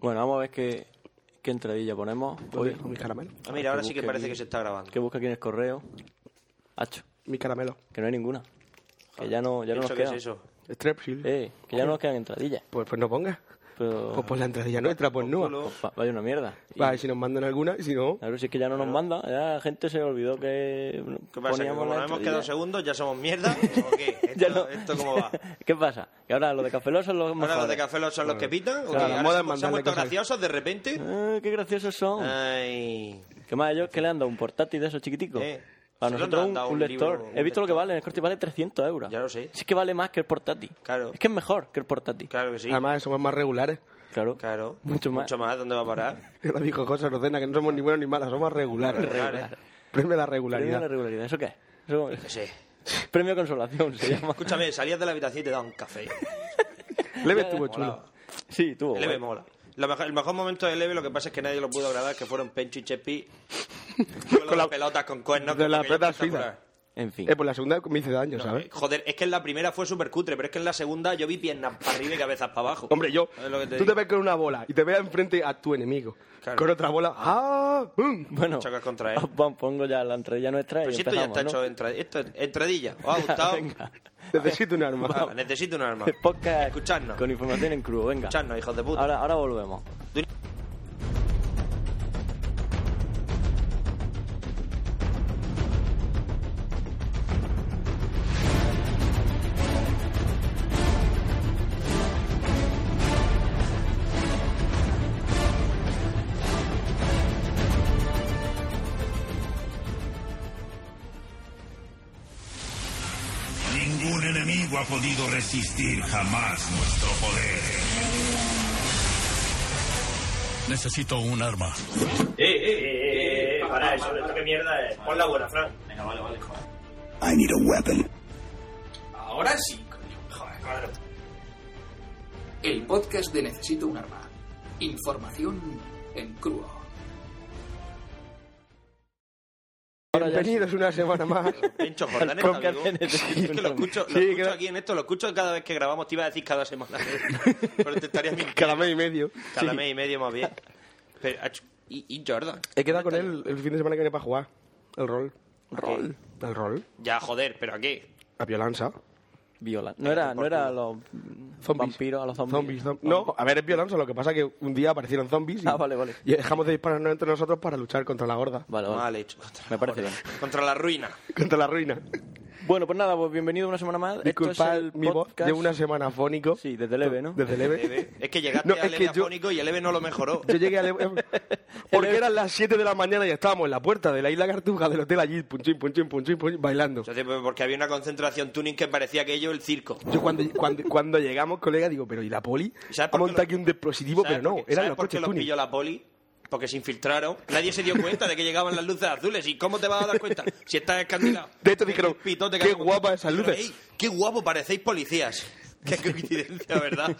Bueno, vamos a ver qué, qué entradilla ponemos. Yo hoy. dejo mis caramelos. Ah, mira, ahora que sí que busque parece aquí. que se está grabando. Que busca aquí en el correo. Hacho, Mis caramelos. que no hay ninguna. Que ya no, ya no nos Pienso que es quedan. eso. Strepsil. Eh, que ya no nos quedan entradillas. Pues, pues no pongas. Pero. Pues por la entradilla nuestra, pues no. culo. pues, va- vaya una mierda. Y- Vale, si nos mandan alguna, y si no, Ah, Claro, si es que ya no nos manda, ya la gente se olvidó que ¿Qué pasa? ¿Que poníamos la como nos hemos entradilla. quedado segundos ya somos mierda? ¿O qué? ¿Esto, Ya no. ¿esto cómo va? ¿Qué pasa? Que ahora los de Café Lock son los más ¿Ahora los de café Lock son los que pitan? ¿O Claro, qué? la ¿Ahora moda se- es mandarle se han vuelto cosas. graciosos de repente? Eh, ¡Qué graciosos son! Ah, Ay... ¿Qué más ellos que le han dado un portátil de esos chiquiticos? Eh, Para si le han nosotros un, dado un un lector. libro, un He visto lo que lector. vale, en el corte vale 300 euros. Ya lo sé. Sí que vale más que el portátil. Claro. Es que es mejor que el portátil. Claro que sí. además somos más regulares. Claro. Claro. Mucho más. Mucho más. ¿Dónde va a parar? Ya lo dijo José Rocena, que no somos ni buenos ni malos, somos regulares. Regulares. Premio a la Premio de la regularidad. regularidad. ¿Eso qué es? Eso- Sí. Premio consolación se llama. Escúchame, salías de la habitación y te daban un café. Leve estuvo chulo. Molaba. Sí, tú. El Eve mola. Lo mejor- el mejor momento del Eve, lo que pasa es que nadie lo pudo grabar, que fueron Pencho y Chepi con, las pelotas con cuernos. de con las aquello pelotas espectacular. finas. En fin. Eh, pues la segunda me hice daño, ¿sabes? eh, Joder, es que en la primera fue súper cutre, pero es que en la segunda yo vi piernas para arriba y cabezas para abajo. Hombre, yo. ¿Sabes lo que te tú te digo? ves con una bola y te veas enfrente a tu enemigo. Claro. Con otra bola. ¡Ah! ¡Bum! Bueno, Chocas contra él. pam, pongo ya la entradilla nuestra Pero y si esto ya empezamos, está ¿no? hecho entra- esto es entradilla. ¿Os ha gustado? Venga. Necesito un arma. Ah, necesito un arma. Podcast Escuchadnos. con información en crudo, venga. Escuchadnos, hijos de puta. Ahora, ahora volvemos. Ningún enemigo ha podido resistir jamás nuestro poder. Necesito un arma. Eh, para eso, ¿esto qué mierda es? Pon la buena, Fran. Venga, vale, vale, joder. I need a weapon. Ahora sí, coño. Joder, claro. El podcast de Necesito un Arma. Información en crudo. Bienvenidos una semana más. Pincho Jordán Con está vivo. que necesito Es que lo un arma. escucho, lo Sí, escucho que- aquí en esto, lo escucho cada vez que grabamos, te iba a decir cada semana. Pero te estarías mintiendo. Cada mes y medio. Cada Sí. mes y medio más bien. Pero, ach, ¿y, y Jordan? He quedado con él el fin de semana que viene para jugar. El rol. ¿Rol? El rol. Ya, joder, ¿pero a qué? A violanza. Viola. No era, no era a los Zombies. vampiros, a los zombies. Zombies, zom- No, a ver, es violanza. Lo que pasa es que un día aparecieron zombies. Y, Ah, vale, vale. Y dejamos de dispararnos entre nosotros para luchar contra la horda. Vale, vale. Mal hecho. Contra, Me parece bien. contra la ruina. Contra la ruina. Bueno, pues nada, pues bienvenido una semana más. Disculpad Esto es el mi voz. podcast- Llevo una semana fónico. Sí, desde leve, ¿no? Desde leve. Es que llegaste No, al es EVE que yo- afónico y el EVE no lo mejoró. Yo llegué a Leve- Porque eran las 7 de la mañana y estábamos en la puerta de la isla Cartuja del hotel allí, punchín, punchín, punchín, punchín, bailando. Entonces, pues, Porque había una concentración tuning que parecía aquello el circo. Yo cuando, cuando, cuando llegamos, colega, digo, pero ¿y la poli? ¿Sabes Ha por qué montado lo- aquí un dispositivo, ¿Sabes pero no, por qué- eran ¿sabes los por qué coches los tuning. pilló la poli? Porque se infiltraron. Nadie se dio cuenta de que llegaban las luces azules. ¿Y cómo te vas a dar cuenta? Si estás escandilado. De hecho, dijeron, Un pitote que "Qué hace un- guapas esas luces". Dijeron, "Ey, ¡Qué guapo parecéis policías! ¡Qué coincidencia, verdad!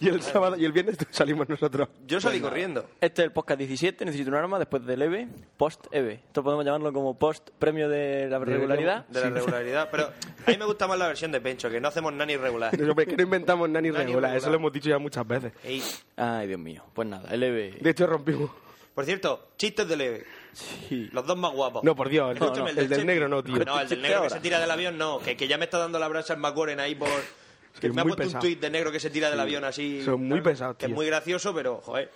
Y el sábado y el viernes salimos nosotros. Yo salí corriendo. Este es el podcast 17, necesito un arma después del E EVE, post-EVE. Esto podemos llamarlo como post-premio de la regularidad. De la regularidad. Pero a mí me gusta más la versión de Pencho, que no hacemos nani regular. Pero, hombre, que no inventamos nani Nani regular, eso regular. lo hemos dicho ya muchas veces. Ey, Ay, Dios mío. Pues nada, el EVE. De hecho, rompimos. Por cierto, chistes de leve. Sí. Los dos más guapos. No, por Dios, el, Escúchame, el del Chepi. negro no, tío. No, el del Chepi negro que ahora. se tira del avión no. Que, que ya me está dando la brasa en McGoren ahí por... Es que Que es me ha muy puesto pesado. un tuit de negro que se tira del avión así. Son muy pesados, Que es tío. muy gracioso, pero, joder.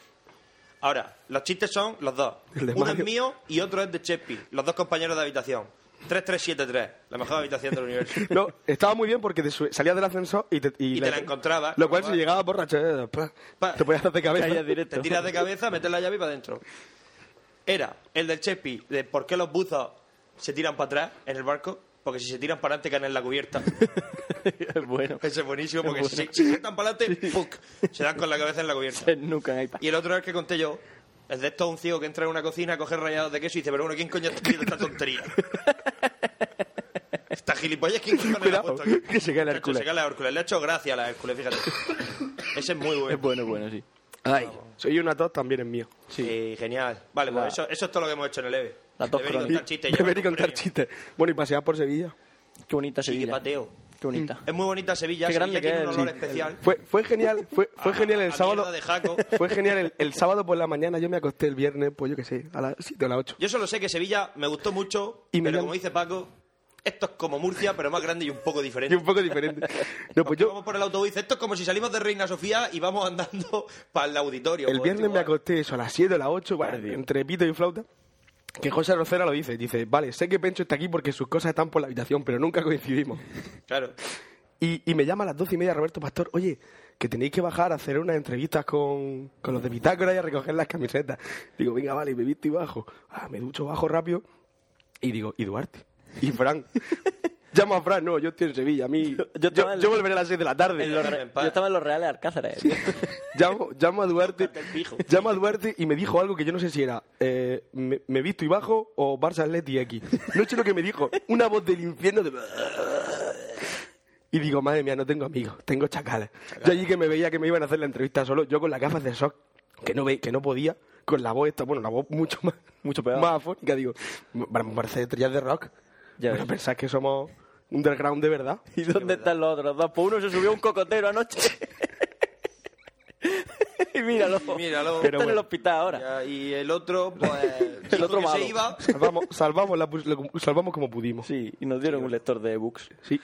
Ahora, los chistes son los dos. El de Uno Mario. es mío y otro es de Chepi. Los dos compañeros de habitación. 3373, la mejor habitación del universo. No, estaba muy bien porque te sube- salías del ascensor y te, Y te la encontrabas. Lo cual, Guau. si llegaba borracho, eh, pa, Pa. te podías hacer de cabeza. Caías directo. Te tiras de cabeza, metes la llave y para adentro. Era el del Chespi, de por qué los buzos se tiran para atrás en el barco, porque si se tiran para adelante caen en la cubierta. bueno, este Ese es buenísimo, porque Es si se si se saltan para adelante, ¡puc! se dan con la cabeza en la cubierta. se nucan ahí. pa. Y el otro es el que conté yo. El de estos un ciego que entra en una cocina, coge rayados de queso y dice, pero bueno, ¿quién coño está haciendo esta tontería? Esta gilipollas, ¿quién coño le ha Cuidado, puesto aquí? que se cae la Chacho, Hércules. Se cae la Hércules. Le ha hecho gracia a la Hércules, fíjate. Ese es muy bueno. Es bueno, bueno, sí. Ay, soy una tos también es mío. Sí. genial. Vale, La- pues eso, eso es todo lo que hemos hecho en el EVE. La top Deber y crónica. contar chistes. Beber y llevar contar premio. chistes. Bueno, y pasear por Sevilla. Qué bonita Sí, qué Sevilla. pateo. Qué bonita. Mm. Es muy bonita Sevilla, Qué grande Sevilla tiene que un es, olor sí. especial. Fue, fue genial, fue, fue A- genial a el mierda sábado. de jaco. Fue genial el, el sábado por la mañana. Yo me acosté el viernes, pues yo qué sé, a las 7 o las 8. Yo solo sé que Sevilla me gustó mucho, Y me pero llamo- como dice Paco, esto es como Murcia, pero más grande y un poco Y diferente. un poco diferente. No, pues Porque yo Vamos por el autobús y dice, esto es como si salimos de Reina Sofía y vamos andando para el auditorio. el pues, viernes tipo, me acosté eso, a las 7 o las 8, bueno, entre pito y flauta. Que José Rocera lo dice, dice, vale, sé que Pencho está aquí porque sus cosas están por la habitación, pero nunca coincidimos. Claro. Y, y me llama a las 12 y media Roberto Pastor, oye, que tenéis que bajar a hacer unas entrevistas con, con los de Bitácora y a recoger las camisetas. Digo, venga, vale, me visto y bajo. Ah, me ducho bajo rápido. Y digo, ¿y Duarte? ¿Y Fran? Llamo a Fran, no, yo estoy en Sevilla, a mí... Yo- yo Yo, estaba en- yo volveré a las 6 de la tarde. en los re- Yo estaba en los Reales Alcázares. tío. Llamo, llamo a Duarte. Tócate el pijo. Llamo a Duarte y me dijo algo que yo no sé si era eh, me, me visto y bajo o Barça Atleti aquí. No sé lo que me dijo. Una voz del infierno de. Y digo, madre mía, no tengo amigos, tengo chacales. Yo allí que me veía que me iban a hacer la entrevista solo, yo con las gafas de shock, que no ve, que no podía, con la voz esta, bueno, la voz mucho más, Mucho peor. más afónica, digo, vamos a parecer estrellas de rock. Ya Bueno, ves. pensás que somos underground de verdad. ¿Y dónde están los otros dos? Pues uno se subió a un cocotero anoche. y míralo. Y míralo. Está Pero en el bueno. hospital ahora. Ya, Y el otro, pues. dijo otro que malo. se iba. Salvamos, salvamos, la pus- lo- salvamos como pudimos. Sí, y nos dieron un lector de ebooks. sí.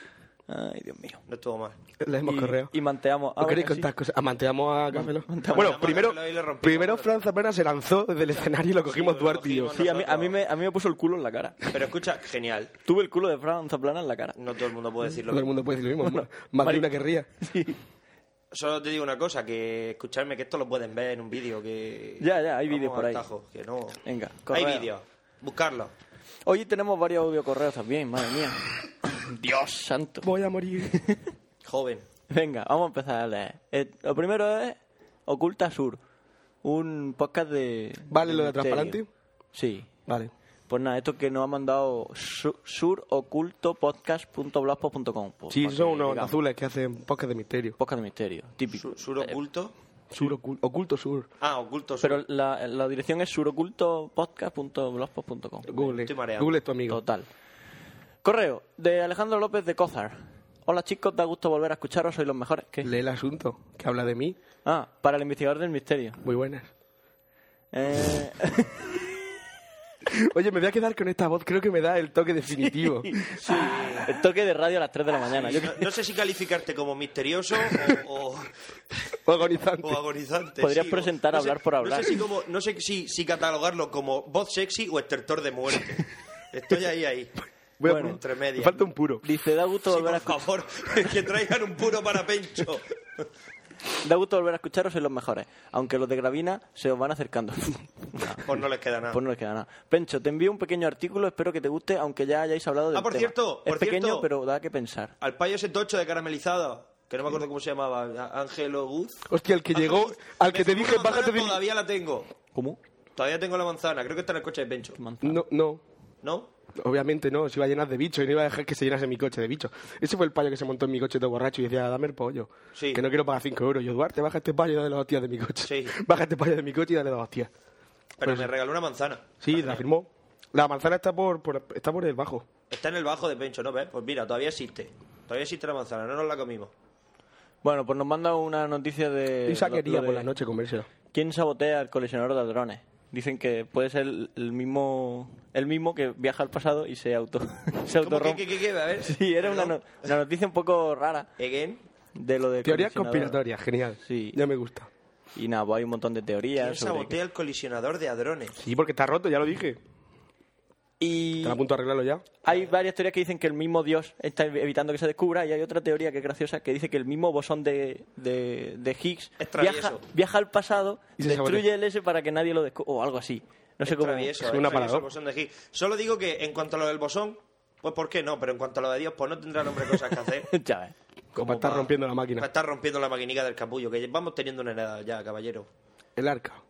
Ay, Dios mío. No estuvo mal. Leemos Y- correo. y manteamos- ah, ¿No queréis bueno, contar cosas? Amanteamos a Café Lock. Bueno, Manteamos primero, a Café Lock y le rompimos. primero Franz Zapena se lanzó desde el escenario y lo cogimos lo Duarte y yo. cogimos, Sí, a mí, a, mí me, a mí me puso el culo en la cara. Pero escucha, genial. Tuve el culo de Fran Zaplana en la cara. No todo el mundo puede decirlo. Todo el mundo puede decir lo mismo. Más Mari- de una que ría. Solo te digo una cosa, que escucharme que esto lo pueden ver en un vídeo que... Ya, ya, hay Vamos vídeos por al ahí. tajo, que no... Venga, Hay correo. vídeos, buscarlo. Hoy tenemos varios audio correos también, madre mía. Dios santo. Voy a morir. Joven. Venga, vamos a empezar a leer. Eh, lo primero es Oculta Sur, un podcast de... ¿Vale lo de misterio. Transparente? Sí. Vale. Pues nada, esto que nos ha mandado su- surocultopodcast.blogspot.com. Pues Sí, para son que unos digamos, azules que hacen podcast de misterio. Podcast de misterio, típico. Su- Sur oculto. Sur, ocul- oculto sur. Ah, oculto sur. Pero la, la dirección es surocultopodcast.blogspot.com. Google. Estoy mareado. Google es tu amigo. Total. Correo de Alejandro López de Cozar. Hola chicos, da gusto volver a escucharos, sois los mejores. ¿Qué? Lee el asunto que habla de mí. Ah, para el investigador del misterio. Muy buenas. Eh, Oye, me voy a quedar con esta voz. Creo que me da el toque definitivo. el toque de radio a las 3 de la mañana. Yo No, no sé si calificarte como misterioso o, o- Agonizante. o agonizante. Podrías sí, o- presentar no Hablar sé- por Hablar. No sé, si, como- no sé si, si catalogarlo como voz sexy o estertor de muerte. Estoy ahí, ahí. Voy a Bueno, por- entre medias. Me falta un puro. Dice, da gusto, Sí, volver a por escu- favor, que traigan un puro para Pencho. da gusto volver a escucharos, sois los mejores. Aunque los de Gravina se os van acercando. Pues no les queda nada. Pues no les queda nada. Pencho, te envío un pequeño artículo, espero que te guste, aunque ya hayáis hablado de Ah, por cierto, Es por pequeño, cierto. pero da que pensar. Al payo ese tocho de caramelizado, que no me acuerdo cómo se llamaba, a- Ángelo Guz. Hostia, el que llegó, al que te dije, bájate de... Todavía la tengo. ¿Cómo? Todavía tengo la manzana, creo que está en el coche de Pencho. No, no. ¿No? Obviamente no, se iba a llenar de bichos y no iba a dejar que se llenase mi coche de bichos. Ese fue el payo que se montó en mi coche todo borracho y decía, dame el pollo. Sí. Que no quiero pagar 5 euros. Yo, Duarte, baja este payo y dale las hostias de mi coche. Sí. Baja este payo de mi coche y dale las hostias. Pero Pues- me regaló una manzana. Sí, la firmó. La manzana está por, por- está por el bajo. Está en el bajo de Pencho, ¿no ves? Pues mira, todavía existe. Todavía existe la manzana, no nos la comimos. Bueno, pues nos manda una noticia de... y esa quería lo- lo por de- la noche comérsela. ¿Quién sabotea al coleccionador de ladrones? Dicen que puede ser el el mismo el mismo que viaja al pasado y se auto se ¿Cómo que, autorrompe. que, que, que? A ver. Sí, era una, Perdón. no- una noticia un poco rara Again. de lo de Teorías conspiratorias, genial. Sí. Ya me gusta. Y nada, pues hay un montón de ¿Quién teorías. sobre- sabotea el colisionador de hadrones? Sí, porque está roto, ya lo dije. Y Está a punto de arreglarlo ya. hay varias teorías que dicen que el mismo Dios está ev- evitando que se descubra y hay otra teoría que es graciosa que dice que el mismo bosón de, de, de Higgs Es travieso. viaja, viaja al pasado, Y se destruye sabotea. el S para que nadie lo descubra o algo así. No sé Es cómo. travieso, es es una travieso paradoja. el bosón de Higgs. Solo digo que en cuanto a lo del bosón, pues ¿por qué no? Pero en cuanto a lo de Dios, pues no tendrá nombre cosas que hacer. Ya ves. Como está pa- rompiendo la Pa' máquina. estar rompiendo la maquinica del capullo, que vamos teniendo una edad ya, caballero. El arca.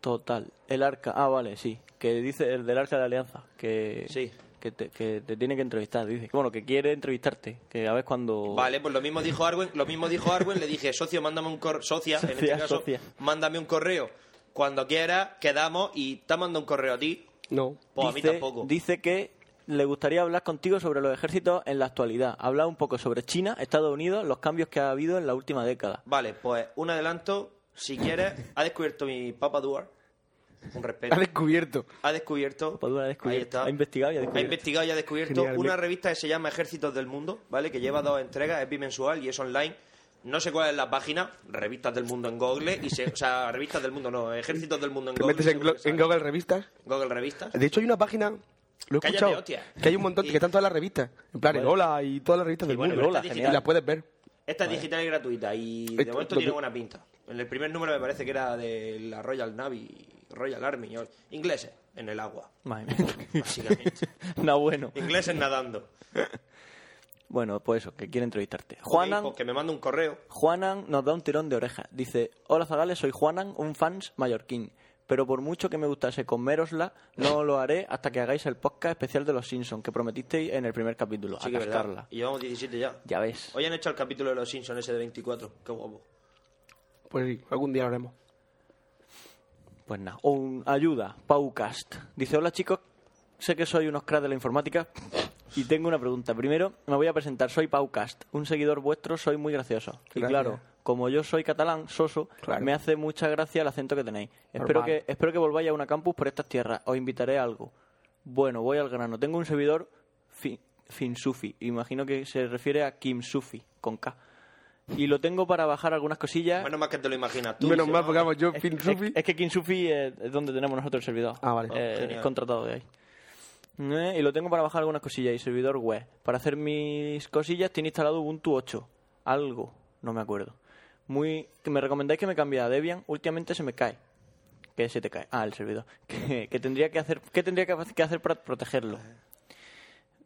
Total. El arca. Ah, vale, sí. Que dice el del arca de la alianza. Que, Sí. Que te, que te tiene que entrevistar, dice. Bueno, que quiere entrevistarte. Que a ver cuando. Vale, pues lo mismo dijo Arwen, lo mismo dijo Arwen, le dije, socio, mándame un correo, socia, en este Socia, caso, socia. mándame un correo. Cuando quieras, quedamos y te mando un correo a ti. No. Pues a mí dice, tampoco. Dice que le gustaría hablar contigo sobre los ejércitos en la actualidad. Hablar un poco sobre China, Estados Unidos, los cambios que ha habido en la última década. Vale, pues un adelanto. Si quieres, ha descubierto mi Papa Duar. Un respeto. Ha descubierto. Ha descubierto. Papa Duar ha descubierto. Ahí está. Ha investigado y ha descubierto. Ha investigado y ha descubierto Genial, una me- revista que se llama Ejércitos del Mundo, ¿vale? Que lleva dos entregas, es bimensual y es online. No sé cuál es la página, Revistas del Mundo en Google, y se- o sea, Revistas del Mundo no, Ejércitos del Mundo en Te Google. metes en, seguro Glo- que en sale. Google Revistas. Google Revistas. De hecho, hay una página. Lo he Cállate, escuchado. hostia. que hay un montón. Y- Que están todas las revistas. En plan, el Hola y todas las revistas del bueno, mundo. pero esta es y digital. las puedes ver. Esta es digital y gratuita y de Esto- momento lo tiene que- buena pinta. En el primer número me parece que era de la Royal Navy, Royal Army, o- ingleses en el agua, Madre mía. básicamente. no, bueno. ingleses nadando. Bueno, pues eso, que quiere entrevistarte. Juanan, Que me manda un correo. Juanan nos da un tirón de oreja. Dice, hola Zagales, soy Juanan, un fans mallorquín. Pero por mucho que me gustase comérosla, no lo haré hasta que hagáis el podcast especial de Los Simpsons que prometisteis en el primer capítulo. Sí a que es verdad. cascarla. Y llevamos 17 ya. Ya ves. Hoy han hecho el capítulo de los Simpsons ese de 24. Qué guapo. Pues sí, algún día lo haremos. Pues nada. O un ayuda, Paucast. Dice, hola chicos, sé que soy unos cracks de la informática y tengo una pregunta. Primero, me voy a presentar, soy Paucast, un seguidor vuestro, soy muy gracioso. Y Gracias. claro, como yo soy catalán, soso, Claro. me hace mucha gracia el acento que tenéis. Espero Normal. que, espero que volváis a una campus por estas tierras, os invitaré a algo. Bueno, voy al grano. Tengo un servidor fi- Finsufi, imagino que se refiere a Kim Sufi, con K. Y lo tengo para bajar algunas cosillas. Menos mal que te lo imaginas tú. Menos dice, mal, ¿no? porque vamos, yo, Es, Pin es- Sufi. es que Kintsugi es, es donde tenemos nosotros el servidor. Ah, vale. Eh, Genial. es contratado de ahí. Eh, y lo tengo para bajar algunas cosillas y servidor web. Para hacer mis cosillas tiene instalado Ubuntu 8. Algo, no me acuerdo. Muy, que me recomendáis que me cambie a Debian. Últimamente se me cae. Que se te cae. Ah, el servidor. Que, que tendría que hacer, ¿Qué tendría que hacer- que hacer para protegerlo?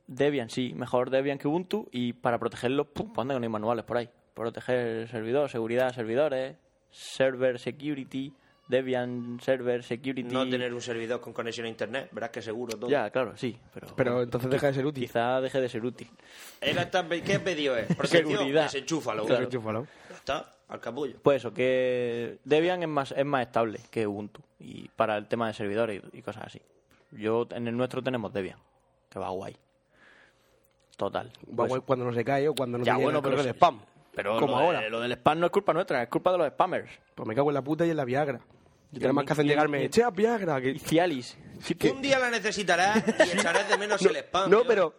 Debian, sí, mejor Debian que Ubuntu y para protegerlo, pum, pues anda que no hay manuales por ahí. Proteger servidor, seguridad de servidores, server security, Debian server security. No tener un servidor con conexión a internet. Verás que seguro todo. Ya, claro, sí, pero, Pero entonces deja de ser útil. quizá deje de ser útil. Él está- ¿Qué pedido es? Protección, Seguridad. Desenchúfalo. Claro. Enchúfalo. Ya Está al capullo. Pues eso, que Debian es más, es más estable que Ubuntu y para el tema de servidores y, y cosas así. Yo en el nuestro tenemos Debian, que va guay. Total. Pues, Vamos a ver cuando no se cae o cuando no ya te llega bueno, el pero correo de se- spam. Pero como lo de- ahora. lo del spam no es culpa nuestra, es culpa de los spammers. Pues me cago en la puta y en la Viagra. Yo nada más que hacen Y- llegarme, y- "Chea, Viagra. que-". Y Cialis. Sí que- Un día la necesitarás y echarás de menos el spam. No, tío. pero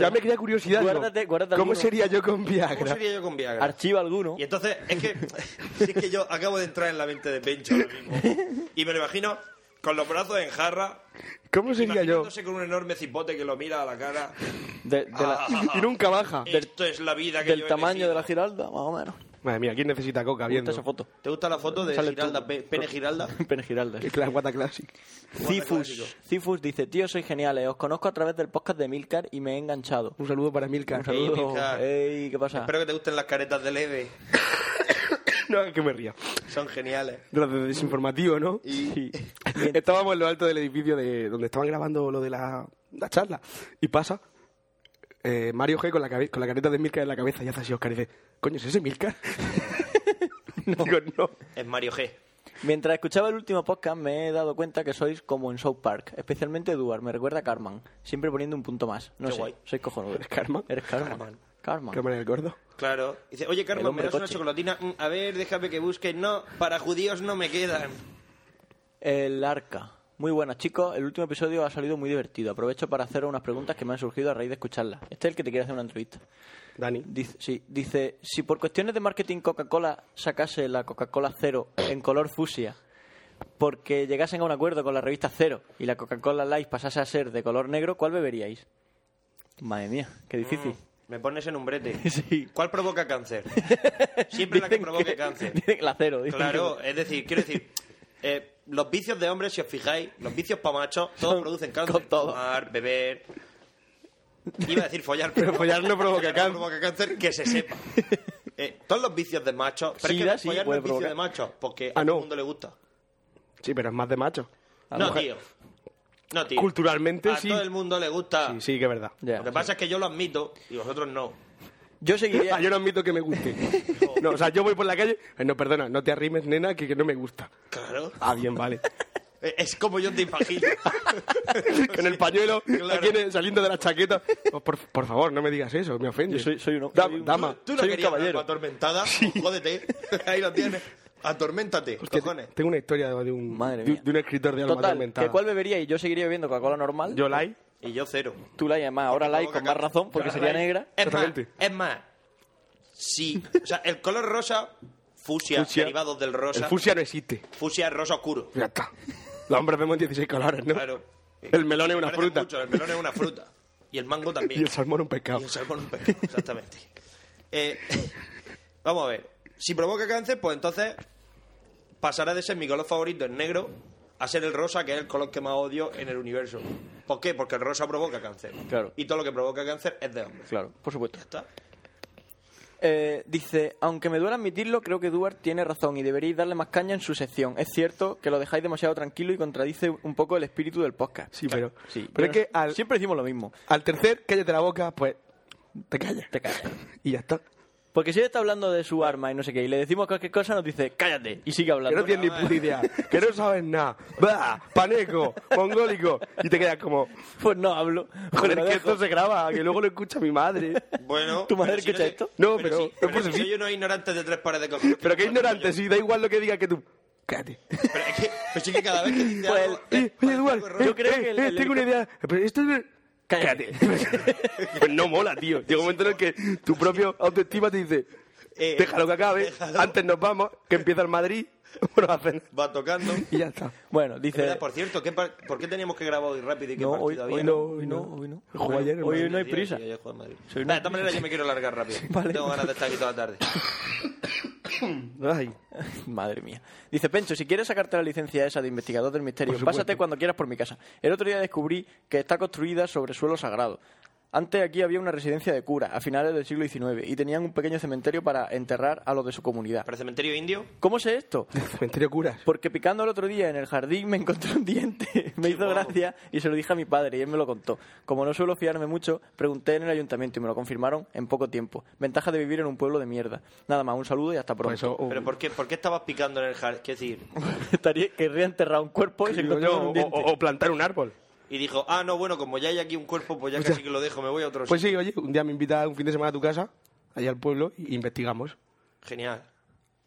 ya me crea curiosidad. ¿no? Guárdate, guárdate ¿Cómo alguno. sería yo con ¿Cómo Viagra? sería yo con Viagra? Archiva alguno. Y entonces, es que, si es que yo acabo de entrar en la mente de Pencho ahora mismo. Y me lo imagino con los brazos en jarra, ¿Cómo sería yo? imaginándose con un enorme cipote que lo mira a la cara. De- de la- Ah, Y nunca baja. Esto es la vida que yo del he tamaño de la elegido. Giralda, más o menos. Madre mía, ¿quién necesita coca Me gusta viendo? esa foto. ¿Te gusta la foto de Sale Giralda, tú. Ah. pe- Pene Giralda? Pene Giralda. Es La guata clásica. clásico. Cifus. Cifus dice, tío, sois geniales. Os conozco a través del podcast de Milcar y me he enganchado. Un saludo para Milka. Un saludo. Milcar. Ey, ¿qué pasa? Espero que te gusten las caretas de Leve. no, que me ría. Son geniales. De los de desinformativo, ¿no? Sí. Estábamos en lo alto del edificio de donde estaban grabando lo de la, la charla. Y pasa eh, Mario G con la, cabe- con la careta de Milka en la cabeza y hace así Oscar y dice, coño, ¿es ese Milka? Digo, no. Es Mario G. Mientras escuchaba el último podcast me he dado cuenta que sois como en South Park, especialmente Duar, me recuerda a Carman, siempre poniendo un punto más. No Qué sé, guay. sois cojonudo. ¿Eres Cartman? Eres Carman. Cartman. Carman. Cámara del gordo. Claro. Dice, oye, El Carmen, ¿me hombre das una coche. chocolatina? Mm, a ver, déjame que busque. No, para judíos no me quedan. El arca. Muy buenas, chicos. El último episodio ha salido muy divertido. Aprovecho para hacer unas preguntas que me han surgido a raíz de escucharlas. Este es el que te quiere hacer una entrevista. Dani. Dice, sí, dice, si por cuestiones de marketing Coca-Cola sacase la Coca-Cola Cero en color fusia, porque llegasen a un acuerdo con la revista Cero y la Coca-Cola Light pasase a ser de color negro, ¿cuál beberíais? Madre mía, qué difícil. Mm, Me pones en un brete. Sí. ¿Cuál provoca cáncer? Siempre la que Dicen provoca cáncer. dicen la Cero. dicen Claro, es decir, quiero decir, eh, los vicios de hombres, si os fijáis, los vicios para machos, todos Son- producen cáncer. con todo. Fumar, beber. Iba a decir follar, Pero follar no provoca no provoca cáncer, que se sepa. Eh, todos los vicios de machos. Pero Sida es sí que follar no puede es vicio provocar. de machos, porque Ah, a no. todo el mundo le gusta. Sí, pero es más de macho. A no, mujer- tío. No, tío. Culturalmente a sí. todo el mundo le gusta. Sí, sí, que es verdad. que- Ah. Ya, Lo que pasa es que yo lo admito y vosotros no. Yo seguiría... Ah, yo no admito que me guste. eh, No, o sea, yo voy por la calle. "Ay, no, perdona, no te arrimes, nena, que, que no me gusta. Claro. Ah, bien, vale. Eh, Es como yo te imagino. Con el pañuelo, claro. aquí en el- saliendo de la chaqueta. Oh, por, por favor, no me digas eso, me ofende. Yo soy- soy un- Dama, soy un- dama, Tú no Soy un querías caballero. una atormentada. Jódete. Ahí lo tienes. Atorméntate, Hostia, cojones. tengo una historia de, de un, Madre de, mía. de un escritor de alma Total, atormentada. ¿que ¿cuál bebería y yo seguiría bebiendo Coca-Cola normal? Yo like. Y yo cero. Tú la llamas ahora Porque light con tengo más que razón porque sería negra. Es más, Totalmente. es más. Sí. O sea, el color rosa, fusia, Fucsia. derivados del El rosa. fusia no existe. Fusia es rosa oscuro. Ya está. Los hombres vemos 16 colores, ¿no? Claro. El melón es una Parece fruta. mucho, el melón es una fruta. Y el mango también. Y el salmón un pescado. Y el salmón un pescado, exactamente. Eh, vamos a ver. Si provoca cáncer, pues entonces pasará de ser mi color favorito, el negro, a ser el rosa, que es el color que más odio en el universo. ¿Por qué? Porque el rosa provoca cáncer. Claro. Y todo lo que provoca cáncer es de hombres. Claro, por supuesto. Ya está. Eh, dice, aunque me duela admitirlo, creo que Duarte tiene razón y deberíais darle más caña en su sección. Es cierto que lo dejáis demasiado tranquilo y contradice un poco el espíritu del podcast. Sí, pero- Sí, pero yo es que no- al- siempre decimos lo mismo. Al tercer, cállate la boca, pues te callas. Te callas. Y ya está. Porque si él está hablando de su arma y no sé qué, y le decimos cualquier cosa, nos dice, cállate, y sigue Que hablando. no tienes ni puta idea. Que no sabes nada. Bah, paneco, mongólico. Y te quedas como, Pues no hablo. joder, Lo que dejo. esto se graba, que luego lo escucha mi madre. Bueno. ¿Tu madre pero si escucha no- esto? No, pero- sí, pero por si sí. soy unos ignorantes de tres pares de cojones. Pero qué que ignorante, sí, da igual lo que diga que tú. Cállate. Pero es que, pero sí que cada vez que dice Pues, algo, Eh, parece oye, algo Eduardo, erróneo. yo creo que el- el tengo una idea. Pero esto es... Cállate. pues no mola, tío. Llega un momento en el que tu propio autoestima te dice, Eh, déjalo que acabe, déjalo. antes nos vamos, que empieza el Madrid. Bueno, hacen... Va tocando. Y ya está. Bueno, Es dice... verdad, por cierto, ¿qué par- ¿por qué teníamos que grabar hoy rápido y qué No, hoy, partido había? hoy no, hoy no, hoy no. Jugó ayer, el Hoy Madrid, no hay Tío, prisa. tío, yo juego al Madrid. Nah, de todas maneras yo me quiero largar rápido. Vale. Tengo ganas de estar aquí toda la tarde. Ay. Madre mía. Dice Pencho, si quieres sacarte la licencia esa de investigador del misterio, Por supuesto. pásate cuando quieras por mi casa. El otro día descubrí que está construida sobre suelo sagrado. Antes aquí había una residencia de cura, a finales del siglo XIX, y tenían un pequeño cementerio para enterrar a los de su comunidad. ¿Para el cementerio indio? ¿Cómo sé esto? Cementerio curas. Porque picando el otro día en el jardín me encontré un diente, me hizo guapo. gracia y se lo dije a mi padre y él me lo contó. Como no suelo fiarme mucho, pregunté en el ayuntamiento y me lo confirmaron en poco tiempo. Ventaja de vivir en un pueblo de mierda. Nada más, un saludo y hasta pronto. Pues eso, o- ¿Pero por qué, por qué estabas picando en el jardín? Quiero decir, Estaría, querría enterrar un cuerpo y se pues encontró digo yo, con un o, diente. o- o plantar un árbol. y dijo, ah, no, bueno, como ya hay aquí un cuerpo, pues ya casi que lo dejo, me voy a otro Pues sitio. sí, oye, un día me invita un fin de semana a tu casa, allá al pueblo, y investigamos. Genial.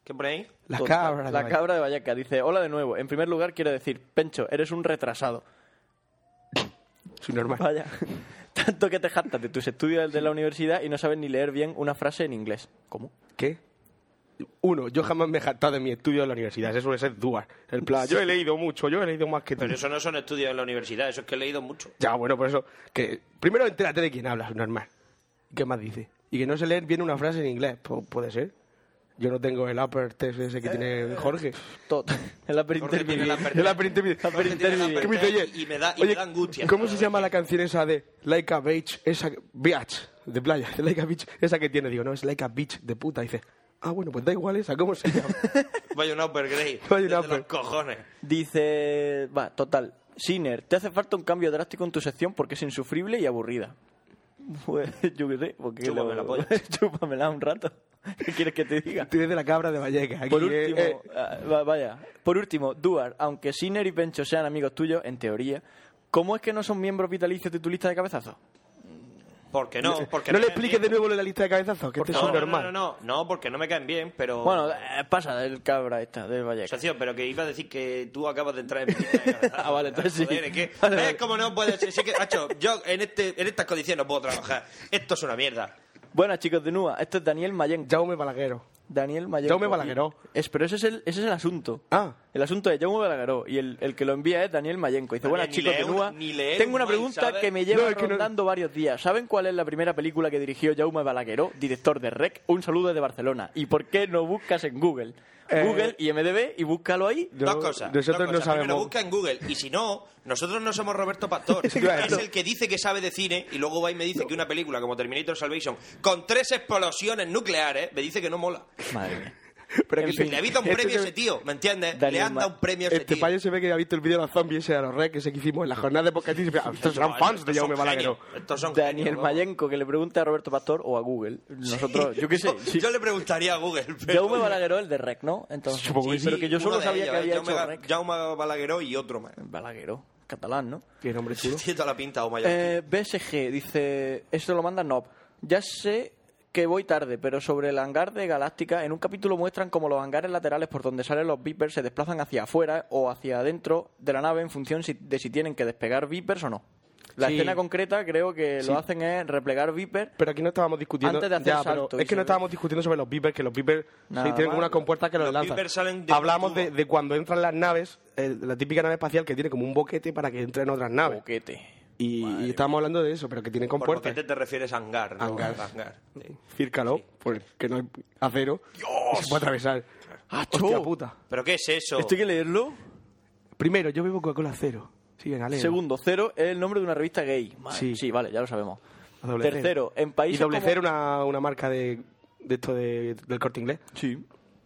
¿Qué por ahí? Las Total, cabras. La ¿no? cabra de Vallaca. Dice, hola de nuevo. En primer lugar quiero decir, Pencho, eres un retrasado. Soy normal. Vaya. Tanto que te jactas de tus estudios de la universidad y no sabes ni leer bien una frase en inglés. ¿Cómo? ¿Qué? Uno, yo jamás me he jactado de mi estudio en la universidad. Eso suele ser dual. El plan, yo he leído mucho, yo he leído más que tú. Pero eso no son estudios en la universidad, eso es que he leído mucho. Ya, bueno, por eso. que Primero entérate de quién hablas, normal. ¿Qué más dice? Y que no se leer bien una frase en inglés. Pu- puede ser. Yo no tengo el upper test ese que Eh, tiene Jorge. Todo. El Jorge tiene aperintermedio. la per- El upper intermediate. Jorge tiene el upper Que me dice, test oye, y me da, y me oye, da angustia. ¿Cómo se llama la canción esa de Like a Beach? Esa Beach, de playa, de Like a Beach, esa que tiene, digo, no, es Like a Beach de puta. Y dice, ah, bueno, pues da igual esa, ¿cómo se llama? Vaya un upper grey. Vaya un desde upper. los cojones. Dice, va, total. Siner, te hace falta un cambio drástico en tu sección porque es insufrible y aburrida. Pues, yo qué sé. Porque Chúpame la polla. Chúpamela un rato. ¿Qué quieres que te diga? Tienes de la cabra de Vallecas. Aquí, Por eh, último, eh, ah, va- vaya. Por último, Duar, aunque Sinner y Pencho sean amigos tuyos, en teoría, ¿cómo es que no son miembros vitalicios de tu lista de cabezazos? ¿Por qué no? Porque no le me caen expliques de bien. nuevo lo de la lista de cabezazos, que esto es no, no, normal. no, no, no, no, porque no me caen bien, pero... Oh. Bueno, eh, pasa del cabra esta, del Valleca. Socio, pero que iba a decir que tú acabas de entrar en mi lista de cabezazos. Ah, vale, entonces sí. Joder, es que- Vale, ¿Ves vale. cómo no puede ser? Sí que, macho, yo en, este, en estas condiciones no puedo trabajar. Esto es una mierda. Buenas, chicos de NUA. Esto es Daniel Mayen. Jaume Balaguero. Daniel Mayen. Jaume Balagueró. Es, pero ese es, el, ese es el asunto. Ah. El asunto de Jaume Balagueró y el, el que lo envía es Daniel Mayenco. Dice, Daniel, buenas ni chicos de leer un- NUA, ni leer tengo un una mail, pregunta ¿sabes? que me lleva No, es que no- rondando varios días. ¿Saben cuál es la primera película que dirigió Jaume Balagueró, director de REC? Un saludo desde Barcelona. ¿Y por qué no buscas en Google? Eh, Google y MDB y búscalo ahí. Yo- dos cosas. Nosotros dos cosas. no Primero, sabemos. busca en Google. Y si no, nosotros no somos Roberto Pastor. Sí, claro. es el que dice que sabe de cine y luego va y me dice que una película como Terminator Salvation con tres explosiones nucleares me dice que no mola. Madre mía. Pero En que fin. Le evita un este premio a se- ese tío, ¿me entiendes? Daniel Le han dado Ma- un premio a ese Este tío. payo se ve que ha visto el vídeo de los zombies ese de los reques que hicimos en la jornada de podcast y se piensa, "Ah, estos serán No, fans estos de son Jaume Balagueró. genios, Estos son Daniel genios, vamos. Mayenco, que le pregunte a Roberto Pastor o a Google. Nosotros, yo qué sé. Yo, sí. yo le preguntaría a Google. pero- Jaume Balagueró, el de Rec, ¿no? Entonces, Supongo que sí. pero que yo uno solo de sabía ellos, que había Jaume hecho Ga- Rec. Jaume Balagueró y otro más. Balagueró, catalán, ¿no? Qué nombre chulo. Tiene toda la pinta o mayor. Eh, BSG dice, esto lo manda Nob. Ya sé que voy tarde, pero sobre el hangar de Galáctica, en un capítulo muestran cómo los hangares laterales por donde salen los Vipers se desplazan hacia afuera o hacia adentro de la nave en función si- de si tienen que despegar Vipers o no. La Sí. escena concreta creo que Sí. lo hacen es replegar Viper. Pero aquí no estábamos discutiendo. Antes de hacer ya, salto, pero es que Isabel. no estábamos discutiendo sobre los beepers, que los beepers sí, Nada tienen como más. una compuerta que los, Los lanzan. beepers salen de Hablamos un tubo. de, de cuando entran las naves, eh, la típica nave espacial que tiene como un boquete para que entren otras naves. Boquete. Y, y estábamos hablando de eso, pero que tienen Por lo que compuertas. te, te refieres a hangar, ¿no? Hangar. sí. Círcalo, porque no hay acero. Se puede atravesar. ¡Hostia puta! ¿Pero qué es eso? ¿Esto hay que leerlo? Primero, yo bebo Coca-Cola cero. Sí, en Alea. Segundo, cero es el nombre de una revista gay. Madre, Sí. sí. vale, ya lo sabemos. Doble Tercero, en países Y doble como- cero una, una marca de, de esto de- del corte inglés. Sí,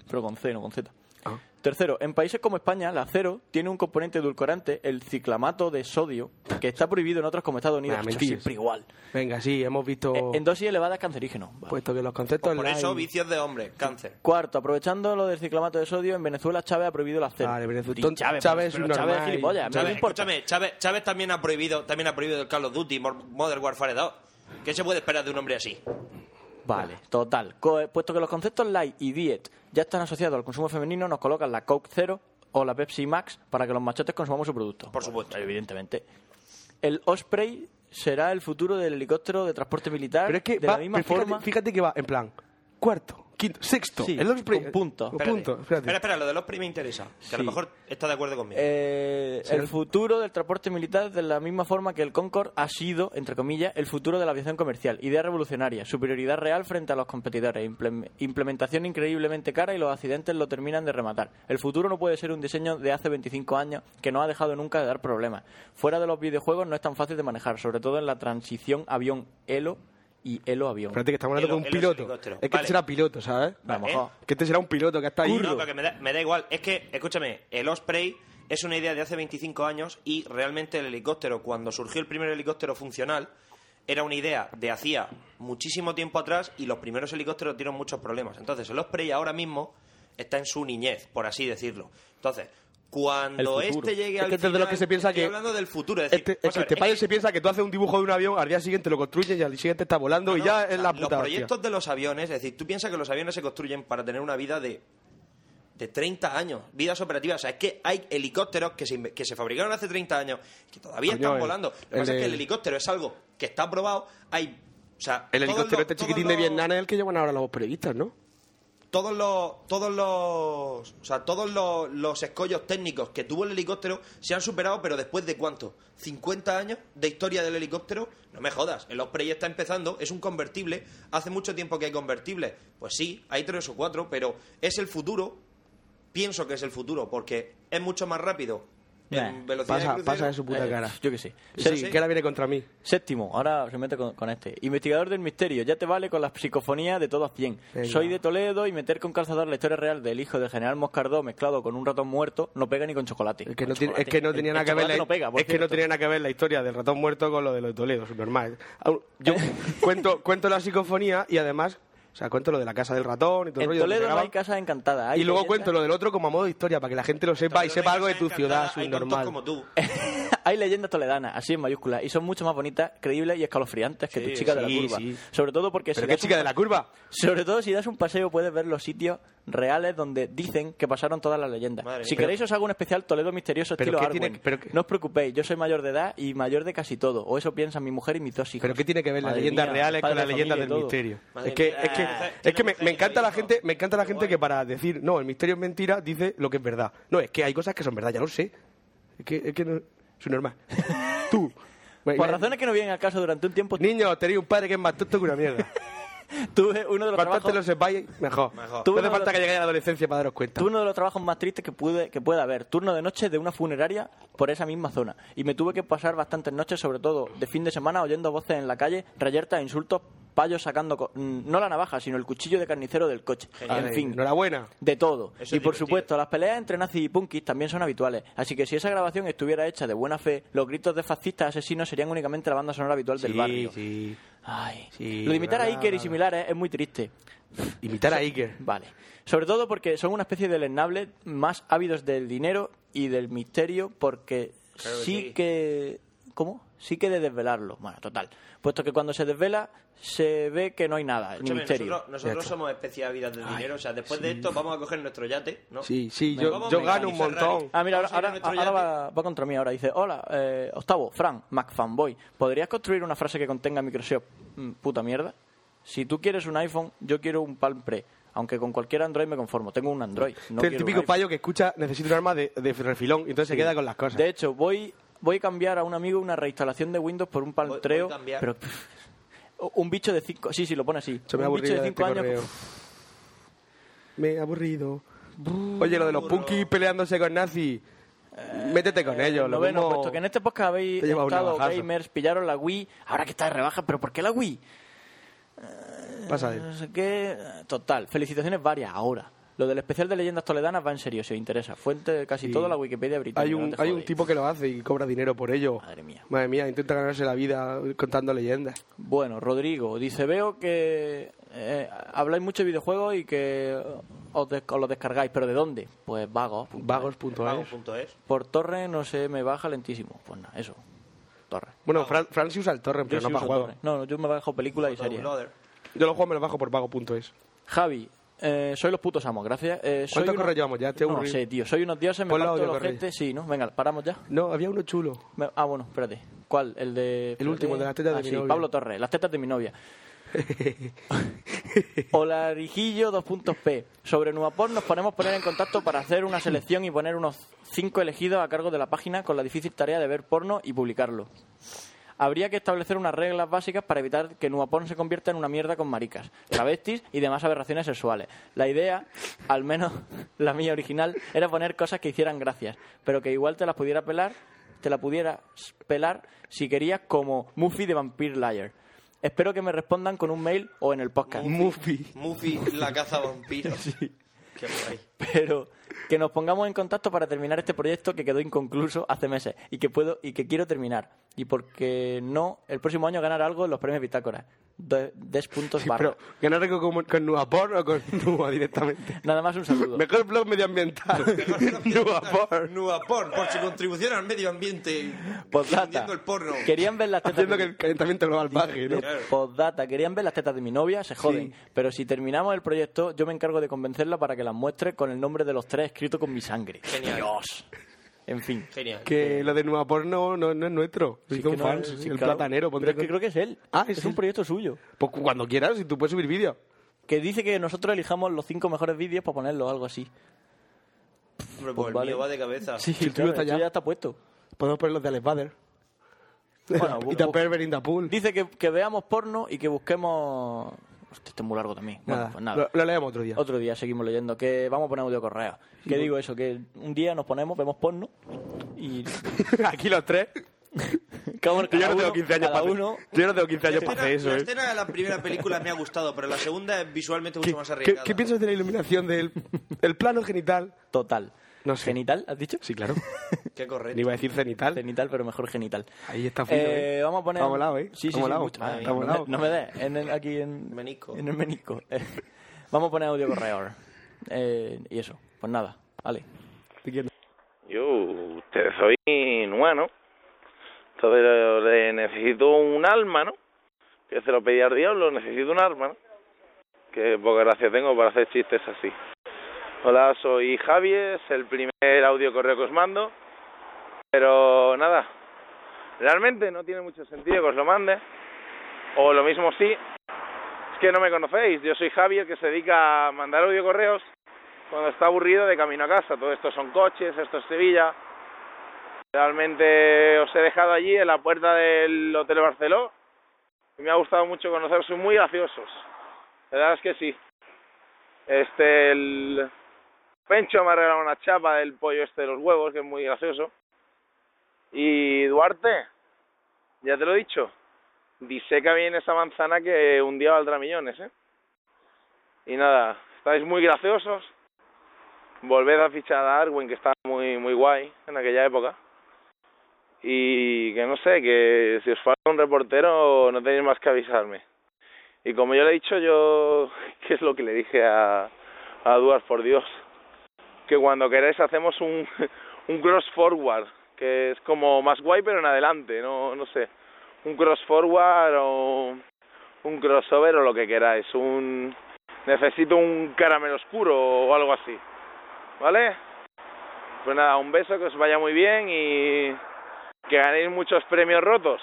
pero con C, no con Z. Ah. Tercero, en países como España, el acero tiene un componente edulcorante, el ciclamato de sodio, que está prohibido en otros como Estados Unidos. Nah, Esto mentiras. siempre igual. Venga, sí, hemos visto. Eh, En dosis elevadas es cancerígeno. Vale. Puesto que los conceptos. Pues Por online- eso, vicios de hombre, cáncer. Cuarto, aprovechando lo del ciclamato de sodio, en Venezuela Chávez ha prohibido el acero. Vale, Venezuela- Di, entonces, Chávez, pues, Chávez es pero un Chávez normal es y- gilipollas. a mí no me Chávez, importa. escúchame, Chávez, Chávez también ha prohibido también ha prohibido el Call of Duty, Mor- Modern Warfare 2. ¿Qué se puede esperar de un hombre así? Vale, total. Co- puesto que los conceptos light y diet ya están asociados al consumo femenino, nos colocan la Coke Zero o la Pepsi Max para que los machotes consumamos su producto. Por supuesto. Evidentemente. El Osprey será el futuro del helicóptero de transporte militar Pero es que de va, la misma pero fíjate, forma. fíjate que va en plan cuarto, quinto, sexto, Sí, el Osprey- con punto. con Espérate. punto, espérate. Espera, espera, lo de los primes me interesa. Que a lo Sí. mejor está de acuerdo conmigo. eh, Será- el futuro del transporte militar de la misma forma que el Concorde ha sido, entre comillas, el futuro de la aviación comercial. Idea revolucionaria, superioridad real frente a los competidores, implem- implementación increíblemente cara y los accidentes lo terminan de rematar. El futuro no puede ser un diseño de hace 25 años que no ha dejado nunca de dar problemas. Fuera de los videojuegos no es tan fácil de manejar, sobre todo en la transición avión-elo y elo-avión. Espérate que estamos hablando de Helo- un helo es piloto. helicóptero. Es que Vale. este será piloto, ¿sabes? A lo Vale. mejor. Que este será un piloto que está ahí. No, pero que me da, me da igual. Es que, escúchame, el Osprey es una idea de hace 25 años y realmente el helicóptero, cuando surgió el primer helicóptero funcional, era una idea de hacía muchísimo tiempo atrás y los primeros helicópteros dieron muchos problemas. Entonces, el Osprey ahora mismo está en su niñez, por así decirlo. Entonces, cuando El futuro. este llegue Es al que desde final, lo que se piensa estoy que- hablando del futuro. Es decir, Este, es vamos a que ver, este es payo que- se piensa que tú haces un dibujo de un avión, al día siguiente lo construyes y al siguiente está volando y no, ya o sea, es la puta Los hostia. proyectos de los aviones, es decir, tú piensas que los aviones se construyen para tener una vida de, de 30 años, vidas operativas. O sea, es que hay helicópteros que se, inve- que se fabricaron hace 30 años que todavía Coño, están el- volando. Lo que el pasa es que el de- helicóptero es algo que está aprobado. Hay, o sea, El todos helicóptero los- este todos chiquitín de los- Vietnam es el que llevan ahora los periodistas, ¿no? todos los todos los o sea todos los, los escollos técnicos que tuvo el helicóptero se han superado pero después de cuánto 50 años de historia del helicóptero no me jodas el Osprey está empezando es un convertible hace mucho tiempo que hay convertibles pues sí hay tres o cuatro pero es el futuro pienso que es el futuro porque es mucho más rápido Nah, en velocidad de Pasa, crucero. pasa de su puta Eh, cara. Yo qué sé. Sí, sí. que ahora viene contra mí. Séptimo, ahora se mete con, con este. Investigador del misterio, ya te vale con la psicofonía de todos 100. Venga. Soy de Toledo y meter con calzador la historia real del hijo del general Moscardó mezclado con un ratón muerto no pega ni con chocolate. Es que no, Con tiene, es chocolate. que no El- tenía el nada que ver la, chocolate no pega, por es que no cierto. tenía nada que ver la historia del ratón muerto con lo de los de Toledo, es normal. Au- Yo cuento, cuento la psicofonía y además, o sea, cuento lo de la casa del ratón y todo el En rollo. donde Toledo no graban. hay casas encantadas. hay y luego leyendas- cuento lo del otro como a modo de historia para que la gente lo sepa y Entonces, sepa hay algo de gente tu ciudad, encantada, es hay tontos normal. como tú hay leyendas toledanas, así en mayúsculas, y son mucho más bonitas, creíbles y escalofriantes que Sí, tu chica de sí, la curva. sí. Sobre todo porque das Pero qué un chica de la curva. Sobre todo si das un paseo puedes ver los sitios reales donde dicen que pasaron todas las leyendas. Madre si mía. queréis os hago un especial Toledo misterioso ¿Pero estilo qué Arwen. tiene- pero qué- No os preocupéis, yo soy mayor de edad y mayor de casi todo, o eso piensa mi mujer y mis dos hijos. Pero qué tiene que ver las Madre leyendas mía, reales padre con de las leyendas familia y del todo. misterio. Madre Es que, mía, es que, ah, es que me, tenemos me encanta la gente, gente, me encanta la Qué gente guay. que para decir no, el misterio es mentira, dice lo que es verdad. No, es que hay cosas que son verdad, ya lo sé. Es que, es que no, soy normal. Tú. Por razones que no vienen al caso durante un tiempo, Niño, tenéis un padre que es más tonto que una mierda. tuve uno de los Cuanto antes trabajos... lo sepáis, mejor. Mejor. No hace Tú- falta que lleguéis a la adolescencia para daros cuenta. Tuve uno de los trabajos más tristes que pude que pueda haber, turno de noche de una funeraria por esa misma zona. Y me tuve que pasar bastantes noches, sobre todo de fin de semana, oyendo voces en la calle, reyertas, insultos payo sacando, co- mm, no la navaja, sino el cuchillo de carnicero del coche. Ahora, En fin, Enhorabuena. de todo. Eso es y por divertido. supuesto, las peleas entre nazis y punkis también son habituales. Así que si esa grabación estuviera hecha de buena fe, los gritos de fascistas asesinos serían únicamente la banda sonora habitual del Sí, barrio. sí. Ay, Sí, lo de imitar a bla, bla, Iker y bla. similares es muy triste. Imitar a Iker. Vale. Sobre todo porque son una especie de lesnable más ávidos del dinero y del misterio porque Claro que sí sí. que... ¿Cómo? Sí que de desvelarlo. Bueno, total. Puesto que cuando se desvela se ve que no hay nada, ni Escúchame, misterio. nosotros, Ya nosotros está. somos especialistas del dinero. O sea, después de esto vamos a coger nuestro yate, ¿no? Sí, sí, Nos yo, vamos yo a gano un Ferrari. montón. Ah, mira, ahora, Vamos a ir a ahora- nuestro ahora yate. va, va contra mí. Ahora dice, hola, eh, Octavo, Fran, MacFanboy, ¿podrías construir una frase que contenga Microsoft? Mm, puta mierda. Si tú quieres un iPhone, yo quiero un Palm Pre. Aunque con cualquier Android me conformo. Tengo un Android. No Este es el quiero un típico iPhone". payo que escucha, necesita un arma de, de refilón, y entonces se queda con las cosas. De hecho, voy, voy a cambiar a un amigo una reinstalación de Windows por un Voy- paltreo. voy a cambiar. Pero pff, un bicho de 5 Sí, sí, lo pone así. Yo me he un bicho aburrido de de 5 este años. correo. pff, Me he aburrido. Oye, lo de los Burro. punkis peleándose con nazis. Métete con ellos. Lo Eh, noveno, mismo- puesto que en este podcast habéis te lleva un estado navajazo. gamers, pillaron la Wii, ahora que está de rebaja, pero ¿por qué la Wii? Pasa de- No sé qué. Total, felicitaciones varias ahora. Lo del especial de leyendas toledanas va en serio, si os interesa. Fuente de casi Sí. toda la Wikipedia británica. Hay no un, te hay un jodéis. tipo que lo hace y cobra dinero por ello. Madre mía. Madre mía, intenta ganarse la vida contando leyendas. Bueno, Rodrigo, dice, veo que eh, habláis mucho de videojuegos y que os, des- os lo descargáis, pero ¿de dónde? Pues vagos. Vagos.es. Vagos.es. Por torre no se me baja lentísimo. Pues nada, eso. Torre. Bueno, Fran, Fran sí usa el torrent, pero Yo sí no para uso juegos. torre. No, no, yo me bajo películas y series. Downloader. Yo los juegos me los bajo por vago.es. Javi, eh, soy los putos amos, gracias. Eh, soy ¿Cuántos uno- correos llevamos ya? Estoy no aburrido. sé, tío. Soy unos dioses, me Ponlo parto audio, los Correos. gente. Sí, ¿no? Venga, paramos ya. No, había uno chulo. Me- Ah, bueno, espérate. ¿Cuál? El de. espérate. último, de las tetas de Ah, mi sí, novia. Pablo Torres, las tetas de mi novia. Olarijillo 2.p. Sobre Nuapor nos ponemos poner en contacto para hacer una selección y poner unos cinco elegidos a cargo de la página con la difícil tarea de ver porno y publicarlo. Habría que establecer unas reglas básicas para evitar que Nuapor se convierta en una mierda con maricas, travestis y demás aberraciones sexuales. La idea, al menos la mía original, era poner cosas que hicieran gracias, pero que igual te las pudiera pelar, te la pudieras pelar si querías como Muffy de Vampire Liar. Espero que me respondan con un mail o en el podcast. Muffy. Muffy, la caza vampiro. Qué guay. pero que nos pongamos en contacto para terminar este proyecto que quedó inconcluso hace meses y que puedo y que quiero terminar y porque no el próximo año ganar algo en los premios Bitácora De- des puntos barra. Pero ganar con, con, con Nuapor o con Nua directamente. nada más un saludo Mejor blog medioambiental. Nuapor. Nuapor, por su contribución al medio ambiente. Postdata. Vendiendo el porno. querían ver las tetas Haciendo de- que el calentamiento global baje, ¿no? Claro. Postdata, querían ver las tetas de mi novia, se joden. Sí. Pero si terminamos el proyecto, yo me encargo de convencerla para que las muestre con el nombre de los tres escrito con mi sangre. Genial. Dios. En fin. Genial. Que lo de Nuapor no, no, no es nuestro. Sí, Sí, un que no fan, es- sí, sí, el claro. platanero. Ponte Pero es con- que creo que es él. Ah, es es un él. proyecto suyo. Pues cuando quieras, si tú puedes subir vídeos. Que dice que nosotros elijamos los cinco mejores vídeos para ponerlo, algo así. Pues pues el vale. mío va de cabeza. Sí, Si el claro, tuyo está esto ya. ya está puesto. Podemos poner los de Alex Bader. Bueno, y the bu- pervert in the pool. Dice que, que veamos porno y que busquemos... Hostia, este es muy largo también. Bueno, Nada, pues nada. Lo, lo leemos otro día. Otro día seguimos leyendo. Que vamos a poner audio correo. Que digo eso, que un día nos ponemos, vemos porno y... Aquí los tres. Cada Yo ya no uno- tengo 15 años cada para uno- Este Yo no tengo 15 años La para escena- hacer eso, la ¿eh? escena de la primera película me ha gustado, pero la segunda es visualmente mucho ¿Qué, más qué- arriesgada. qué piensas de la iluminación del el plano genital? Total. No sé. ¿Genital, has dicho? Sí, claro. Qué Ni correcto. iba a decir cenital. Genital, pero mejor genital. Ahí está fino, ¿eh? Vamos a poner... Está volado, ¿eh? Sí, sí, Está sí, volado. mucho. Madre Está mía, No volado. me, no me des. En el- aquí en... Menisco. En el menisco. Eh, vamos a poner audio correo. Eh, y eso. Pues nada. Vale. Yo, usted soy Nua, ¿no? Entonces eh, le necesito un alma, ¿no? Que se lo pedí al diablo, necesito un alma, ¿no? Que poca gracia tengo para hacer chistes así. Hola, soy Javier, es el primer audio correo que os mando. Pero nada, realmente no tiene mucho sentido que os lo mande. O lo mismo sí, es que no me conocéis. Yo soy Javier, que se dedica a mandar audio correos cuando está aburrido de camino a casa. Todo esto son coches, esto es Sevilla. Realmente os he dejado allí en la puerta del Hotel Barceló. Y me ha gustado mucho conoceros, sois muy graciosos. La verdad es que sí. Este, el Pencho me ha regalado una chapa del pollo este de los huevos, que es muy gracioso. Y Duarte, ya te lo he dicho, diseca bien esa manzana que un día valdrá millones, ¿eh? Y nada, estáis muy graciosos. Volved a fichar a Arwen, que estaba muy, muy guay en aquella época. Y que no sé, que si os falta un reportero no tenéis más que avisarme. Y como yo le he dicho, yo, ¿qué es lo que le dije a, a Duarte, por Dios? Que cuando queráis hacemos un, un cross forward, que es como más guay pero en adelante, no, no sé, un cross forward o un crossover o lo que queráis, un necesito un caramelo oscuro o algo así, ¿vale? Pues nada, un beso, que os vaya muy bien y que ganéis muchos premios rotos,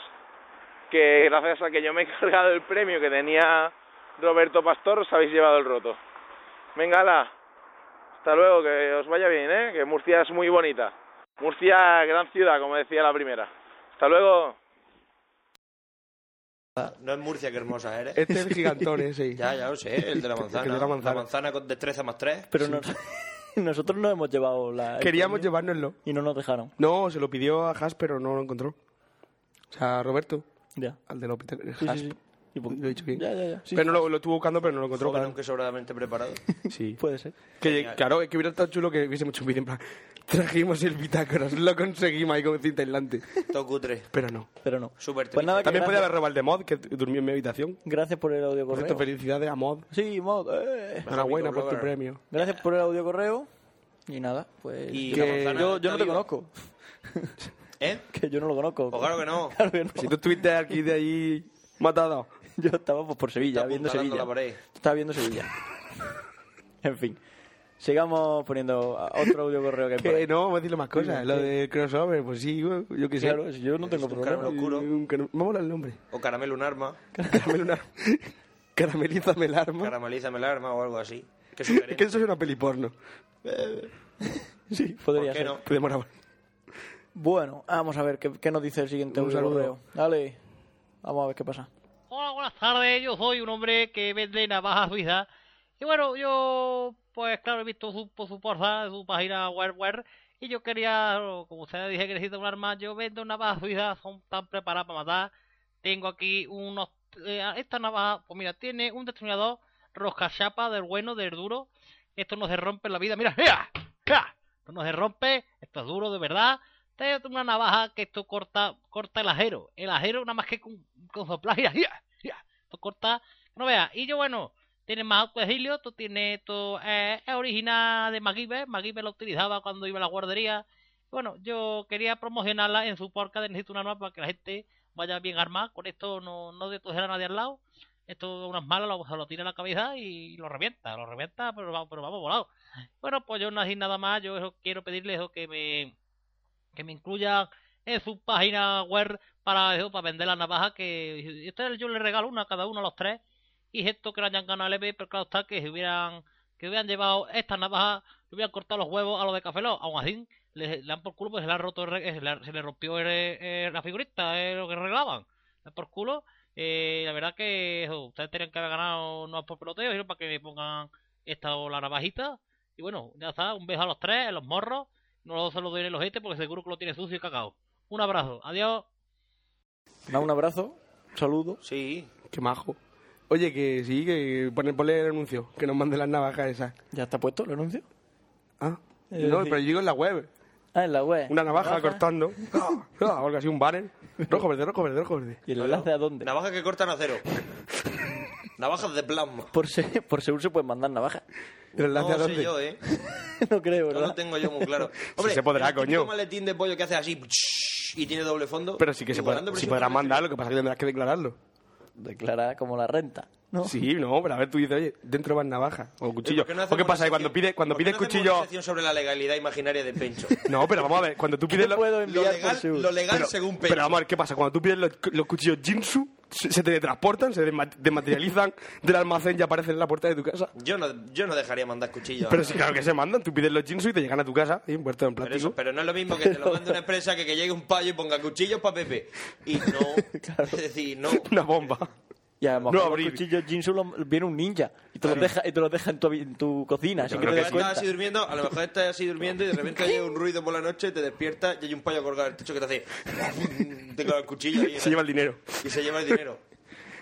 que gracias a que yo me he cargado el premio que tenía Roberto Pastor os habéis llevado el roto. Venga, ala. Hasta luego, que os vaya bien, ¿eh? Que Murcia es muy bonita. Murcia, gran ciudad, como decía la primera. Hasta luego. No es Murcia, que hermosa eres. Este es el gigantón ese. Ya, ya lo sé, el de la manzana. El de la manzana. con destreza más tres. Pero no- nosotros no hemos llevado la. el Queríamos premio llevárnoslo. Y no nos dejaron. No, se lo pidió a Has, pero no lo encontró. O sea, a Roberto, Ya. al de López. Sí, sí, Has. sí. Y por- Lo he dicho bien. Ya, ya, ya. Sí, pero no lo, lo estuvo buscando, pero no lo encontró. Joven, claro. aunque sobradamente preparado. Sí. Puede ser. Que, claro, es que hubiera estado chulo que hubiese mucho un vídeo en plan. Trajimos el bitácoras, lo conseguimos ahí como cinta aislante. Todo cutre. Pero no. Pero no. Súper Pues nada, que También puede gracias, haber robado el de Mod, que durmió en mi habitación. gracias por el audio Por cierto, correo. felicidades a Mod. Sí, mod. eh. Enhorabuena por tu Robert. premio. Gracias por el audio correo. Y nada, pues. Y que- la manzana yo, está yo no te viva. conozco. ¿Eh? Que yo no lo conozco. Pues claro que no. Claro que no. Si tú estuviste aquí de ahí matado. Yo estaba pues, por Sevilla, Está viendo apuntando Sevilla. la pared. Estaba viendo Sevilla. en fin. Sigamos poniendo a- otro audio correo que hay por ahí. Que no, vamos a decirle más cosas. Lo del crossover, pues sí, yo yo qué sé. Claro, si yo no tengo un problema. caramelo. oscuro. Un cara- Vamos a hablar el nombre. O caramelo un arma. Caramelo una... Caramelízame el arma. Caramelízame el arma o algo así. Qué Es que sugerente. eso es una peli porno. Sí, podría ¿Por qué ser. no? Podemos grabar. Bueno, vamos a ver qué, qué nos dice el siguiente Un audio saludo. correo. Dale. Vamos a ver qué pasa. Hola, buenas tardes. Yo soy un hombre que vende navajas suizas. Y bueno, yo, pues claro, he visto su, por su porza, su página webware. Y yo quería, como ustedes dije que necesito un arma, yo vendo navajas suizas, son tan preparadas para matar. Tengo aquí unos. eh, esta navaja, pues mira, tiene un destornillador roscachapa del bueno, del duro. Esto no se rompe en la vida. Mira, mira, mira. Esto no se rompe, esto es duro de verdad. Tengo una navaja que esto corta, corta el ajero. El ajero nada más que con, con soplar. Mira, mira, mira. Esto corta, no veas. Y yo, bueno, tiene más autoexilio, esto tiene, esto eh, es original de MacGyver. MacGyver la utilizaba cuando iba a la guardería. Bueno, yo quería promocionarla en su porca de Necesito una arma para que la gente vaya bien armada. Con esto no, no detojera a nadie al lado. Esto unas malas lo, se lo tira a la cabeza y lo revienta, lo revienta, pero, va- pero vamos volado. Bueno, pues yo no así nada más, yo eso quiero pedirles eso que me que me incluyan en su página web para, eso, para vender la navaja que ustedes yo les regalo una a cada uno a los tres y esto que le hayan ganado el EP pero claro está que si hubieran que hubieran llevado estas navajas le hubieran cortado los huevos a los de Café Lock. aún así le, le han por culo porque se le ha roto el re- eh, se le, se le rompió el, eh, eh, la figurita eh, lo que regalaban Le han por culo eh, la verdad que eso, ustedes tenían que haber ganado no por peloteo sino para que me pongan esta o la navajita y bueno ya está un beso a los tres a los morros no se lo doy en el ojete porque seguro que lo tiene sucio y cacao. Un abrazo. Adiós. Nada, un abrazo, saludos. Sí. Qué majo. Oye, que sí, que pone, ponle el anuncio, que nos mande las navajas esas. ¿Ya está puesto el anuncio? Ah, Es Eh, no, decir- pero yo digo en la web. Ah, en la web. Una navaja cortando. Ah, ah, o algo así, un banner. Rojo, verde, rojo, verde, rojo, verde. ¿Y el enlace a dónde? Navajas que cortan acero. Navajas de plasma. Por, se, por seguro se pueden mandar navajas. El enlace a No dónde. sé yo, ¿eh? no creo, No ¿verdad? lo tengo yo muy claro. Hombre, se podrá, el típico coño. maletín de pollo que hace así y tiene doble fondo. Uh, Pero sí que se podrá, igualando sí presión podrá para mandar, lo que pasa es que tendrás que declararlo. Declarada como la renta. ¿no? Sí, no, pero a ver, tú dices, oye, dentro van navajas o ¿Y cuchillos. por qué no ¿O qué hacemos pasa? Que una cuando sección- pides cuando por qué pides no hacemos cuchillo... una sección sobre la legalidad imaginaria de Pencho. No, pero vamos a ver, cuando tú pides... te los- puedo Lo enviar por legal, seguro. lo legal pero, según Pencho. pero vamos a ver, ¿qué pasa? Cuando tú pides los, los cuchillos Jinsu, se, se teletransportan, se desma- desmaterializan del almacén y aparecen en la puerta de tu casa. Yo no, yo no dejaría mandar cuchillos. Pero a- sí, claro que se mandan. Tú pides los Jinsu y te llegan a tu casa, y envueltos en Pero, plástico. eso- pero no es lo mismo que te lo mande una empresa que que llegue un payo y ponga cuchillos para Pepe. Y no. Es decir, no. Una bomba. Y además, No con los abrir. cuchillos Jinsu los- viene un ninja y te los deja, y te los deja en, tu, habi- en tu cocina. Así que Pero te que des estás cuenta. así durmiendo, a lo mejor estás así durmiendo y de repente hay un ruido por la noche, te despiertas y hay un payo colgado en el techo que te hace. te clava el cuchillo ahí, Se lleva el dinero. y se lleva el dinero.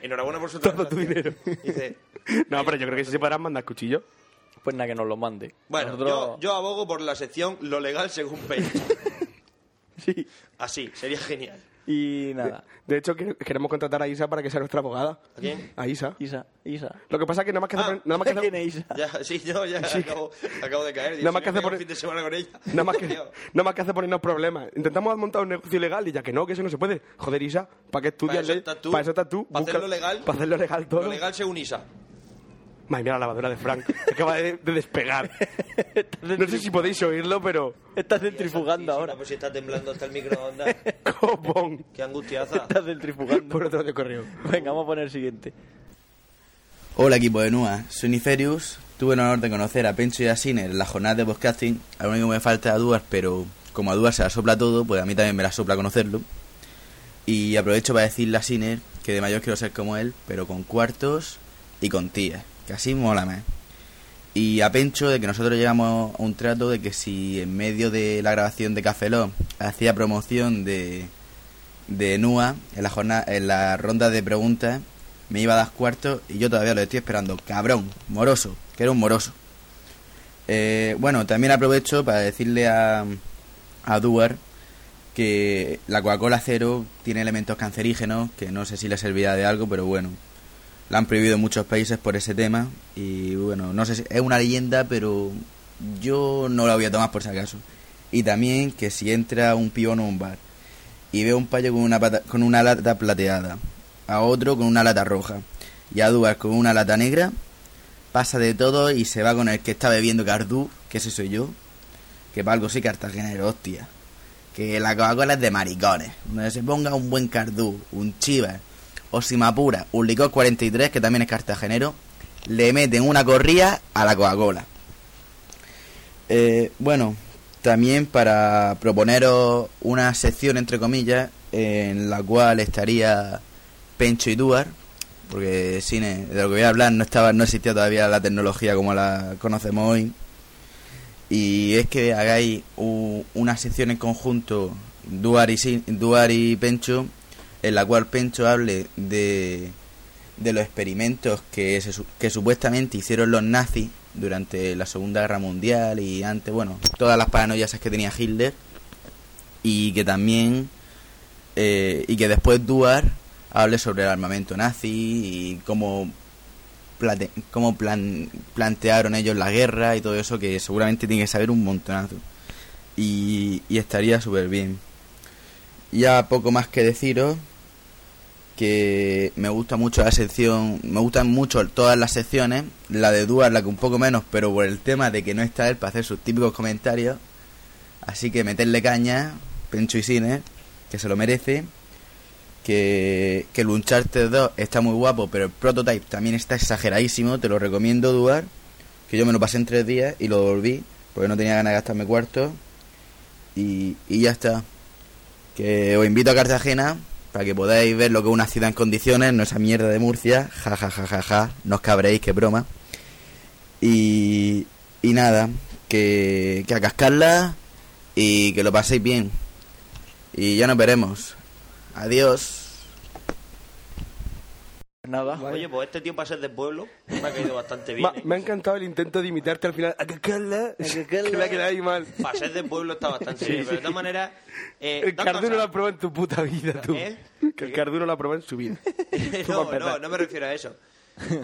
Enhorabuena por su Todo tu transacción. dinero. Y dice, No, pero yo creo que si se paran, mandar cuchillo. Pues nada, que nos lo mande. bueno, yo, Nosotros- yo abogo por la sección lo legal según Page. Sí. Así, sería genial. Y nada. De hecho, que- queremos contratar a Isa para que sea nuestra abogada. ¿A quién? A Isa. Isa, Isa. Lo que pasa es que nada más que hace Ah, poner- nada más que hace- ¿Quién es Isa? Ya, sí, yo ya acabo, acabo de caer. Digo, Nada más si me que hace pego por- un fin de semana con ella. Nada más, que, Tío, nada más que hace ponernos problemas. Intentamos montar un negocio ilegal y ya que no, que eso no se puede. Joder, Isa, ¿para qué estudias Para eso ley? estás tú. Para eso estás tú. Para hacerlo legal. Para hacerlo legal todo. Lo legal según ISA. Madre mía, la lavadora de Frank. Acaba de, de despegar. no sé si podéis oírlo, pero... Estás centrifugando Sí, sí, ahora. no, Pues si está temblando hasta el microondas. ¡Copón! Qué angustiaza. Estás centrifugando. Por otro de correo. Venga, vamos a poner el siguiente. Hola equipo de NUA, soy Niferius. Tuve el honor de conocer a Pencho y a Siner en la jornada de podcasting. Lo único que me falta es a Duar, pero como a Duar se la sopla todo, pues a mí también me la sopla conocerlo. Y aprovecho para decirle a Siner que de mayor quiero ser como él, pero con cuartos y con tías, que así mola más. Y a Pencho de que nosotros llegamos a un trato de que si en medio de la grabación de Café Lock hacía promoción de, de NUA en la, jornada, en la ronda de preguntas, me iba a dar cuartos y yo todavía lo estoy esperando. Cabrón, moroso, que era un moroso. Eh, bueno, también aprovecho para decirle a, a Duar que la Coca-Cola cero tiene elementos cancerígenos, que no sé si le servirá de algo, pero bueno, la han prohibido en muchos países por ese tema y bueno, no sé si es una leyenda, pero yo no la voy a tomar por si acaso. Y también que si entra un pibón a un bar y veo a un payo con una, pata- con una lata plateada, a otro con una lata roja y a Duas con una lata negra, pasa de todo y se va con el que está bebiendo Cardú, que ese soy yo, que para algo soy cartagenero, hostia. Que la Coca-Cola es de maricones, donde se ponga un buen Cardú, un Chivas, o Simapura, un licor 43, que también es cartagenero, le meten una corrida a la Coca-Cola. Eh, bueno, también para proponeros una sección, entre comillas, en la cual estaría Pencho y Duar, porque cine, de lo que voy a hablar, no, estaba, no existía todavía la tecnología como la conocemos hoy. Y es que hagáis u- una sección en conjunto, Duar y, Sin- Duar y Pencho, en la cual Pencho hable de, de los experimentos que, se su- que supuestamente hicieron los nazis durante la Segunda Guerra Mundial y antes, bueno, todas las paranoias esas que tenía Hitler y que también eh, y que después Duar hable sobre el armamento nazi y cómo plate- cómo plan- plantearon ellos la guerra y todo eso que seguramente tiene que saber un montonazo y, y estaría súper bien ya poco más que deciros que me gusta mucho la sección, me gustan mucho todas las secciones, la de Duar la que un poco menos, pero por el tema de que no está él para hacer sus típicos comentarios, así que meterle caña, Pencho y Cine, que se lo merece, que, que el Uncharted 2 está muy guapo, pero el Prototype también está exageradísimo, te lo recomiendo Duar, que yo me lo pasé en tres días y lo devolví, porque no tenía ganas de gastarme cuartos, y, y ya está que os invito a Cartagena para que podáis ver lo que es una ciudad en condiciones, no esa mierda de Murcia, ja ja ja ja ja, no os cabréis, que broma. Y, y nada, que, que a cascarla y que lo paséis bien. Y ya nos veremos. Adiós. Nada. Oye, pues este tío para ser de pueblo me ha caído bastante bien. Ma- ¿eh? me ha encantado el intento de imitarte al final. ¡Acacala! Que me ha quedado ahí mal. Para ser de pueblo está bastante bien. Pero de todas maneras. Eh, El dos carduno cosas. lo ha probado en tu puta vida, tú. ¿Eh? Que el carduno lo ha probado en su vida. no, no, no me refiero a eso.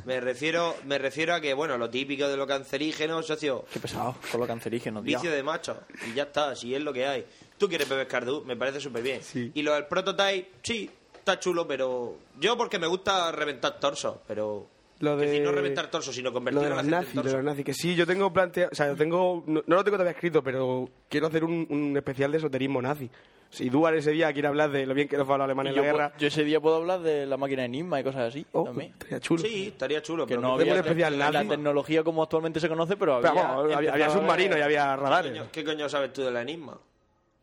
Me refiero, me refiero a que, bueno, lo típico de lo cancerígeno, socio, Qué pesado con lo cancerígeno, tío. vicio de macho. Y ya está, si es lo que hay. Tú quieres beber cardú, me parece súper bien. Y lo del prototype, sí, está chulo, pero. Yo porque me gusta reventar torsos, pero. Lo Es decir, de- no reventar torsos, sino Lo convertir de a la los gente nazis, en lo de torso. los nazis. Que sí, yo tengo planteado. O sea, yo tengo. No, no lo tengo todavía escrito, pero quiero hacer un, un especial de esoterismo nazi. Si Duar ese día quiere hablar de lo bien que nos fue los alemanes en la yo, guerra. yo ese día puedo hablar de la máquina Enigma y cosas así. Oh, también. estaría chulo. Sí, estaría chulo, Que pero no que había un especial la nazi. tecnología como actualmente se conoce, pero había, Pero vamos, había, había empezaba a haber- submarinos y había ¿Qué radares. coño- ¿Qué coño sabes tú del enigma?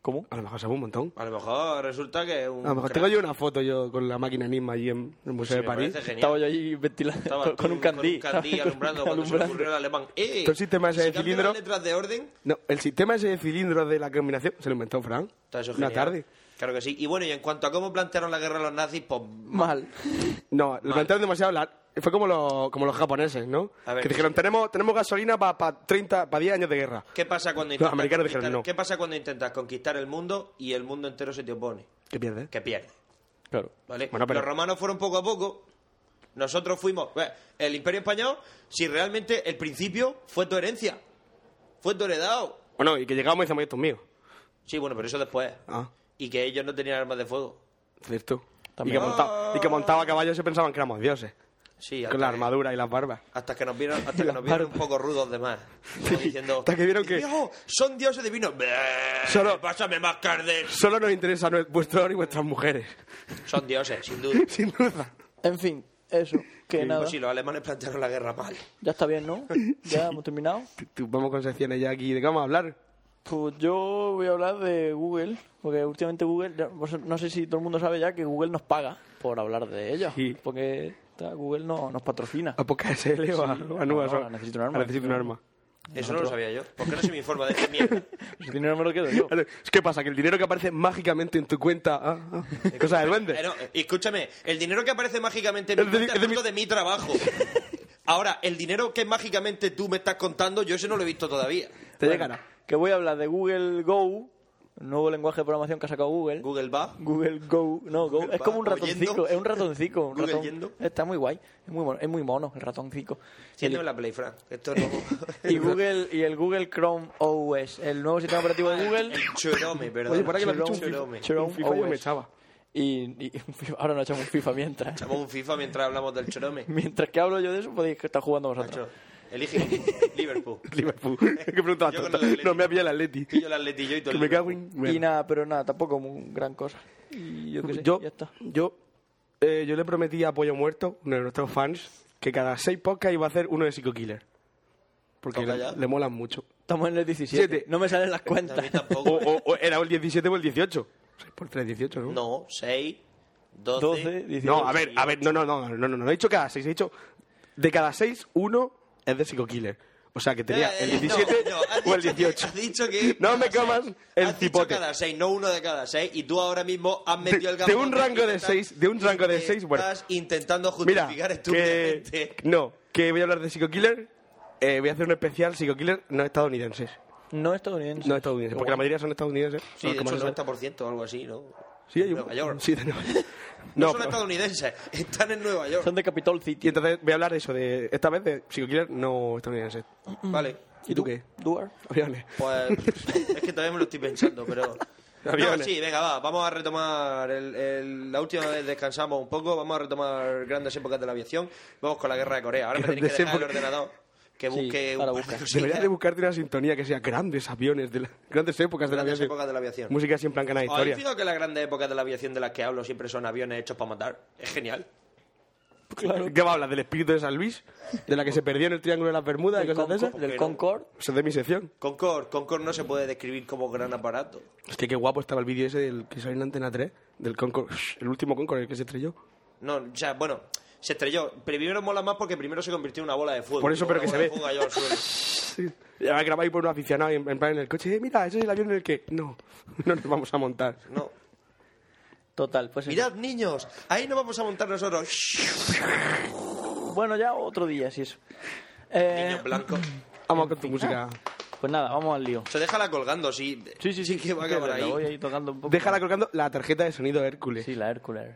¿Cómo? A lo mejor sabe un montón. A lo mejor resulta que es un. A lo mejor crack. tengo yo una foto yo con la máquina Nisma allí en el Museo de Sí, me París. parece genial. Estaba yo allí ventilando Estaba con, tú con un candí. Con un candí ¿sabes? Con un alumbrando cuando se alumbrando. me ocurrió el alemán. ¡Eh! Todo el sistema ese si de cambian cilindro- las letras de orden. No, el sistema ese de cilindros de la combinación se lo inventó Fran. Está eso una genial. tarde. Claro que sí. Y bueno, y en cuanto a cómo plantearon la guerra los nazis, pues. Mal. No, lo plantearon demasiado. la- Fue como, los- como los japoneses, ¿no? A ver, que dijeron, tenemos, tenemos gasolina para 30, para 10 años de guerra. ¿Qué pasa cuando Los intentas. americanos dijeron conquistar- no. ¿Qué pasa cuando intentas conquistar el mundo y el mundo entero se te opone? ¿Qué pierde? Que pierdes. Claro. ¿vale? Bueno, pero- Los romanos fueron poco a poco. Nosotros fuimos. bueno, El Imperio Español, si realmente el principio fue tu herencia, fue tu heredado. Bueno, y que llegamos y decíamos, esto es mío. Sí, bueno, pero eso después. Ah, Y que ellos no tenían armas de fuego. cierto. Y También. que, monta- y que montaba Ah. a caballo se pensaban que éramos dioses. Sí, hasta Con la que- armadura y las barbas. Hasta que nos vieron, hasta que nos vieron un poco rudos de más. Como diciendo, Hasta que vieron que- "Viejo, son dioses divinos. Bleh, Solo- Pásame más carne. Solo nos interesa nue- vuestro oro y vuestras mujeres. Son dioses, sin duda. Sin duda. En fin, eso. Que nada. Pues sí, los alemanes plantearon la guerra mal. Ya está bien, ¿no? Ya hemos terminado. Tú- tú, Vamos con secciones ya aquí. ¿De qué vamos a hablar? Pues yo voy a hablar de Google, porque últimamente Google, ya, vos- no sé si todo el mundo sabe ya que Google nos paga por hablar de ello, Sí. porque ta, Google no, nos patrocina. ¿A Ah. Poca SL o a, o a no, Nuba? no, a Necesito un arma. A Necesito un arma. Eso no lo sabía yo. ¿Por qué no se me informa de esta mierda? El dinero me lo quedo yo. Claro, es que pasa que el dinero que aparece mágicamente en tu cuenta. ah, ah, cosa de duende. Eh, no, eh, escúchame, el dinero que aparece mágicamente en Es mi de- cuenta es de es mi- fruto de mi trabajo. Ahora, el dinero que mágicamente tú me estás contando, yo ese no lo he visto todavía. Te Bueno, llegará. Que voy a hablar de Google Go, el nuevo lenguaje de programación que ha sacado Google. Google va. Google Go, no, Go, Google es como un va, ratoncico, oyendo. es un ratoncico, un Google ratón. yendo. Está muy guay, es muy mono, es muy mono el ratoncico. Siénteme la Play, Frank. Esto no. Y Google y el Google Chrome OS, el nuevo sistema operativo de Google. El chorome, perdón. Oye, para que lo has dicho un Chorome. FIFA. Un FIFA yo OS. me echaba. Y, y un FIFA- ahora no echamos un FIFA mientras. Echamos un FIFA mientras hablamos del chorome. Mientras que hablo yo de eso, podéis estar jugando vosotros. Macho, elige Liverpool. Liverpool. Qué pregunta Yo con tonta. el Atleti. No, me ha pillado el Atleti. Pillo el Atleti yo y todo Que el me cago Liverpool. en. Y bueno. nada, pero nada, tampoco como un gran cosa. Y yo qué sé, yo, ya está. yo, eh, yo le prometí a Pollo Muerto, uno de nuestros fans, que cada seis podcasts iba a hacer uno de Psycho Killer. Porque Toca le, ya. le molan mucho. Estamos en el 17. Siete. No me salen las A mí cuentas. O, tampoco. o- o era el 17 o el 18. 6 por 3, 18, ¿no? No, 6, 12. 12, 18. No, a ver, a ver, no, no, no, no, no, no, no he dicho cada seis, he dicho de cada seis, uno es de Psycho Killer. O sea, que tenía Eh, el eh, 17 no, no, has o el dicho que- 18. has dicho que No cada me seis. comas el Has dicho cipote. cada 6, no uno de cada 6. Y tú ahora mismo has De- metido el de gato. un rango de seis, de un rango de seis, bueno. Estás intentando Mira, justificar que, estúpidamente. no, que voy a hablar de Psycho Killer, eh, voy a hacer un especial Psycho Killer no estadounidenses. No estadounidense. No estadounidenses, porque la mayoría son estadounidenses. Sí, Son de los que hecho, más se saben. 90% o algo así, ¿no? Sí, hay un- Nueva York. Sí, de Nueva York. No, No, son pero- estadounidenses, están en Nueva York. Son de Capitol y City. entonces voy a hablar de eso, de esta vez de Psycho Killer no estadounidenses. Vale. ¿Y tú qué? Duar. Aviones. Pues es que todavía me lo estoy pensando, pero... No, Aviones. sí, venga, va, vamos a retomar. el- el- la última vez descansamos un poco, vamos a retomar grandes épocas de la aviación. Vamos con la guerra de Corea. Ahora me tenéis que Grandes dejar el épocas. ordenador que Sí, busque un ahora par de busca. cosillas. Deberías de buscarte una sintonía que sea grandes aviones, de la- grandes épocas de la Grandes aviación. épocas de la aviación. Música siempre en plan ¿Os habéis historia. fijado que las grandes épocas de la aviación de las que hablo siempre son aviones hechos para matar? Es genial. Claro. ¿Qué va a hablar? ¿Del espíritu de San Luis? ¿De la que se perdió en el Triángulo de las Bermudas? y Del, cosas de Concorde, esas? del Pero- Concorde. Eso es de mi sección. Concorde, Concorde no se puede describir como gran aparato. Es que qué guapo estaba el vídeo ese del que salió en Antena 3, del Concorde, el último Concorde el que se estrelló. No, o sea, bueno, se estrelló. Primero mola más porque primero se convirtió en una bola de fuego. Por eso, Luego pero una que se bola de fuego cayó al suelo. Sí. Y ahora grabáis por un aficionado en, en plan en el coche, eh, mira, ese es el avión en el que... No, no nos vamos a montar. No. Total, pues eso. Mirad, niños, ahí no vamos a montar nosotros. Bueno, ya otro día, si eso. Eh, Niños blancos. Vamos con tu música. pues nada, vamos al lío. Se déjala colgando, sí. Sí, sí, sí. que va a acabar la voy ahí. ahí tocando un poco. Déjala colgando la tarjeta de sonido Hércules. Sí, la Hércules.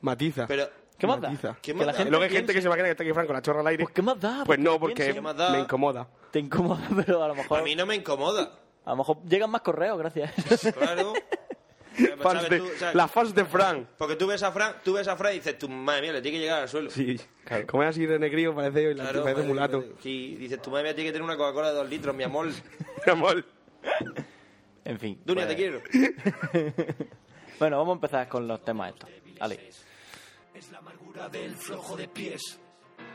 Matiza. Pero, ¿Qué más da? Matiza. Que más la Y da? gente luego hay gente piense- que se va a creer que está aquí Franco con la chorra al aire. Pues, ¿qué más da? Pues no, Porque porque piensen. más da? me incomoda. Te incomoda, pero a lo mejor... a mí no me incomoda. A lo mejor llegan más correos, gracias. Claro. Pero, pues, Fans ¿sabes de- tú? O sea, las fans de Frank. Porque tú ves a Fran, tú ves a Fran y dices, tú, madre mía, le tiene que llegar al suelo. Sí, como es así de negrío, parece, Claro, parece madre, mulato. madre. Sí, dices, tu madre mía, tiene que tener una Coca-Cola de dos litros, mi amor. Mi amor. en fin. Dunia, te pues- quiero. Bueno, vamos a empezar con los temas estos. Vale.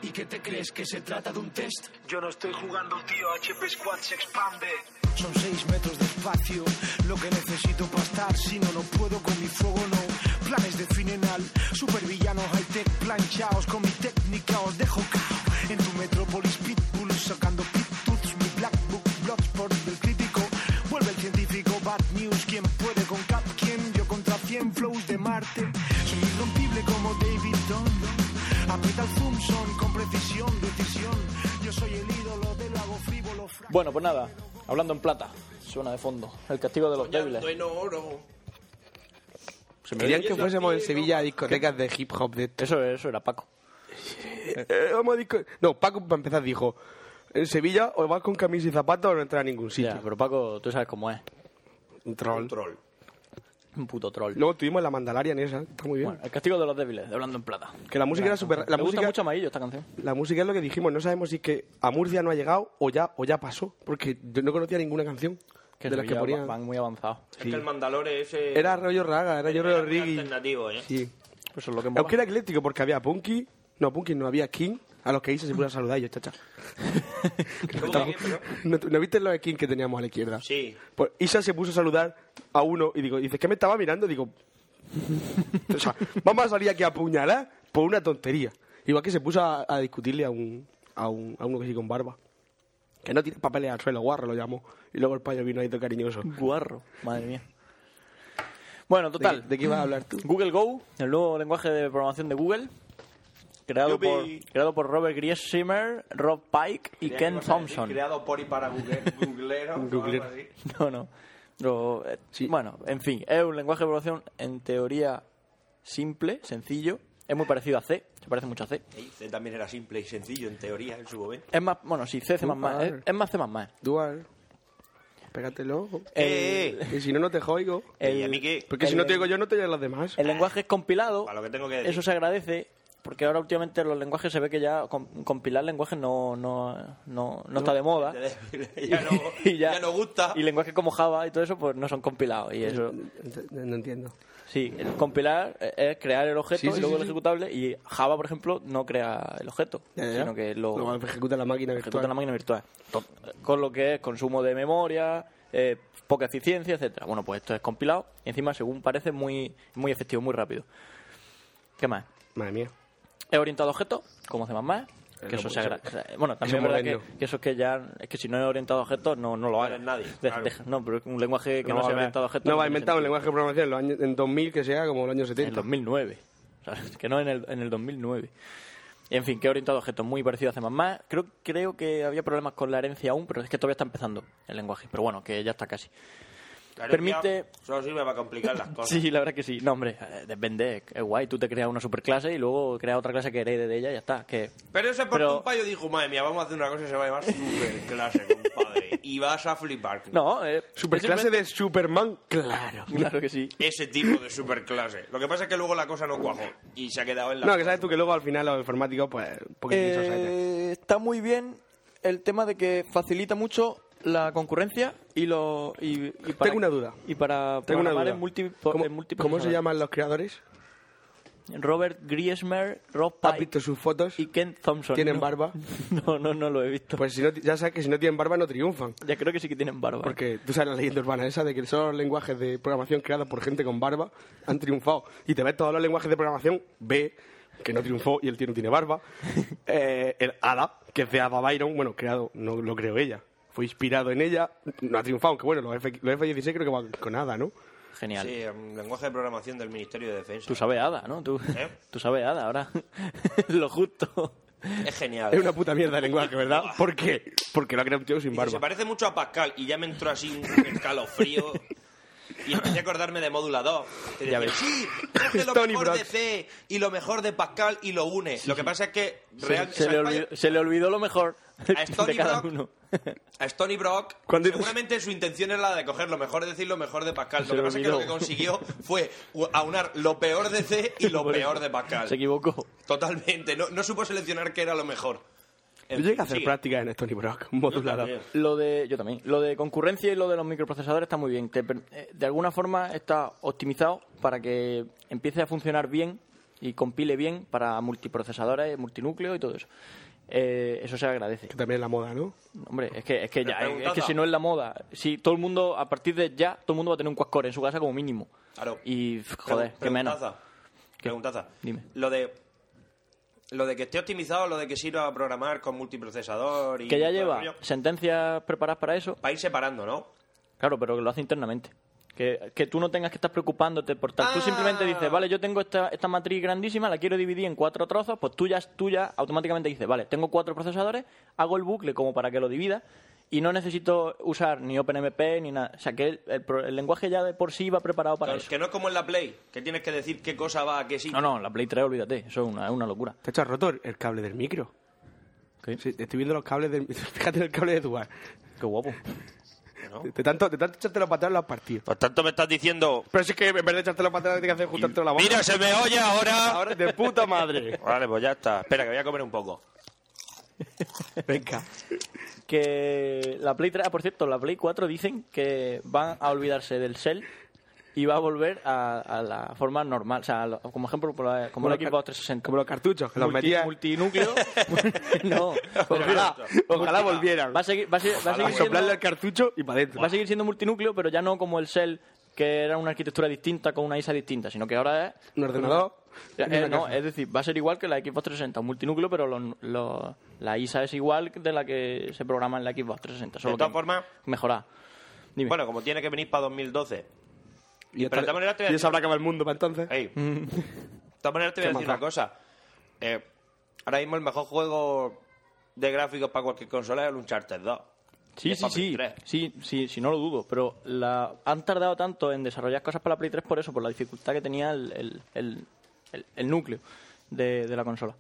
¿Y qué te crees que se trata de un test? Yo no estoy jugando, tío. HP Squad se expande. Son seis metros de espacio, lo que necesito para estar. Si no, no puedo con mi fuego, no. Planes definen al supervillano high-tech planchaos. Con mi técnica os dejo cao. En tu metrópolis pitbull sacando pitbuts. Mi black book, Bloodsport del crítico. Vuelve el científico, bad news. ¿Quién puede con cap? ¿Quién? Yo contra 100 flows de Marte. Soy irrompible como David Dunn. Aprieta el zoom, son con precisión, decisión. Yo soy el ídolo de lo hago frívolo. fra- Bueno, pues nada, hablando en plata, suena de fondo. El castigo de los débiles. Soñando en oro. Se me Querían oye. que fuésemos en Sevilla a discotecas de hip hop de este. Eso, eso era Paco. Eh, vamos a disco- No, Paco para empezar dijo, en Sevilla o vas con camisa y zapatos o no entras a ningún sitio. Ya, pero Paco, tú sabes cómo es. Un troll. Un troll. Un puto troll. Luego tuvimos la Mandalaria en esa, que está muy bien. Bueno, el castigo de los débiles, de hablando en plata. que la música era súper... La Me música, gusta mucho Amarillo esta canción. la música es lo que dijimos, no sabemos si es que a Murcia no ha llegado o ya, o ya pasó, porque yo no conocía ninguna canción Que de las que ya ponían. van muy avanzados. Es que el Mandalore ese. Era rollo raga, era yo rollo muy reggae. alternativo, ¿eh? Sí. Eso es lo que mola. Aunque era ecléctico porque había Punky, no Punky, no había King, a los que hice se pudo saludar y yo, chacha. ¿Cómo Estaba- que, pero? ¿No, no viste los skins que teníamos a la izquierda? Sí. Pues Isa se puso a saludar a uno y digo, dices que me estaba mirando, digo, o sea, vamos a salir aquí a apuñalar por una tontería. Igual que se puso a, a discutirle a un, a un a uno que sí con barba. Que no tiene papeles al suelo, guarro lo llamó. Y luego el payo vino ahí todo cariñoso. Guarro, madre mía. Bueno, ¿De, total. de qué ibas a hablar tú? Google Go, el nuevo lenguaje de programación de Google, creado, Yupi. por, creado por Robert Griesheimer, Rob Pike y Tenía Ken que pasar a decir, Thompson. Creado por y para Google, Googlero. o Googlero. algo así. No, no. Lo- eh, Sí. Bueno, en fin, es un lenguaje de programación en teoría simple, sencillo. Es muy parecido a C, se parece mucho a C. Y C también era simple y sencillo en teoría en su momento. Es más, bueno, sí, C, C++, es, es más C++. Dual. Pégate el ojo. El- Eh, eh, Y si no, no te oigo. el- ¿Y a mí qué? Porque si el- no te oigo yo, no te oyen los demás. El lenguaje es compilado. A lo que tengo que decir. Eso se agradece. Porque ahora últimamente los lenguajes se ve que ya com- compilar lenguajes no, no, no, no está de moda. ya, no, Y ya, no gusta. Y lenguajes como Java y todo eso pues no son compilados. Y eso, No, no entiendo. sí, el compilar es crear el objeto Sí, sí, y luego el sí, sí. ejecutable. Y Java, por ejemplo, no crea el objeto, Ya, ya. sino que lo, Lo ejecuta la máquina ejecuta virtual. en la máquina virtual. To- Con lo que es consumo de memoria, eh, poca eficiencia, etcétera. Bueno, pues esto es compilado. Y encima, según parece, muy, muy efectivo, muy rápido. ¿Qué más? Madre mía. Es orientado a objetos, como hacemos más. Que Eh, lo eso se mucho. agra- o sea, eh, Bueno, también Eso es verdad moderno. que, que eso es que ya. Es que si no es orientado a objetos, no, no lo hagas. eres nadie, De- claro. deja- no, pero un lenguaje que no, sea habrá- orientado a objetos. no va a tiene inventar un sentido. lenguaje de programación en, los años, en 2000 que sea como el año En el 70. 2009. O sea, que no en el, en el 2009. En fin, que orientado a objetos, muy parecido a C++. Creo, creo que había problemas con la herencia aún, pero es que todavía está empezando el lenguaje. Pero bueno, que ya está casi. Claro, permite- ya Solo sirve para complicar las cosas. Sí, la verdad que sí. No, hombre, eh, depende. Es guay, tú te creas una superclase y luego creas otra clase que herede de ella y ya está. Que... Pero ese por Pero- un payo dijo, madre mía, vamos a hacer una cosa que se va a llamar superclase, compadre. Y vas a flipar. No, eh, Superclase de Superman, claro. Claro que sí. Ese tipo de superclase. Lo que pasa es que luego la cosa no cuajó. Y se ha quedado en la... No, que sabes tú que luego al final los informáticos, pues, un poquitín sosetes. Eh, está muy bien el tema de que facilita mucho la concurrencia y lo y, y para, Tengo una duda. y para Tengo una programar duda. en multi- ¿Cómo, en múltiples cómo se ordenadores. llaman los creadores? Robert Griesmer Rob ¿Has Pike visto sus fotos? y Ken Thompson ¿Tienen No. barba? no no no lo he visto Pues si no, ya sabes que si no tienen barba no triunfan. ya creo que sí que tienen barba Porque tú sabes la leyenda urbana esa de que son los lenguajes de programación creados por gente con barba han triunfado. Y te ves todos los lenguajes de programación B, que no triunfó y el tío no tiene barba. Eh, el ADA, que es de Ada Byron, bueno, creado, no lo creo ella. Fue inspirado en ella, no ha triunfado, aunque bueno, los, F, los F-16 creo que van con ADA, ¿no? genial Sí, um, lenguaje de programación del Ministerio de Defensa. tú sabes Ada no tú ¿Eh? tú sabes Ada ahora lo justo Es genial. Es una puta mierda el lenguaje, ¿verdad? ¿Por qué? Porque lo ha creado un tío sin Dice, Se barba. parece mucho a Pascal y ya me entró así un escalofrío. Y empecé a acordarme de Módula 2. Te Ya decía, ves. sí, coge lo Tony mejor de Brock. C y lo mejor de Pascal y lo une. Lo que pasa es que real- se, o sea, le el payo- olvidó, se le olvidó lo mejor A Stony de cada Brock. uno a Stony Brock, Cuando- seguramente su intención era la de coger lo mejor de C y lo mejor de Pascal. Se Lo que le pasa es que lo que olvidó. consiguió fue u- aunar lo peor de C y lo Por eso. peor de Pascal. se equivocó Totalmente. No, no supo seleccionar qué era lo mejor. Yo En llegué fin, a hacer sigue. prácticas en Stony Brock, modulada. también. Lo de, yo también. Lo de concurrencia y lo de los microprocesadores está muy bien. Te per- eh, de alguna forma está optimizado para que empiece a funcionar bien y y compile bien para multiprocesadores, multinúcleo y todo eso. Eh, eso se agradece. Que también es la moda, ¿no? Hombre, es que, es que ya, es preguntas, que si no es la moda, si todo el mundo, a partir de ya, todo el mundo va a tener un quad-core en su casa como mínimo. Claro. Y, pf, joder, Pregu- qué menos. Preguntaza. Preguntaza. Dime. Lo de. Lo de que esté optimizado, lo de que sirva a programar con multiprocesador y. Que ya todo el lleva rollo, sentencias preparadas para eso, Para ir separando, ¿no? claro, pero que lo hace internamente. Que, que tú no tengas que estar preocupándote por Ah. tal. Tú simplemente dices, vale, yo tengo esta, esta matriz grandísima, la quiero dividir en cuatro trozos, pues tú ya, tú ya automáticamente dices, vale, tengo cuatro procesadores, hago el bucle como para que lo divida y no necesito usar ni OpenMP ni nada. O sea, que el, el pro- el lenguaje ya de por sí va preparado para Claro, eso. Que no es como en la Play, que tienes que decir qué cosa va a qué sí. No, no, la Play 3, olvídate, eso es una, es una locura. Te echas roto el- el cable del micro. ¿Qué? Sí, estoy viendo los cables del. Fíjate en el cable de tu bar. Qué guapo. De tanto, de tanto echártelo para atrás lo has partido. Por tanto, me estás diciendo. Pero si es que en vez de echártelo para atrás, tienes que hacer juntarte la boca. Mira, se me oye ahora. Ahora de puta madre. Vale, pues ya está. Espera, que voy a comer un poco. Venga. Que la Play 3, ah, por cierto, la Play 4 dicen que van a olvidarse del Cell y va a volver a, a la forma normal, o sea, a lo- como ejemplo, por la- como, el los Xbox car- 360. Como los cartuchos, que los Multi- metías. Multinúcleo. no, pero Ojalá, mira, ojalá volvieran. va a seguir, va a seguir, va a Ojalá. seguir Y siendo, soplarle al cartucho y para adentro. va a seguir siendo multinúcleo, pero ya no como el Cell, que era una arquitectura distinta con una ISA distinta, sino que ahora es Un ordenador. ya, y eh, una no, caja. es decir, va a ser igual que la Xbox 360, un multinúcleo, pero los- los- la ISA es igual de la que se programa en la Xbox 360. Solo De todas que formas- Mejorada. Dime. Bueno, como tiene que venir para 2012. Y ya está- Pero de todas maneras te voy a y ya decir- se habrá acabado el mundo para entonces. Ey. De Mm. todas maneras, te voy a Qué decir maja. una cosa. Eh, ahora mismo el mejor juego de gráficos para cualquier consola es el Uncharted 2. Y sí, es sí, para Play sí, 3. sí, sí, sí, no lo dudo, pero la, han tardado tanto en desarrollar cosas para la Play 3 por eso, por la dificultad que tenía el, el, el- el- el núcleo de, de la consola.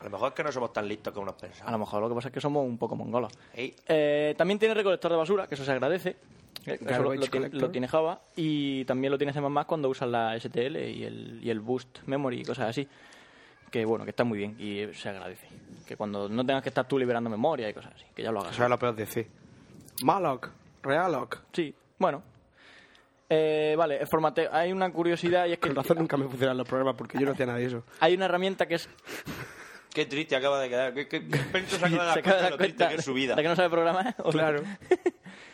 A lo mejor es que no somos tan listos como nos pensamos. A lo mejor lo que pasa es que somos un poco mongolos. Ey. Eh, también tiene recolector de basura, que eso se agradece. Eh, eso lo, Garbage lo tiene, collector. lo tiene Java y también lo tiene C++ cuando usas la STL y el, y el Boost Memory y cosas así. Que bueno, que está muy bien y eh, se agradece. Que cuando no tengas que estar tú liberando memoria y cosas así, que ya lo hagas. Eso es lo peor de C. Malok, Realoc. Sí, bueno. Eh, vale, el formateo. Hay una curiosidad y es que Con razón nunca me funcionan los programas porque yo no hacía nada de eso. hay una herramienta que es Qué triste acaba de quedar. Qué, qué, qué pento se acaba de dar Ah. se cuenta acaba de de dar lo triste cuenta que es su vida. de que no sabe programar. o- Claro.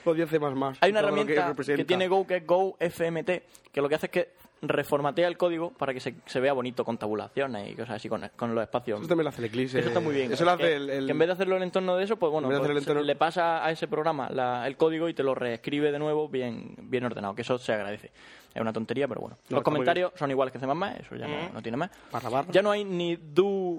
Odio C++. Más más, Hay una todo lo que herramienta que, representa. tiene Go que es Go FMT, que lo que hace es que reformatea el código para que se, se vea bonito con tabulaciones y cosas así, con, con los espacios. Eso también lo hace el Eclipse. Eso está muy bien. Eso lo hace que, el, el- que en vez de hacerlo en el entorno de eso, pues bueno, en vez de pues, hacer el entorno- le pasa a ese programa la- el código y te lo reescribe de nuevo bien, bien ordenado, que eso se agradece. Es una tontería, pero bueno. No, Los está muy comentarios son iguales que C++, eso ya no, no tiene más. Barra, barra. Ya no hay ni do,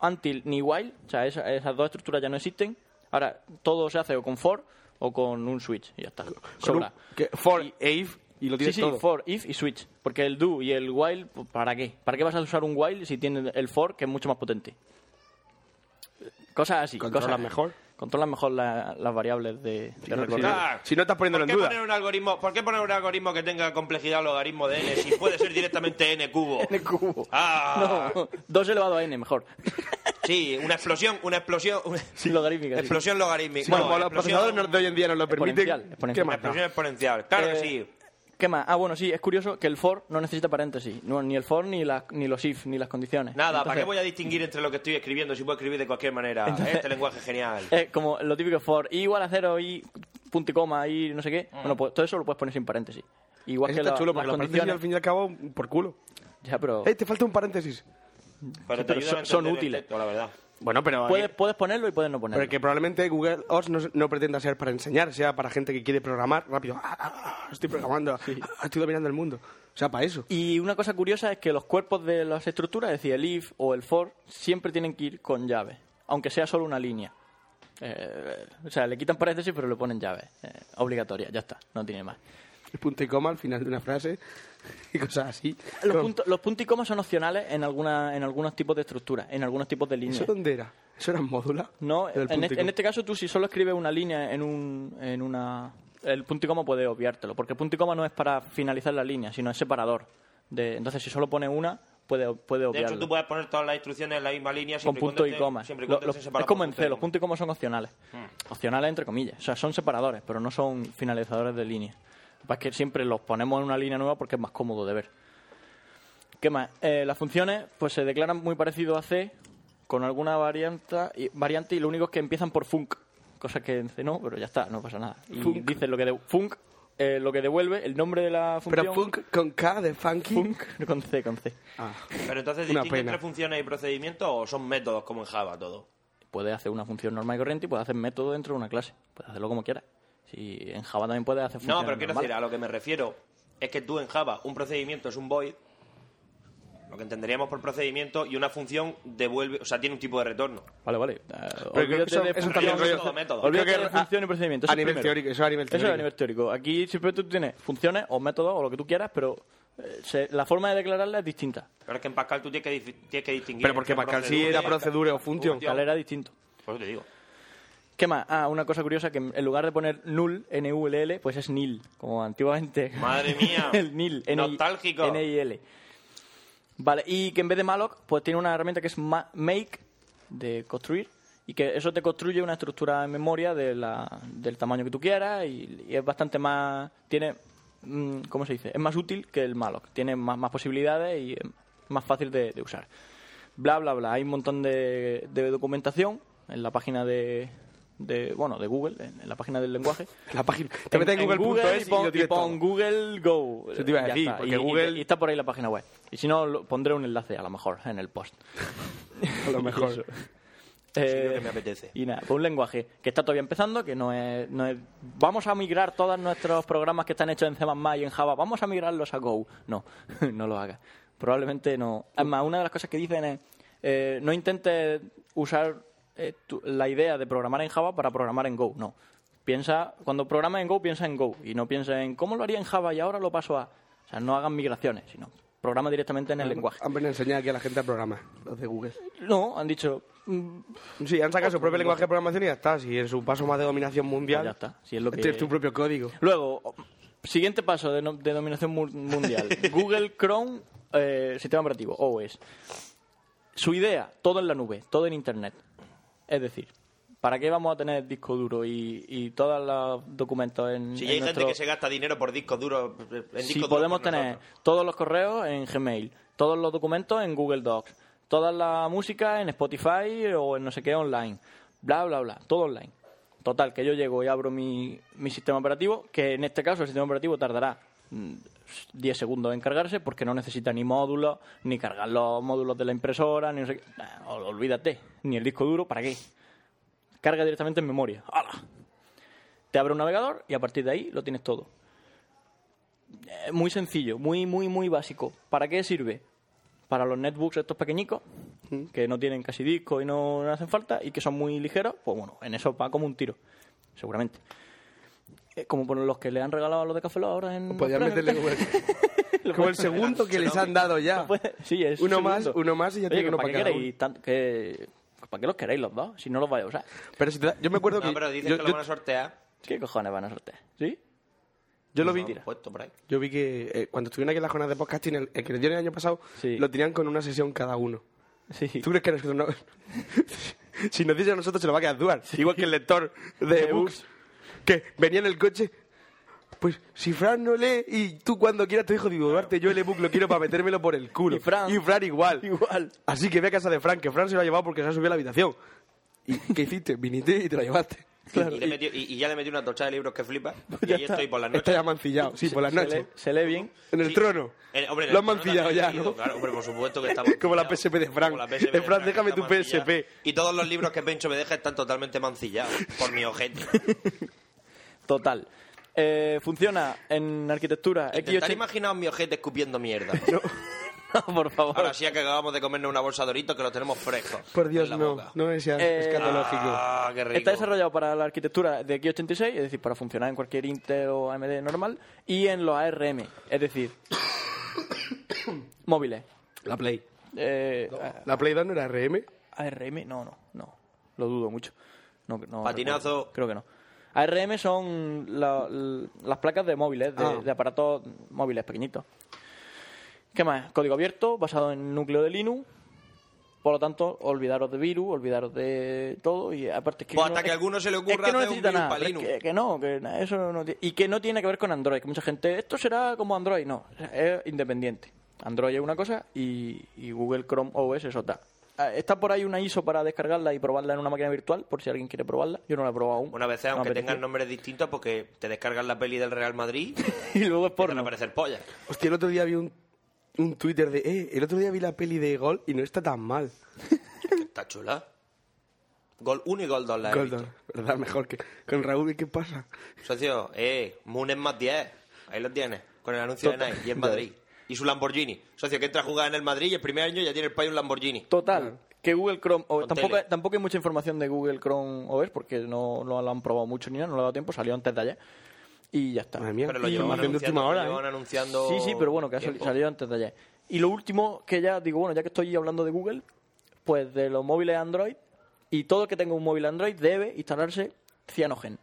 until, ni while, o sea, esa- esas dos estructuras ya no existen. Ahora, todo se hace o con for o con un switch y ya está. con un- Sobra. que for, Y- if, y lo Sí, tienes sí, todo. for, if y switch. Porque el do y el while, pues, ¿para qué? ¿Para qué vas a usar un while si tiene el for, que es mucho más potente? Cosas así. Controlas cosas- mejor. Controlas mejor la- las variables de, de recorrido. Ah, Si no estás poniéndolo ¿por en qué duda. Poner un algoritmo, ¿Por qué poner un algoritmo que tenga complejidad logaritmo de n si puede ser directamente n cubo? N cubo. Ah, No, 2 elevado a n, mejor. sí, una explosión, una explosión, una Sí. Logarítmica. sí. explosión logarítmica. Sí, Bueno, como los explosión- procesadores no- de hoy en día nos lo permiten. Exponencial, ¿Qué exponencial. más? da? Explosión exponencial, claro que Eh, sí. ¿Qué más? Ah, bueno, sí, es curioso que el for no necesita paréntesis. No, ni el for, ni, las ni los if, ni las condiciones. Nada, ¿para qué Entonces, voy a distinguir entre lo que estoy escribiendo si puedo escribir de cualquier manera? este lenguaje es genial. Es eh, como lo típico for i igual a cero, i punto y coma, i no sé qué. Bueno, pues todo eso lo puedes poner sin paréntesis. Igual Mm. Eso que está la- chulo porque las los paréntesis al condiciones. fin y al cabo mm, por culo. Ya, pero Ey, te falta un paréntesis. Pero, pero ayudan a son- son entender el útiles. texto, la verdad. Bueno, pero... puedes, puedes ponerlo y puedes no ponerlo. Pero que probablemente Google Ops no, no pretenda ser para enseñar, sea para gente que quiere programar rápido. Ah, ah, ah, estoy programando, ah, estoy dominando el mundo. O sea, para eso. Y una cosa curiosa es que los cuerpos de las estructuras, es decir, el if o el for, siempre tienen que ir con llave, aunque sea solo una línea. Eh, o sea, le quitan paréntesis pero le ponen llave. eh, obligatoria, ya está, no tiene más. El punto y coma al final de una frase y cosas así. Los, Pero, punto- los puntos y comas son opcionales en, alguna, en algunos tipos de estructuras, en algunos tipos de líneas. ¿Eso dónde era? ¿Eso era en módula? No, El en punto y este, coma. en este caso tú si solo escribes una línea en, un, en una... El punto y coma puede obviártelo, porque el punto y coma no es para finalizar la línea, sino es separador. De, entonces si solo pone una, puede, puede De obviarlo. hecho, tú puedes poner todas las instrucciones en la misma línea con siempre punto y y cuando coma. estén- siempre y Lo- cuando Hmm. lo- estén es separados como por en punto y C, los coma. puntos y comas son opcionales. Opcionales entre comillas. O sea, son separadores, pero no son finalizadores de línea. Lo que pasa es que siempre los ponemos en una línea nueva porque es más cómodo de ver. ¿Qué más? Eh, las funciones pues se declaran muy parecido a C, con alguna varianta- y- variante, y lo único es que empiezan por funk, cosa que en C no, pero ya está, no pasa nada. Y Func. dicen lo que de, funk, eh, lo que devuelve, el nombre de la función. Pero punk con K de funky. Funk, con C, con C. Ah. Pero entonces, Una ¿distingue pena. entre funciones y procedimientos o son métodos como en Java todo? Puedes hacer una función normal y corriente y puedes hacer método dentro de una clase. Puedes hacerlo como quieras. Si en Java también puedes hacer funciones No, pero quiero normales. decir, a lo que me refiero es que tú en Java un procedimiento es un void, lo que entenderíamos por procedimiento, y una función devuelve, o sea, tiene un tipo de retorno. Vale, vale. Eh, Pero creo que olvídate eso- de eso función- también funciones, rollo- todo método. creo Olvídate que de función y procedimiento. eso A es nivel primero. teórico, eso es a nivel Eso teórico. es a nivel teórico. Aquí siempre tú tienes funciones o métodos o lo que tú quieras, pero eh, se- la forma de declararla es distinta. Pero es que en Pascal tú tienes que, dif- tienes que distinguir. Pero porque entre Pascal sí era y- procedure o función. Tal era distinto. Por eso te digo. ¿Qué más? Ah, una cosa curiosa que en lugar de poner null, N-U-L-L, pues es nil, como antiguamente. Madre mía. el nil. Nostálgico. N-I-L. Vale, y que en vez de malloc, pues tiene una herramienta que es ma- make, de construir, y que eso te construye una estructura en memoria de la- del tamaño que tú quieras y, y es bastante más... tiene... mm, ¿Cómo se dice? Es más útil que el malloc. Tiene más, más posibilidades y es más fácil de- de usar bla bla bla hay un montón de, de documentación en la página de, de bueno de Google en, en la página del lenguaje La página. Te metes en, y google.es y, pon, lo tienes y pon todo. Google Go Eso te iba Ya a decir, está. porque Y- y- Google- y está por ahí la página web y si no lo- pondré un enlace a lo mejor en el post A lo mejor. Eso. lo Eh, que me apetece. Y nada, pues un lenguaje que está todavía empezando, que no es, no es- Vamos a migrar todos nuestros programas que están hechos en C++ y en Java, vamos a migrarlos a Go. No, no lo hagas. Probablemente no. Además, una de las cosas que dicen es, eh, no intentes usar eh, tu- la idea de programar en Java para programar en Go, no. Piensa, cuando programas en Go, piensa en Go y no piensa en cómo lo haría en Java y ahora lo paso a... O sea, no hagan migraciones, sino programa directamente en el lenguaje. Han venido a enseñar aquí a la gente a programar, los de Google. No, han dicho, mm, Sí, han sacado su propio lenguaje de programación y ya está. Si en su paso más de dominación mundial. Pues ya está, si es lo que- Tienes tu propio código. Luego, o- siguiente paso de, no- de dominación mu- mundial. Google Chrome, eh, sistema operativo, OS. Su idea, todo en la nube, todo en Internet. Es decir, ¿para qué vamos a tener disco duro y, y todos los documentos en Si en ya hay gente nuestro- que se gasta dinero por discos duros, eh, en discos si duros podemos por tener nosotros. todos los correos en Gmail, todos los documentos en Google Docs, toda la música en Spotify o en no sé qué online, bla, bla, bla, todo online. Total, que yo llego y abro mi, mi sistema operativo, que en este caso el sistema operativo tardará mm, 10 segundos en cargarse porque no necesita ni módulos, ni cargar los módulos de la impresora, ni no sé qué. Nah, ol- olvídate, ni el disco duro, ¿para qué? Carga directamente en memoria. ¡Hala! Te abre un navegador y a partir de ahí lo tienes todo muy sencillo, muy, muy, muy básico. ¿Para qué sirve? Para los netbooks estos pequeñicos, que no tienen casi disco y no, no hacen falta, y que son muy ligeros, pues bueno, en eso va como un tiro, seguramente. Eh, como por los que le han regalado a los de Café Lock ahora en... Podrían los meterle premios. como el, como el segundo que les han dado ya. Puede- Pues, sí, es uno un más, segundo. uno más y ya Oye, tiene que uno ¿para para qué cada uno. queréis tan- que- ¿Para qué los queréis los dos? Si no los vais a usar. Pero si te da- yo me acuerdo que. No, pero dicen yo, que lo yo- van a sortear. ¿Qué cojones van a sortear? ¿Sí? yo lo Lo vi. han puesto por ahí. Yo vi que eh, cuando estuvieron aquí en las jornadas de podcasting, el, el que nos dieron el año pasado, Sí. lo tenían con una sesión cada uno. Sí. ¿Tú crees que nosotros no.? si nos dice a nosotros, se lo va a quedar Duar. Igual que el lector de De books. Que venía en el coche. Pues si Fran no lee y tú cuando quieras te dijo, digo, Duarte, yo el ebook lo quiero para metérmelo por el culo. Y Fran- igual. Igual. Así que ve a casa de Fran, que Fran se lo ha llevado porque se ha subido a la habitación. ¿Y qué hiciste? Viniste y te lo llevaste. y, le metió- y- y ya le metí una tocha de libros que flipa. y ya ahí está. estoy por las Pues Está ya noches. mancillado, sí, por las Se noches. lee- se lee bien. En el Sí. trono. Eh, hombre, en lo el han trono mancillado también ya, he leído, ¿no? Claro, hombre, por supuesto que está Como la mancillado. PSP de Frank. Como la PSP de Eh, Frank, Frank, déjame está tu PSP. mancillada. Y todos los libros que Pencho me deja están totalmente mancillados por mi ojete. Total. Eh, funciona en arquitectura Intentar X80... imaginaos mi ojete escupiendo mierda. No, por favor. Ahora sí que acabamos de comernos una bolsa de Doritos que los tenemos frescos. Por Dios, en la no. boca. No es Eh, escatológico. Ah, qué rico. Está desarrollado para la arquitectura de x86, es decir, para funcionar en cualquier Intel o AMD normal, y en los ARM, es decir, móviles. La Play. Eh, ¿La Play 2 no era RM? ARM, no, no, no, lo dudo mucho. No, no Patinazo. recuerdo. Creo que no. ARM son la- l- las placas de móviles, de, Ah. de aparatos móviles pequeñitos. ¿Qué más? Código abierto, basado en núcleo de Linux. Por lo tanto, olvidaros de virus, olvidaros de todo y aparte es que... Pues no- hasta que es- a alguno se le es ocurra que no hacer un necesita virus nada, pa' pero es Linux. que, que no, que na- eso no ti- y que no tiene que ver con Android. Que mucha gente, esto será como Android, no, es independiente. Android es una cosa y, y Google Chrome OS es otra. Ah, Está por ahí una ISO para descargarla y probarla en una máquina virtual, por si alguien quiere probarla. Yo no la he probado aún. Una vez, No me aunque apetece. tengan nombres distintos, porque te descargan la peli del Real Madrid y Y luego es van a porno. aparecer pollas. Hostia, el otro día vi un, un Twitter de, eh, el otro día vi la peli de Gol y no está tan mal. Está chula. Gol 1 y gol 2 la he Gol, visto. ¿verdad? Mejor que con Raúl, ¿y ¿qué pasa? Socio, eh, Moon es más 10. Ahí lo tienes, con el anuncio de Nike y en Madrid. Y su Lamborghini. Socio, que entra a jugar en el Madrid y el primer año ya tiene el país un Lamborghini. Total, que Google Chrome OS. Con Tampoco, tele. tampoco hay mucha información de Google Chrome OS porque no, no la han probado mucho ni nada, no le ha dado tiempo, salió antes de ayer. Y ya está. Madre mía, Pero lo y llevaban información de anunciando, última lo hora, llevaban ¿eh? anunciando Sí, sí, pero bueno, que ha sali- tiempo. salido antes de ayer. Y lo último que ya digo, bueno, ya que estoy hablando de Google, pues de los móviles Android, y todo el que tenga un móvil Android debe instalarse Cyanogen.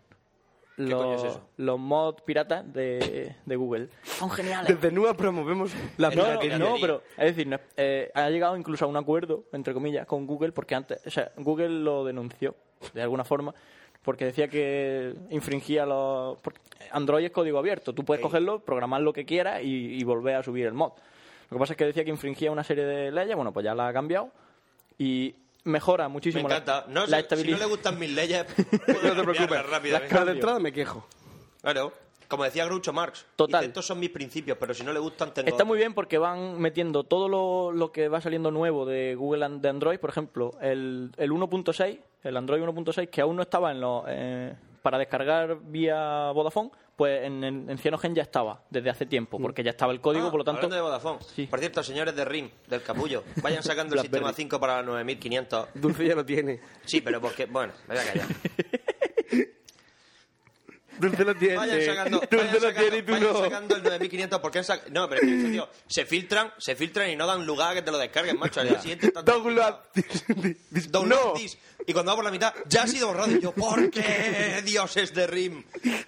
Los, coño es eso? los mods piratas de, de Google. Son geniales. Desde Nueva promovemos la Es No, la no, piratería. no, pero es decir, no, eh, ha llegado incluso a un acuerdo, entre comillas, con Google, porque antes, o sea, Google lo denunció de alguna forma, porque decía que infringía los. porque Android es código abierto, tú puedes cogerlo, programar lo que quieras y, y volver a subir el mod. Lo que pasa es que decía que infringía una serie de leyes, bueno, pues ya la ha cambiado y mejora Me muchísimo la- encanta. No, la, si- si estabilidad. no le gustan mis leyes, no te preocupes. Rápidamente. Con la entrada me quejo. Claro, como decía Groucho Marx, Total. dice, estos son mis principios, pero si no le gustan, tengo. Está muy bien porque van metiendo todo lo, lo que va saliendo nuevo de Google and- de Android, por ejemplo, el, el 1.6, el Android 1.6, que aún no estaba en los, eh, para descargar vía Vodafone, pues en, en, en Cyanogen ya estaba desde hace tiempo, porque ya estaba el código, Ah, por lo tanto. hablando de Vodafone. Sí. Por cierto, señores de RIM, del capullo, vayan sacando el sistema Blackberry. 5 para la 9500. Dulce ya lo tiene. Sí, pero porque. Bueno, me voy a callar. Dulce lo tiene. Vayan sacando, Dulce vayan lo sacando- tiene y tú vayan no. sacando el 9500 porque han sac- No, pero es que, tío, se filtran, se filtran y no dan lugar a que te lo descarguen, macho. Al día siguiente están- Download. this. Download no. this. Y cuando va por la mitad, ya ha sido borrado. Y yo, ¿por qué dioses de RIM?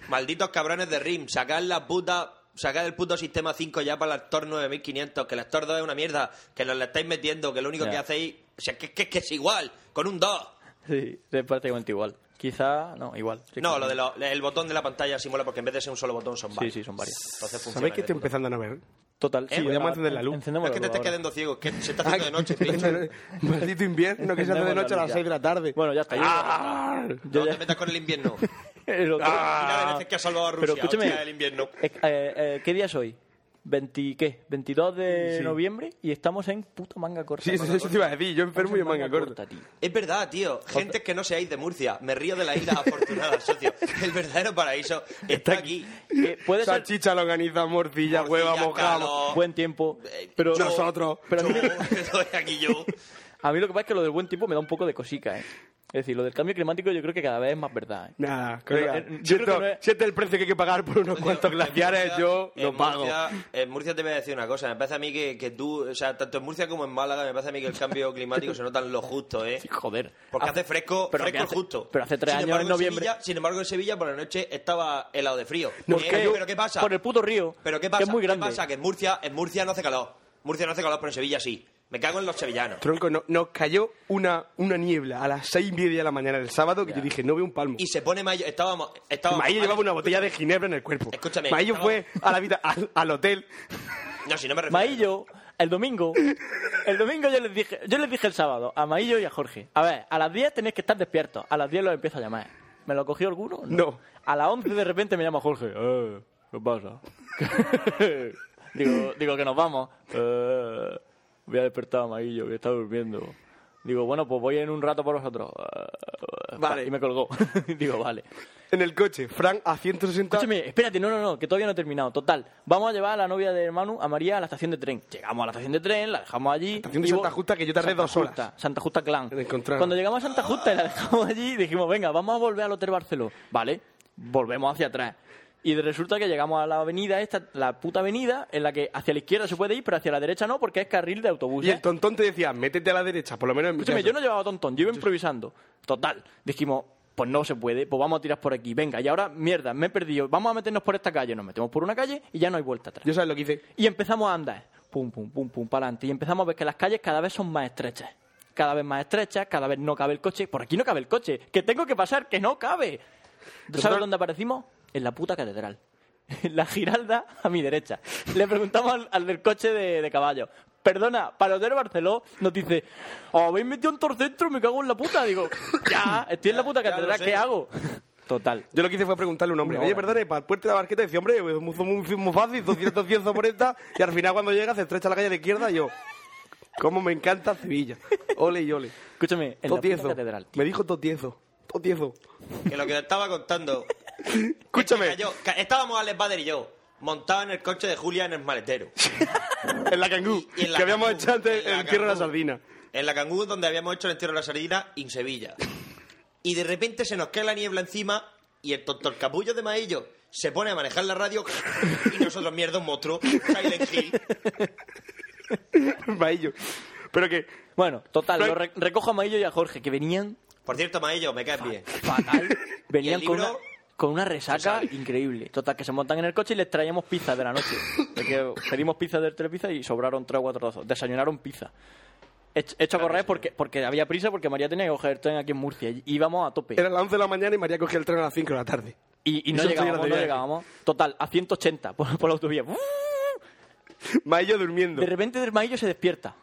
Malditos cabrones de RIM, sacad la puta... Sacad el puto sistema 5 ya para el Actor 9500, que el Actor 2 es una mierda, que lo le estáis metiendo, que lo único Ya. que hacéis... O sea, que, que- que es igual, con un 2. Sí, es prácticamente igual. Quizá, no, igual. Sí, no, claro. lo del el botón de la pantalla simula porque en vez de ser un solo botón son Sí, varios. sí, son varias. Entonces funciona. ¿Sabéis que de estoy puta empezando a ver? Total, sí, Podemos ahora encender la luz. encendémoslo Es que te estás ahora. quedando ciego, que se está Ah, haciendo de noche. pincho. Maldito invierno que se hace de noche a las 6 de la tarde. Bueno, ya está. yo- Ah. yo No ya- te metas con el invierno. el otro- Mira las veces que ha salvado a Rusia, Pero escúchame, hostia, el invierno. eh, eh, eh, ¿qué día es hoy? 20, ¿qué? 22 de noviembre y estamos en puta manga corta. Sí, eso, Manga eso te iba a decir. Yo enfermo y en manga corta. tío. Es verdad, tío. Gente que no seáis de Murcia. Me río de la isla afortunada, socio. El verdadero paraíso está aquí. Que Eh, puede ser Salchicha, organiza morcilla, Morcilla, hueva, mojado. calor. buen tiempo, Eh, pero yo- nosotros. Pero a yo, mí, estoy aquí yo. a mí lo que pasa es que lo del buen tiempo me da un poco de cosica, ¿eh? Es decir, lo del cambio climático yo creo que cada vez es más verdad, ¿eh? Nada, colega. Pero, eh, yo si, creo esto- que no es- si este es el precio que hay que pagar por unos cuantos En Murcia- glaciares, yo en lo pago. Murcia- En Murcia te voy a decir una cosa. Me parece a mí que, que tú, o sea, tanto en Murcia como en Málaga, me parece a mí que el cambio climático se nota en lo justo, ¿eh? Joder. Ah, Porque Hace- hace fresco, pero fresco que hace- justo. pero hace tres años, en noviembre. Sevilla- sin embargo, en Sevilla por la noche estaba helado de frío. ¿Por Eh, qué? ¿Pero qué pasa? Por el puto río, ¿Pero que qué es pasa? muy grande. ¿Qué pasa? Que en Murcia, en Murcia no hace calor. Murcia no hace calor, pero en Sevilla sí. Me cago en los sevillanos. Tronco, no, nos cayó una, una niebla a las seis y media de la mañana del sábado que yo dije, no veo un palmo. Y se pone mayo. Estábamos. estábamos Maillo llevaba una botella de ginebra en el cuerpo. Escúchame, Maillo estaba- fue a la vida, al, al hotel. No, si no me refiero. Maillo, el domingo, el domingo yo les dije, yo les dije el sábado a Maillo y a Jorge, a ver, a las 10 tenéis que estar despiertos, a las 10 los empiezo a llamar. ¿Me lo cogió alguno? No. A las 11 de repente me llama Jorge, eh, ¿qué pasa? digo, digo que nos vamos. Eh, voy a despertar a Maillo, que está durmiendo. Digo, bueno, pues voy en un rato por vosotros. Eh, Vale. Y me colgó. digo, vale. En el coche, Frank a 160. Escúchame, espérate, no, no, no, que todavía no he terminado. Total, vamos a llevar a la novia de Manu, a María, a la estación de tren. Llegamos a la estación de tren, la dejamos allí. estación de y Santa vo- Justa, que yo tardé Santa dos horas. Justa, Santa Justa Clan. En encontrarla. Cuando llegamos a Santa Justa y la dejamos allí, dijimos, venga, vamos a volver al Hotel Barceló. Vale, volvemos hacia atrás. Y resulta que llegamos a la avenida esta, la puta avenida, en la que hacia la izquierda se puede ir, pero hacia la derecha no, porque es carril de autobús. ¿eh? Y el tontón te decía, métete a la derecha, por lo menos en mi Escúchame, caso. yo no llevaba tontón, yo iba improvisando. Total. Dijimos, pues no se puede, pues vamos a tirar por aquí. Venga, y ahora, mierda, me he perdido. Vamos a meternos por esta calle. Nos metemos por una calle y ya no hay vuelta atrás. Yo sabes lo que hice. Y empezamos a andar. Pum, pum, pum, pum, para adelante. Y empezamos a ver que las calles cada vez son más estrechas. Cada vez más estrechas, cada vez no cabe el coche. Por aquí no cabe el coche. Que tengo que pasar, que no cabe. ¿Sabes Nosotros- dónde aparecimos? En la puta catedral. la Giralda a mi derecha. Le preguntamos al, al del coche de, de caballo. Perdona, Palotero Barceló nos dice, "Os habéis metido un torcentro, me cago en la puta. Digo, ya, estoy en la puta Ya, ya lo catedral, sé. ¿qué hago? Total. Yo lo que hice fue preguntarle a un hombre, Una oye, hora. perdone, para el puerto de la barqueta, y decía, hombre, es muy, muy, muy fácil, 210 soporeta, y al final cuando llega se estrecha la calle a la izquierda y yo, cómo me encanta Sevilla, ole y ole. Escúchame, en la puta Totiezo, catedral. tío. me dijo Totiezo, Totiezo. Que lo que le estaba contando. Escúchame. Cayó- ca- estábamos Alex Bader y yo, montados en el coche de Julia en el maletero. En la cangú, Y en la que habíamos Cangú, hecho antes en la el entierro de la Cangú. sardina. En la Cangú, donde habíamos hecho el entierro de la sardina, en Sevilla. Y de repente se nos cae la niebla encima y el doctor Capullo de Maillo se pone a manejar la radio y nosotros, mierda, un monstruo, Silent Hill. Maillo. Pero que, Bueno, total, Pero- lo re- recojo a Maillo y a Jorge, que venían Por cierto, Maillo, me caes bien. fatal. Venían ¿Y el con una, libro? con una resaca increíble. Total, que se montan en el coche y les traíamos pizza de la noche. Porque pedimos pizza del Telepizza y sobraron tres o cuatro trozos. Desayunaron pizza. Hecho hecho a correr porque, porque había prisa, porque María tenía que coger el tren aquí en Murcia. Y íbamos a tope. era las 11 de la mañana y María cogía el tren a las 5 de la tarde. Y, y no Eso estoy llegábamos, grande no viaje. llegábamos. Total, a 180 por, por la autovía. Maillo durmiendo. De repente Dermaillo se despierta.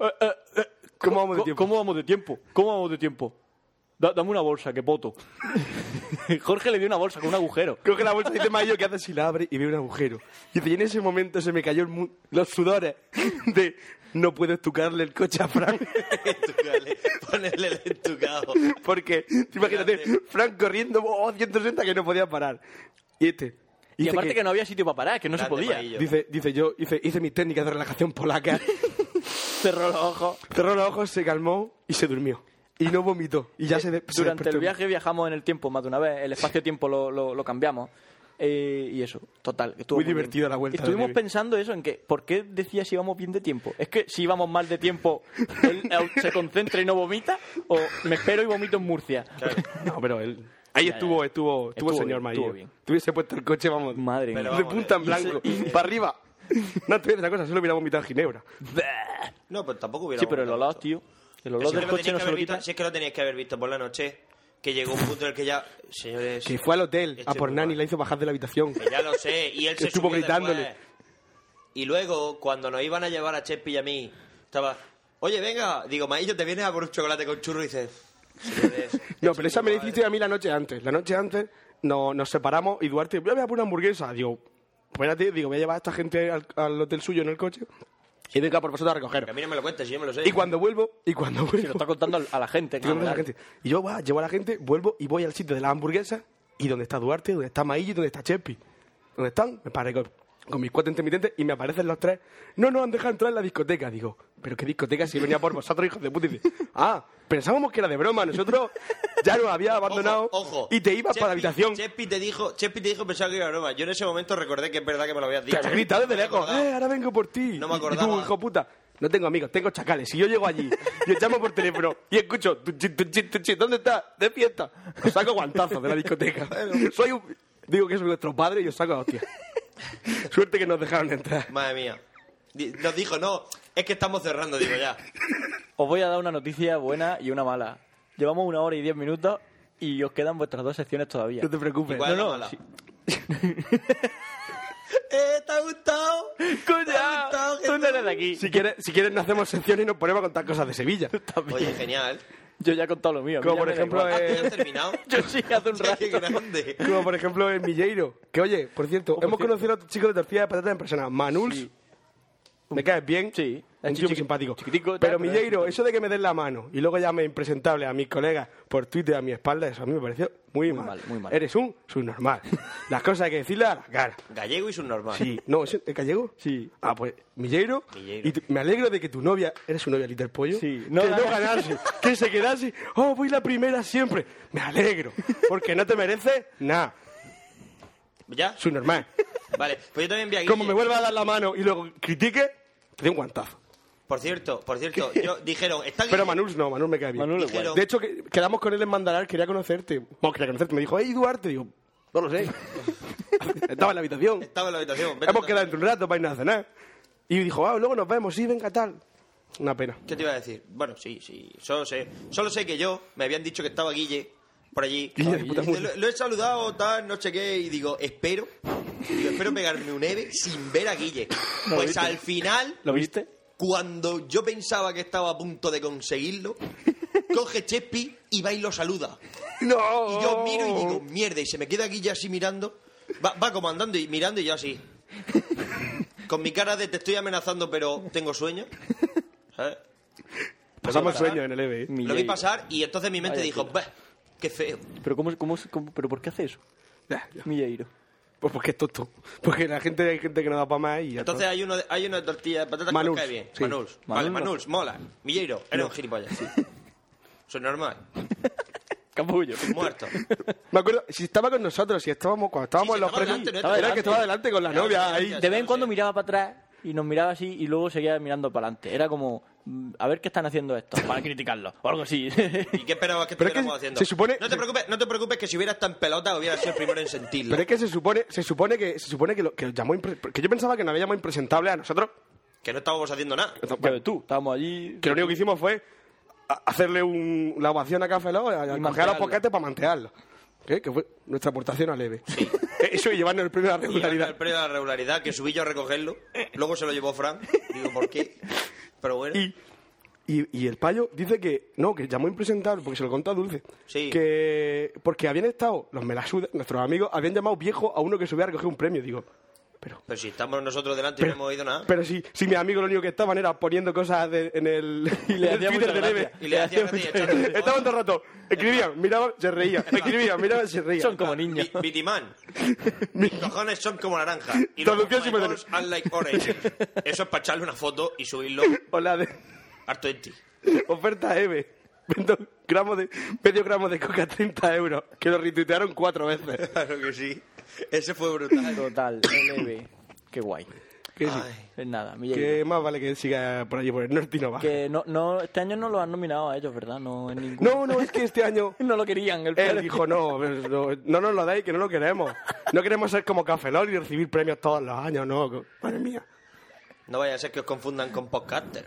Eh, eh, eh, ¿Cómo vamos de co- tiempo? ¿Cómo vamos de tiempo? ¿Cómo vamos de tiempo? Da- dame una bolsa, que poto. Jorge le dio una bolsa con un agujero. Coge la bolsa y dice Mayo que hace si la abre y ve un agujero. Y dice, y en ese momento se me cayó el mu- los sudores de no puedes tocarle el coche a Frank. Entucarle, Ponerle el entucado. Porque, tú imagínate, Grande. Frank corriendo oh, 160 que no podía parar. Y este. Y dice aparte que, no había sitio para parar, que no se Grande podía. Maillo. Dice, dice yo, hice, hice mis técnicas de relajación polaca. Cerró los ojos. Cerró los ojos, se calmó y se durmió. Y no vomitó. Y ya se, de- se Durante despertó. el viaje viajamos en el tiempo más de una vez, el espacio-tiempo lo, lo- lo cambiamos. Eh, y eso, total. que Estuvo Muy bien. divertida la vuelta de Estuvimos nieve. pensando eso, en que, ¿por qué decía si íbamos bien de tiempo? ¿Es que si íbamos mal de tiempo, él eh, se concentra y no vomita? ¿O me espero y vomito en Murcia? No, pero él. Ahí Ya, ya, estuvo, ya. estuvo, estuvo, Estuvo el bien, señor estuvo Mayo. bien. Tuviese puesto el coche, vamos. Madre mía. Pero de vamos, punta en eh. blanco. Y se- y- para arriba. No te voy a decir una cosa, solo hubiera vomitado Ginebra. No, pues tampoco hubiera Sí, pero el aguantado olor, mucho. tío. El Si olor es que del lo teníais coche no que se lo haber quita. visto- Si es que lo teníais que haber visto por la noche, que llegó un punto en el que ya, señores, Que fue al hotel a Este por muy Nani mal. la hizo bajar de la habitación. que ya lo sé, y él se Estuvo subió gritándole. después. Y luego, cuando nos iban a llevar a Chepi y a mí, estaba, oye, venga, digo, Maillo, ¿te vienes a por un chocolate con churro? Y dices, señores... No, esto pero es esa muy me la mal. hiciste a mí la noche antes. La noche antes no- nos separamos y Duarte, voy a por una hamburguesa. Digo, espérate, digo, voy a llevar a esta gente al, al hotel suyo en el coche y venga por vosotros a Que a recoger. mí no me lo cuentes, yo me lo sé. Y cuando vuelvo, y cuando Se lo vuelvo, está contando al- a la gente. Estoy contando a la claro. gente. Y yo guau, llevo a la gente, vuelvo y voy al sitio de las hamburguesas y donde está Duarte, donde está Maillo y donde está Chepi. ¿Dónde están? Me paré con, con mis cuatro intermitentes y me aparecen los tres. No, no, han dejado entrar en la discoteca. Digo, ¿pero qué discoteca si venía por vosotros, hijos de puta? Y dice, ah, pensábamos que era de broma. Nosotros ya nos había Ojo, abandonado ojo. y te ibas Chepi- para la habitación. Chepi te dijo, Chepi te dijo pensaba que era broma. Yo en ese momento recordé que es verdad que me lo habías Que dicho. has gritado desde No me lejos, acordaba. eh, ahora vengo por ti. No me Y- Y tú, acordaba. hijo puta. No tengo amigos, tengo chacales. Si yo llego allí y os llamo por teléfono y escucho, tuchi, tuchi, tuchi, ¿dónde está? De fiesta. Os saco guantazos de la discoteca. Soy un- Digo que soy vuestro padre y os saco a hostia. Suerte que nos dejaron entrar. Madre mía. Di- Nos dijo, no, es que estamos cerrando, digo ya. Os voy a dar una noticia buena y una mala. Llevamos una hora y diez minutos y os quedan vuestras dos secciones todavía. Pues No te preocupes. Igual no, no. sí. ¿Eh? ¿Te ha gustado? ¡Coño! ¿Te ha gustado, ¡Tú no Jesús? eres de aquí! Si quieres, si quieres, no hacemos secciones y nos ponemos a contar cosas de Sevilla. Oye, genial. Yo ya he contado lo mío. a mí ya Como por me da ejemplo, igual. ¿Has eh, terminado? Yo sí, hace un Qué rato. grande. como por ejemplo en Milleiro. Que oye, por cierto, hemos cierto. conocido a otro chico de tortilla de patatas en persona, Manuls. Sí. Me caes bien. Sí. Un Es chico muy chiqui- simpático. chiquitico, tal, pero pero es Milleiro, simpático. eso de que me den la mano y luego llame impresentable a mis colegas por Twitter a mi espalda, eso a mí me pareció muy, Muy mal. mal, muy mal. Eres un subnormal. Las cosas hay que decirle a la cara. Gallego y subnormal. Sí. No, ¿es es gallego? Sí. Ah, pues Milleiro. Milleiro. Y tú- me alegro de que tu novia, ¿eres su novia Little Pollo? Sí. No No, que la- no ganase, que se quedase. Oh, voy la primera siempre. Me alegro, porque no te mereces nada. ¿Ya? Subnormal. Vale, pues yo también vi a Guille. Como me vuelva a dar la mano y luego critique, te doy un guantazo. Por cierto, por cierto, yo dijeron, está Guille. Pero Manuls no, Manuls me cae bien. Manuel es Dijeron- guay. De hecho, que- quedamos con él en Mandalar, quería conocerte. Bueno, quería conocerte. Me dijo, hey, Duarte. Digo, no lo sé. Estaba en la habitación. Estaba en la habitación. vete Hemos tú. quedado entre un rato para irnos a cenar. Y dijo, ah, luego nos vemos. Sí, venga, tal. Una pena. ¿Qué te iba a decir? Bueno, sí, sí. Solo sé, solo sé que yo me habían dicho que estaba Guille por allí. Hijo de puta, muy- Lo, lo he saludado, tal, no sé qué, y digo, espero, digo, espero pegarme un EVE sin ver a Guille. Pues viste. al final, ¿Lo viste? cuando yo pensaba que estaba a punto de conseguirlo, coge Chespi y va y lo saluda. ¡No! Y yo miro y digo, mierda, y se me queda Guille así mirando, va, va como andando y mirando y yo así. Con mi cara de te estoy amenazando, pero tengo sueño. ¿Sabes? Pasamos Lo vi pasar, sueños en el EVE. ¿eh? Mi Lo vi Yeyo. pasar y entonces mi mente Vaya dijo, tela. "Bah, qué feo. ¿Pero, cómo, cómo, cómo- ¿Pero por qué hace eso? Ya, ya. Milleiro. Pues porque es tonto. Porque la gente, hay gente que no da para más y ya Entonces hay uno de, hay uno de tortilla de patatas Manuls, que os cae bien. sí. Manuls. Vale, Manuls. Manuls, mola. Milleiro, eres un gilipollas. Soy normal. Capullo. Muerto. está. Me acuerdo, si estaba con nosotros, si estábamos, cuando estábamos Sí, en sí, los estaba premios, delante, no era estaba el que estaba delante con la Estaba novia delante, ahí. De vez en no cuando sé. miraba para atrás y nos miraba así y luego seguía mirando para adelante. Era como, mm, a ver qué están haciendo estos para criticarlo. O algo así. ¿Y qué esperabas que Pero es que estuviéramos haciendo? se supone- No te preocupes, no te preocupes que si hubieras tan pelota hubiera sido el primero en sentirlo. Pero es que se supone, se supone que se supone que, lo, que, os llamó impre- que yo pensaba que nos había llamado impresentable a nosotros. pues, Que no estábamos haciendo nada. Pero tú, estábamos allí. Que lo único que hicimos fue a- hacerle un, la ovación a Café Lock, a, a coger los mantearlo. poquetes para mantearlo. ¿Qué? Que fue nuestra aportación al EVE. Eso y llevarnos el premio a la Y ganó el regularidad. premio de la regularidad, que subí yo a recogerlo. Luego se lo llevó Fran. Digo, ¿por qué? Pero bueno. Y, y, y el payo dice que no, que llamó impresentable porque se lo contó a Dulce. Sí. Que porque habían estado los melasudas, nuestros amigos, habían llamado viejo a uno que subía a recoger un premio. Digo, pero. Pero si estamos nosotros delante y no hemos oído nada. Pero si, si mis amigos lo único que estaban era poniendo cosas de- en el, en le el hacía Twitter mucha del EVE. gracia. Y le hacía gracia y echando- Estaban todo el rato. Escribían, miraban, se reían. Escribían, miraban, se reían. Son como niños. Vi- Vitiman. Mis cojones son como naranja. Y los Traducción sin cojones poder. are like orange. Eso es para echarle una foto y subirlo Hola, de, al 20. oferta EVE. Vendo gramos de, medio gramo de coca 30 euros. Que lo retuitearon cuatro veces. Claro que sí. Ese fue brutal. Total, LB. Qué guay. Que sí. Ay. Pues nada, Que Milleiro. más vale que siga por allí por el norte y no baje. Que no, no, este año no lo han nominado a ellos, ¿verdad? No en ningún. No, no, es que este año No lo querían. El él padre. dijo, no, no, no nos lo dais, que no lo queremos. No queremos ser como Cafelol y recibir premios todos los años, no. Madre mía. No vaya a ser que os confundan con podcaster.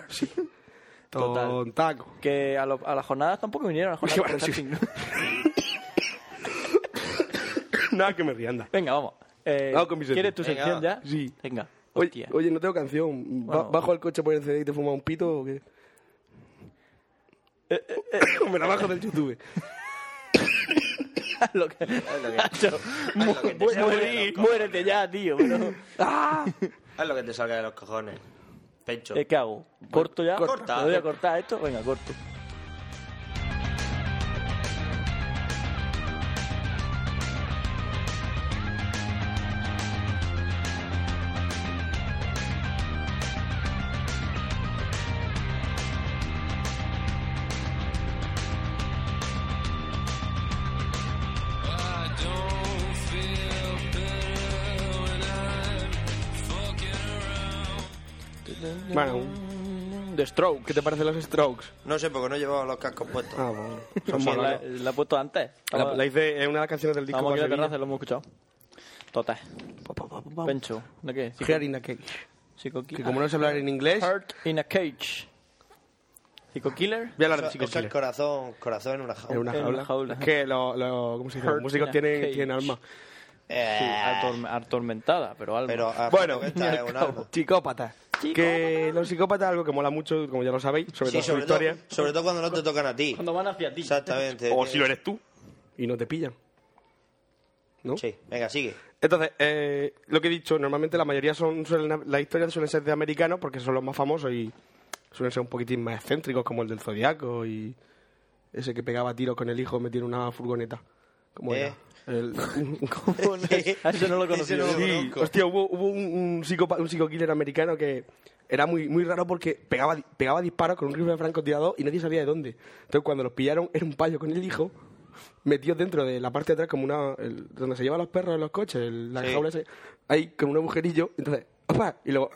Total. Tontaco. Que a, lo- a las jornadas tampoco vinieron. A las jornadas Bueno, de sí. podcasting, ¿no? Nada que me rienda. Venga, vamos. Eh, Vamos con mi sección. ¿Quieres tu Venga. sección ya? Sí. Venga. Oye, Hostia. oye, no tengo canción. Ba- Bueno. ¿Bajo el coche por el CD y te fuma un pito o qué? Eh, O me la bajo del YouTube. lo que, Nacho, lo que te mu- salga muere- de los cojones. muérete ya, tío. pero- Haz lo que te salga de los cojones. Pecho. Eh, ¿Qué hago? ¿Corto ya? Corta. ¿Me voy a cortar esto? Venga, corto. Bueno, The Strokes. ¿Qué te parecen los Strokes? No sé, porque no llevaba los cascos puestos. Ah, bueno. Son Sí, monos, la, ¿no? la he puesto antes. La, la hice en una de las canciones del disco. Vamos aquí a la Sevilla. terraza, lo hemos escuchado. Total. Pa, pa, pa, pa, pa. Pencho. ¿De qué? Psico- Hear in a cage. psico- Que como no sé hablar en inglés, Heart in a cage. Psico killer. voy a hablar Eso- de Psycho eso es Killer. corazón, corazón en una En jaula. En una una jaula. jaula. Es que lo- lo- ¿cómo se Heart dice? los in músicos a tienen, cage. tienen alma. Sí, Eh, atorme- atormentada, pero algo. pero a Bueno, fin de cuentas es un alma. psicópatas. Que los psicópatas es algo que mola mucho, como ya lo sabéis, sobre Sí, todo su sobre todo, historia. sobre todo cuando no te tocan a ti. Cuando van hacia ti. Exactamente. O si lo eres tú y no te pillan. ¿No? Sí, venga, sigue. Entonces, eh, lo que he dicho, normalmente la mayoría son, suelen- las historias suelen ser de americanos porque son los más famosos y suelen ser un poquitín más excéntricos, como el del Zodiaco y ese que pegaba tiros con el hijo metido en una furgoneta. ¿Cómo Eh. era? El- Ah, Eso no lo conocí. Ese no lo yo. Sí, conozco. hostia, hubo, hubo un, un, psicopa- un psico-killer americano que era muy, muy raro porque pegaba, di- pegaba disparos con un rifle francotirador y nadie sabía de dónde. Entonces, cuando los pillaron, era un payo con el hijo metido dentro de la parte de atrás, como una. el- donde se llevan los perros en los coches, el- la Sí. jaula esa, ahí con un agujerillo. Entonces, ¡opa! Y luego.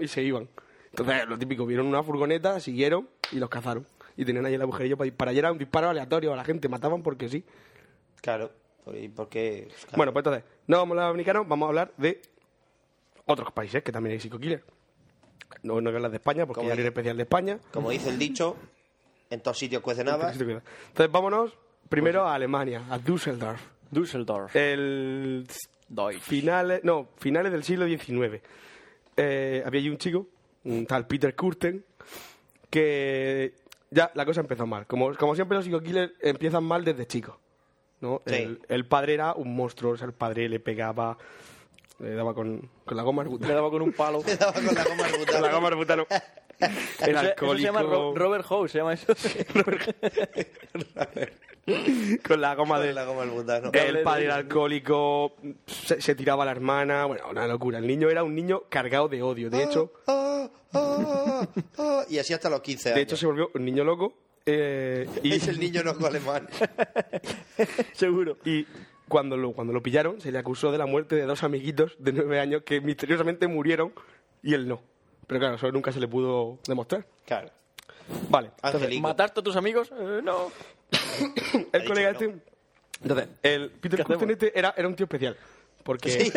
y se iban. Entonces, lo típico, vieron una furgoneta, siguieron y los cazaron. Y tenían ahí el agujerillo para disparar. Y era un disparo aleatorio a la gente, mataban porque sí. Claro. ¿Y por qué? Pues claro. Bueno, pues entonces, no vamos a hablar de dominicanos, vamos a hablar de otros países que también hay psico-killer. No, no voy a hablar de España, porque Como ya haré dice- un especial de España. Como dice el dicho, en todos sitios cuecen habas. Entonces, vámonos Primero a Alemania, a Düsseldorf. eh, Düsseldorf. El Deutsch. finales, no, finales del siglo XIX. Eh, había allí un chico, un tal Peter Curten, que ya la cosa empezó mal. Como, como siempre los psico-killers empiezan mal desde chicos. ¿no? Sí. El, el padre era un monstruo, o sea, el padre le pegaba, le daba con, con la goma al Le butano. daba con un palo. Le Eso- daba con la goma al Con la butano. goma al butano. Era eso se llama alcohólico, Ro- Robert Howe, se llama eso. con la goma de... Con la goma al butano. El padre era alcohólico, se, se tiraba a la hermana, bueno, una locura. El niño era un niño cargado de odio. De hecho, Ah, ah, ah, y así hasta los 15 años. de hecho se volvió un niño loco. eh, y, es el niño no alemán. Seguro. y cuando lo, cuando lo pillaron, se le acusó de la muerte de dos amiguitos de nueve años que misteriosamente murieron y él no. Pero claro, eso nunca se le pudo demostrar. Claro. Vale, Angelico. ¿Matarte a tus amigos? Eh, no. el colega dicho que este... Entonces, el Peter hacemos? Cushing este era, era un tío especial. Porque...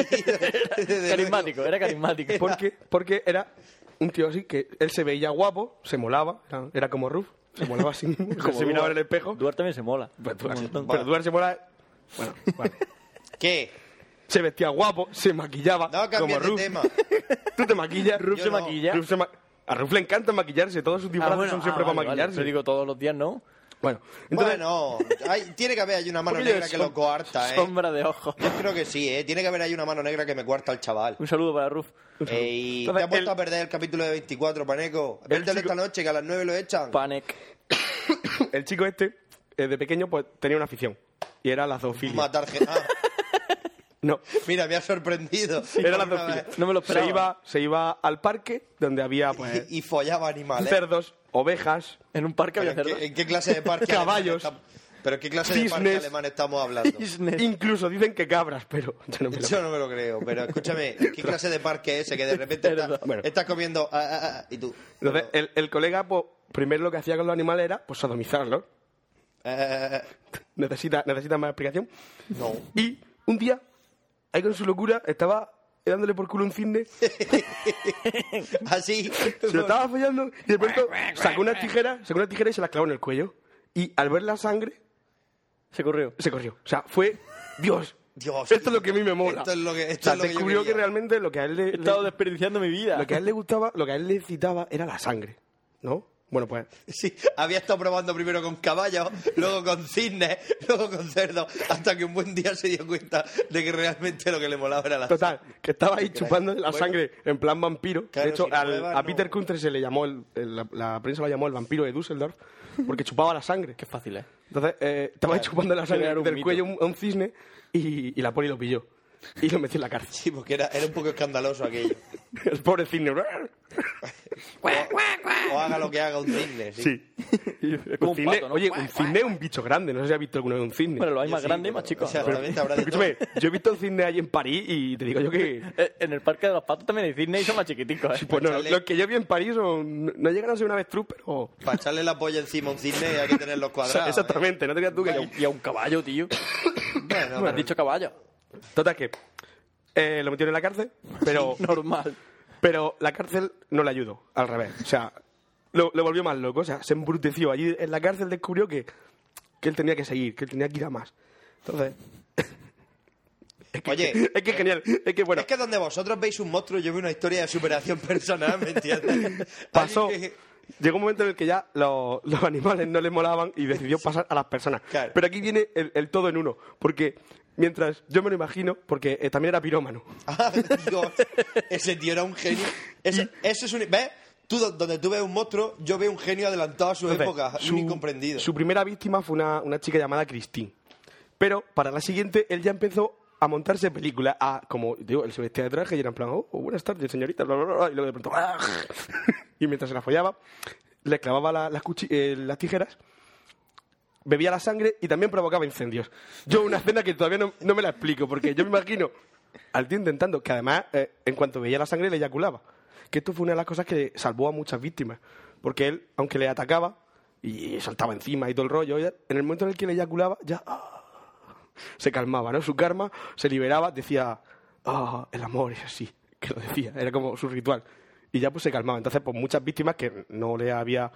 Carismático, era carismático. Porque, porque era un tío así que él se veía guapo, se molaba, era, era como Ruf, se molaba así mismo, se miraba en el espejo. Duarte también se mola. Pues Duarte- Un montón. pero Duarte se mola. Bueno, vale. ¿Qué? Se vestía guapo, se maquillaba. No, como cambies de Ruf. tema. Tú te maquillas. Ruf Yo se no. maquilla. se ma- A Ruf le encanta maquillarse, todos sus disfraces son siempre ah, para vale, vale. maquillarse. Te digo todos los días, ¿no? Bueno, entonces, Bueno, hay- tiene que haber ahí una mano Oye, negra que som- lo coarta, ¿eh? Sombra de ojo. Yo creo que sí, ¿eh? Tiene que haber ahí una mano negra que me cuarta al chaval. Un saludo para Ruf. Ey, Entonces, te has vuelto el- a perder el capítulo de 24, Paneco. Véntelo chico- esta noche, que a las 9 lo echan. Panic. el chico este, eh, de pequeño, pues tenía una afición. Y era la zoofilia. Matar gen- ah, No, Mira, me ha sorprendido. era la Por una zoofilia. vez. No me lo esperaba. Se iba, se iba al parque donde había pues, Y, y follaba animales. cerdos, ovejas, En un parque ¿Pero había en, qué, eh, cerdos. en qué clase de parque alemán Caballos. estamos- ¿Pero en qué clase de parque Cisnes. alemán estamos hablando? incluso dicen que cabras, pero yo no me lo- Yo no me lo creo, pero escúchame, ¿qué clase de parque es ese que de repente Cerdo. estás, Bueno. estás comiendo ah, ah, ah, y tú? Entonces, el, el colega, pues, primero lo que hacía con los animales era, pues, sodomizarlos. Eh, Necesita, necesita más explicación. no. Y un día, ahí con su locura, estaba dándole por culo un cisne, se Así. lo estaba follando, y de pronto sacó una tijera, sacó una tijera y se la clavó en el cuello. Y al ver la sangre, Se corrió. se corrió. O sea, fue, Dios, Dios. esto es lo que a mí me mola. Esto es lo que- esto O sea, es lo que yo descubrió que, quería. realmente lo que a él le- He estado le, desperdiciando mi vida. lo que a él le gustaba, lo que a él le excitaba era la sangre, ¿no? Bueno, pues Sí, había estado probando primero con caballos, luego con cisnes, luego con cerdos, hasta que un buen día se dio cuenta de que realmente lo que le molaba era la Total, que estaba ahí Claro, chupando la bueno. sangre en plan vampiro. Claro, de hecho, si no al- pruebas, a no. Peter Kuntre se le llamó, el- el- la, la prensa lo llamó el vampiro de Düsseldorf, porque chupaba la sangre. Qué fácil, ¿eh? Entonces, eh, estaba ahí chupando la sangre Era un del mito. cuello a un, a un cisne y, y la poli lo pilló. Y lo metió en la cárcel. Sí, porque era, era un poco escandaloso aquello. El pobre cisne. O haga lo que haga un cisne. Sí. Sí. Es como Un un cisne- pato, ¿no? Oye, un cisne es un bicho grande. No sé si has visto alguna vez un cisne. Bueno, lo hay Yo más sí, grande y pero- más chico. o sea, realmente habrá de todo. Escúchame, yo he visto un cisne ahí en París y te digo yo que... Eh, En el parque de los patos también hay Disney y son más chiquiticos, ¿eh? Pues no, Chale. los que yo vi en París son- no- no llegan a ser una avestruz, pero... Para echarle la polla encima a un cisne hay que tener los cuadrados. Exactamente, no tenías tú que... Y a un- Y a un caballo, tío. ¿eh? Bueno, Me has dicho caballo. Total que eh, lo metieron en la cárcel, pero, Normal. pero la cárcel no le ayudó, al revés. O sea, lo, lo volvió más loco, o sea, se embruteció. Allí en la cárcel descubrió que, que él tenía que seguir, que él tenía que ir a más. Entonces, Oye, es que es genial, es que bueno, es que donde vosotros veis un monstruo, yo veo una historia de superación personal, ¿me entiendes? pasó... Alguien que- Llegó un momento en el que ya los, los animales no le molaban y decidió pasar a las personas. Claro. Pero aquí viene el, el todo en uno, porque mientras yo me lo imagino, porque eh, también era pirómano. Ah, Dios, ese tío era un genio. Ese, eso es un. ¿Ves? Tú, do- donde tú ves un monstruo, yo veo un genio adelantado a su Entonces, época, su- un incomprendido. Su primera víctima fue una, una chica llamada Christine. Pero para la siguiente, él ya empezó a montarse películas. A, como digo, él se vestía de traje y era en plan, oh, buenas tardes, señorita, bla, bla, bla, y luego de pronto, "Ah". y mientras se la follaba, le clavaba la- las, cuchi- eh, las tijeras, bebía la sangre y también provocaba incendios. Yo, una escena que todavía no, no me la explico, porque yo me imagino al tío intentando, que además, eh, en cuanto veía la sangre, le eyaculaba. Que esto fue una de las cosas que salvó a muchas víctimas, porque él, aunque le atacaba y saltaba encima y todo el rollo, ya- en el momento en el que le eyaculaba, ya ah, se calmaba, ¿no? Su karma se liberaba, decía, ah, el amor es así, que lo decía, era como su ritual. Y ya pues se calmaba. Entonces, pues muchas víctimas que no le había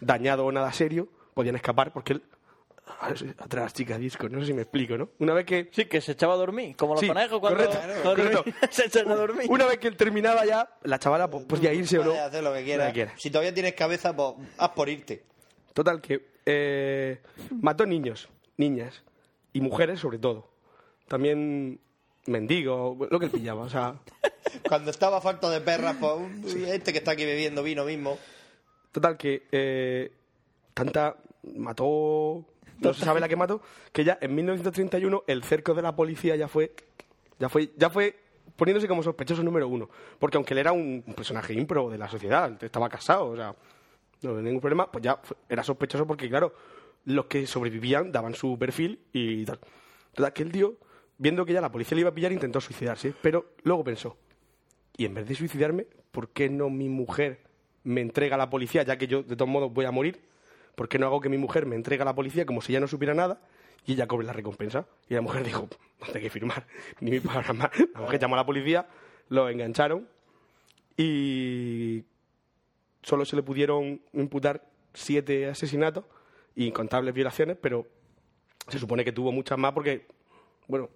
dañado nada serio podían escapar porque él atrás, chica disco. No sé si me explico, ¿no? Una vez que Sí, que se echaba a dormir, como los Sí, conejos cuando correcto, cuando correcto. dormían, se echan a dormir. Una vez que él terminaba ya, la chavala pues, podía irse o no. Vale, haz lo que quieras. Lo que quieras. Si todavía tienes cabeza, pues haz por irte. Total, que eh, mató niños, niñas y mujeres sobre todo. También mendigos, lo que él pillaba. O sea, Cuando estaba falto de perras, pues un- este que está aquí bebiendo vino mismo. total, que eh, tanta mató, no se sabe la que mató, que ya en 1931 el cerco de la policía ya fue, ya fue, ya fue poniéndose como sospechoso número uno. Porque aunque él era un, un personaje ímprobo de la sociedad, estaba casado, o sea, no había ningún problema, pues ya fue- era sospechoso porque, claro, los que sobrevivían daban su perfil y tal. Total, que el tío, viendo que ya la policía le iba a pillar, intentó suicidarse, pero luego pensó, y en vez de suicidarme, ¿por qué no mi mujer me entrega a la policía, ya que yo de todos modos voy a morir? ¿Por qué no hago que mi mujer me entregue a la policía como si ella no supiera nada y ella cobre la recompensa? Y la mujer dijo, no tengo que firmar, ni mi palabra más. La mujer llamó a la policía, lo engancharon y solo se le pudieron imputar siete asesinatos e incontables violaciones, pero se supone que tuvo muchas más porque, bueno,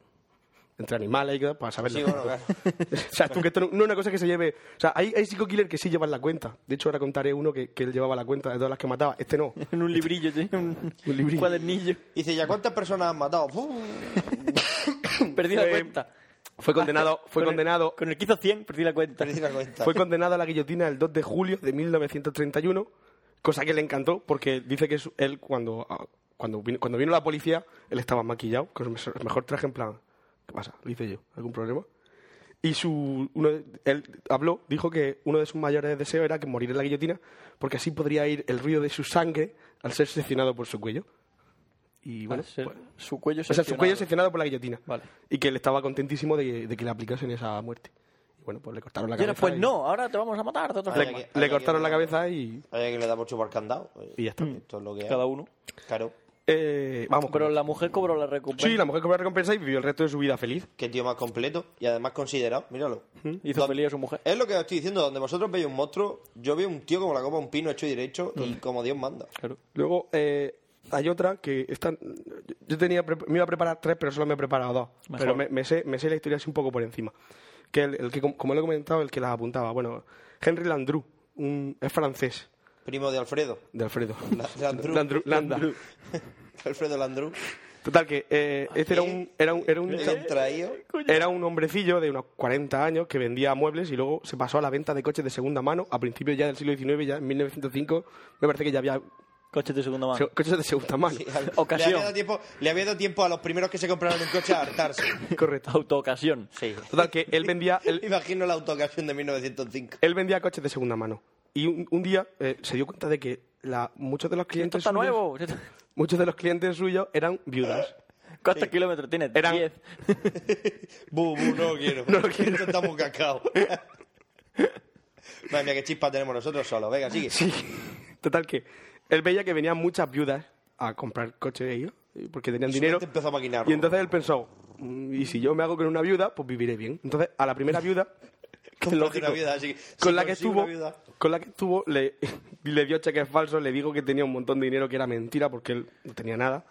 entre animales y cosas, para saberlo. Sí, bueno, claro. o sea, tú que esto no, no es una cosa que se lleve. O sea, hay, hay psico-killer que sí llevan la cuenta. De hecho, ahora contaré uno que, que él llevaba la cuenta de todas las que mataba. Este no. En un librillo, sí, un, un cuadernillo. Dice, ¿ya cuántas personas han matado? ¡Fu! Perdí la Fue- cuenta. Fue condenado, fue Con el- condenado, con el que hizo 100, perdí la cuenta. Perdí la cuenta. fue condenado a la guillotina el 2 de julio de 1931, cosa que le encantó porque dice que su- él cuando, ah, cuando, vino, cuando vino la policía, él estaba maquillado con su mes- mejor traje en plan, ¿qué pasa? ¿Lo hice yo? ¿Algún problema? Y su, uno, de- él habló, dijo que uno de sus mayores deseos era que morir en la guillotina porque así podría ir el ruido de su sangre al ser seccionado por su cuello. Y bueno, Ah, se- pues- su cuello o sea, su cuello seccionado. seccionado por la guillotina. Vale. Y que él estaba contentísimo de, de que le aplicasen esa muerte. Y bueno, pues le cortaron la Y ahora, cabeza. pues y- no, ahora te vamos a matar de otra Vaya forma. que- Le cortaron la cabeza y, Oye, que le da por chupar candado. y ya está. Esto es lo que hay. Cada uno. Claro. Eh, vamos, Pero la mujer cobró la recompensa. Sí, la mujer cobró la recompensa y vivió el resto de su vida feliz. Qué tío más completo y además considerado. Míralo. ¿Mm? Hizo Don- feliz a su mujer. Es lo que os estoy diciendo. Donde vosotros veis un monstruo, yo veo un tío como la copa de un pino hecho y derecho y Mm. como Dios manda. Luego eh, hay otra que está, yo tenía pre- me iba a preparar tres, pero solo me he preparado dos. Mejor. Pero me, me sé, me sé la historia así un poco por encima. Que el, el que, com- como lo he comentado, el que las apuntaba. Bueno, Henry Landru, un, es francés Primo de Alfredo. de Alfredo. La- Landru. Landru- Landa. Alfredo Landru. Total, que eh, este era un, era un, era un, Era un traído. Era un hombrecillo de unos 40 años que vendía muebles y luego se pasó a la venta de coches de segunda mano a principios ya del siglo XIX, ya en 1905. Me parece que ya había Coches de segunda mano. se- coches de segunda mano. Al- Ocasión. Le había, dado tiempo, le había dado tiempo a los primeros que se compraron un coche a hartarse. Correcto. Autoocasión. Sí. Total, que él vendía, él, Imagino la autoocasión de 1905. él vendía coches de segunda mano. Y un, un día eh, se dio cuenta de que la, muchos de los Esto clientes está suyos, nuevo. muchos de los clientes suyos eran viudas. ¿Cuántos kilómetros tiene? Eran- 10. Bu, bu, no lo quiero. No lo quiero. Esto está muy cacao. Madre mía, qué chispa tenemos nosotros solos. Venga, sigue. Sí. Total, que él veía que venían muchas viudas a comprar coches ellos porque tenían Y su dinero. mente empezó a maquinar. Y entonces él pensó, "Mm, y si yo me hago con una viuda, pues viviré bien. Entonces, a la primera viuda, que es Cómprate lógico, una viuda, así que- con, si la que consigo estuvo, una viuda. con la que estuvo, le, le dio cheques falsos, le dijo que tenía un montón de dinero que era mentira porque él no tenía nada,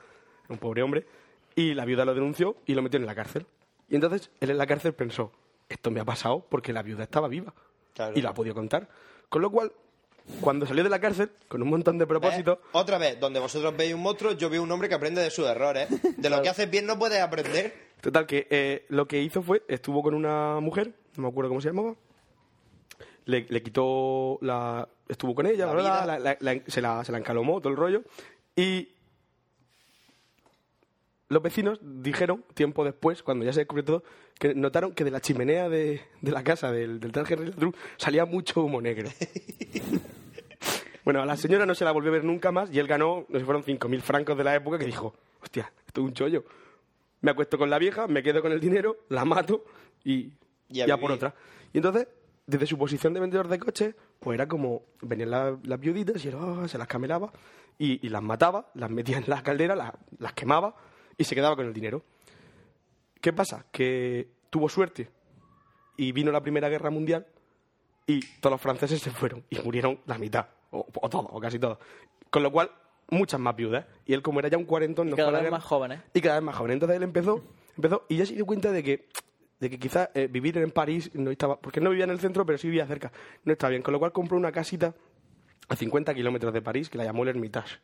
era un pobre hombre, y la viuda lo denunció y lo metió en la cárcel. Y entonces él en la cárcel pensó, esto me ha pasado porque la viuda estaba viva Claro. y la ha podido contar. Con lo cual, cuando salió de la cárcel, con un montón de ¿Ves? propósitos, ¿Eh? Otra vez, donde vosotros veis un monstruo, yo veo un hombre que aprende de sus errores. De lo que haces bien no puedes aprender. Total, que eh, lo que hizo fue, estuvo con una mujer, no me acuerdo cómo se llamaba, le, le quitó la... estuvo con ella, La la verdad, vida. la- la- la- se, la, se la encalomó, todo el rollo, y los vecinos dijeron, tiempo después, cuando ya se descubrió todo, que notaron que de la chimenea de, de la casa del, del tal Henry Landru salía mucho humo negro. Bueno, a la señora no se la volvió a ver nunca más y él ganó, no sé, fueron 5.000 francos de la época que dijo, hostia, esto es un chollo. Me acuesto con la vieja, me quedo con el dinero, la mato y Y a ya vivir. por otra. Y entonces, desde su posición de vendedor de coches, pues era como, venían la- las viuditas y él ah, se las camelaba y, y las mataba, las metía en la caldera, las, las quemaba y se quedaba con el dinero. ¿Qué pasa? Que tuvo suerte y vino la Primera Guerra Mundial y todos los franceses se fueron y murieron la mitad, o, o todos, o casi todos. Con lo cual, muchas más viudas. Y él, como era ya un cuarentón, no cada fue a la vez guerra- más ¿eh? jóvenes. Y cada vez más joven. Entonces él empezó, empezó y ya se dio cuenta de que, de que quizás eh, vivir en París no estaba. Porque él no vivía en el centro, pero sí vivía cerca. No estaba bien. Con lo cual compró una casita a 50 kilómetros de París que la llamó el Hermitage.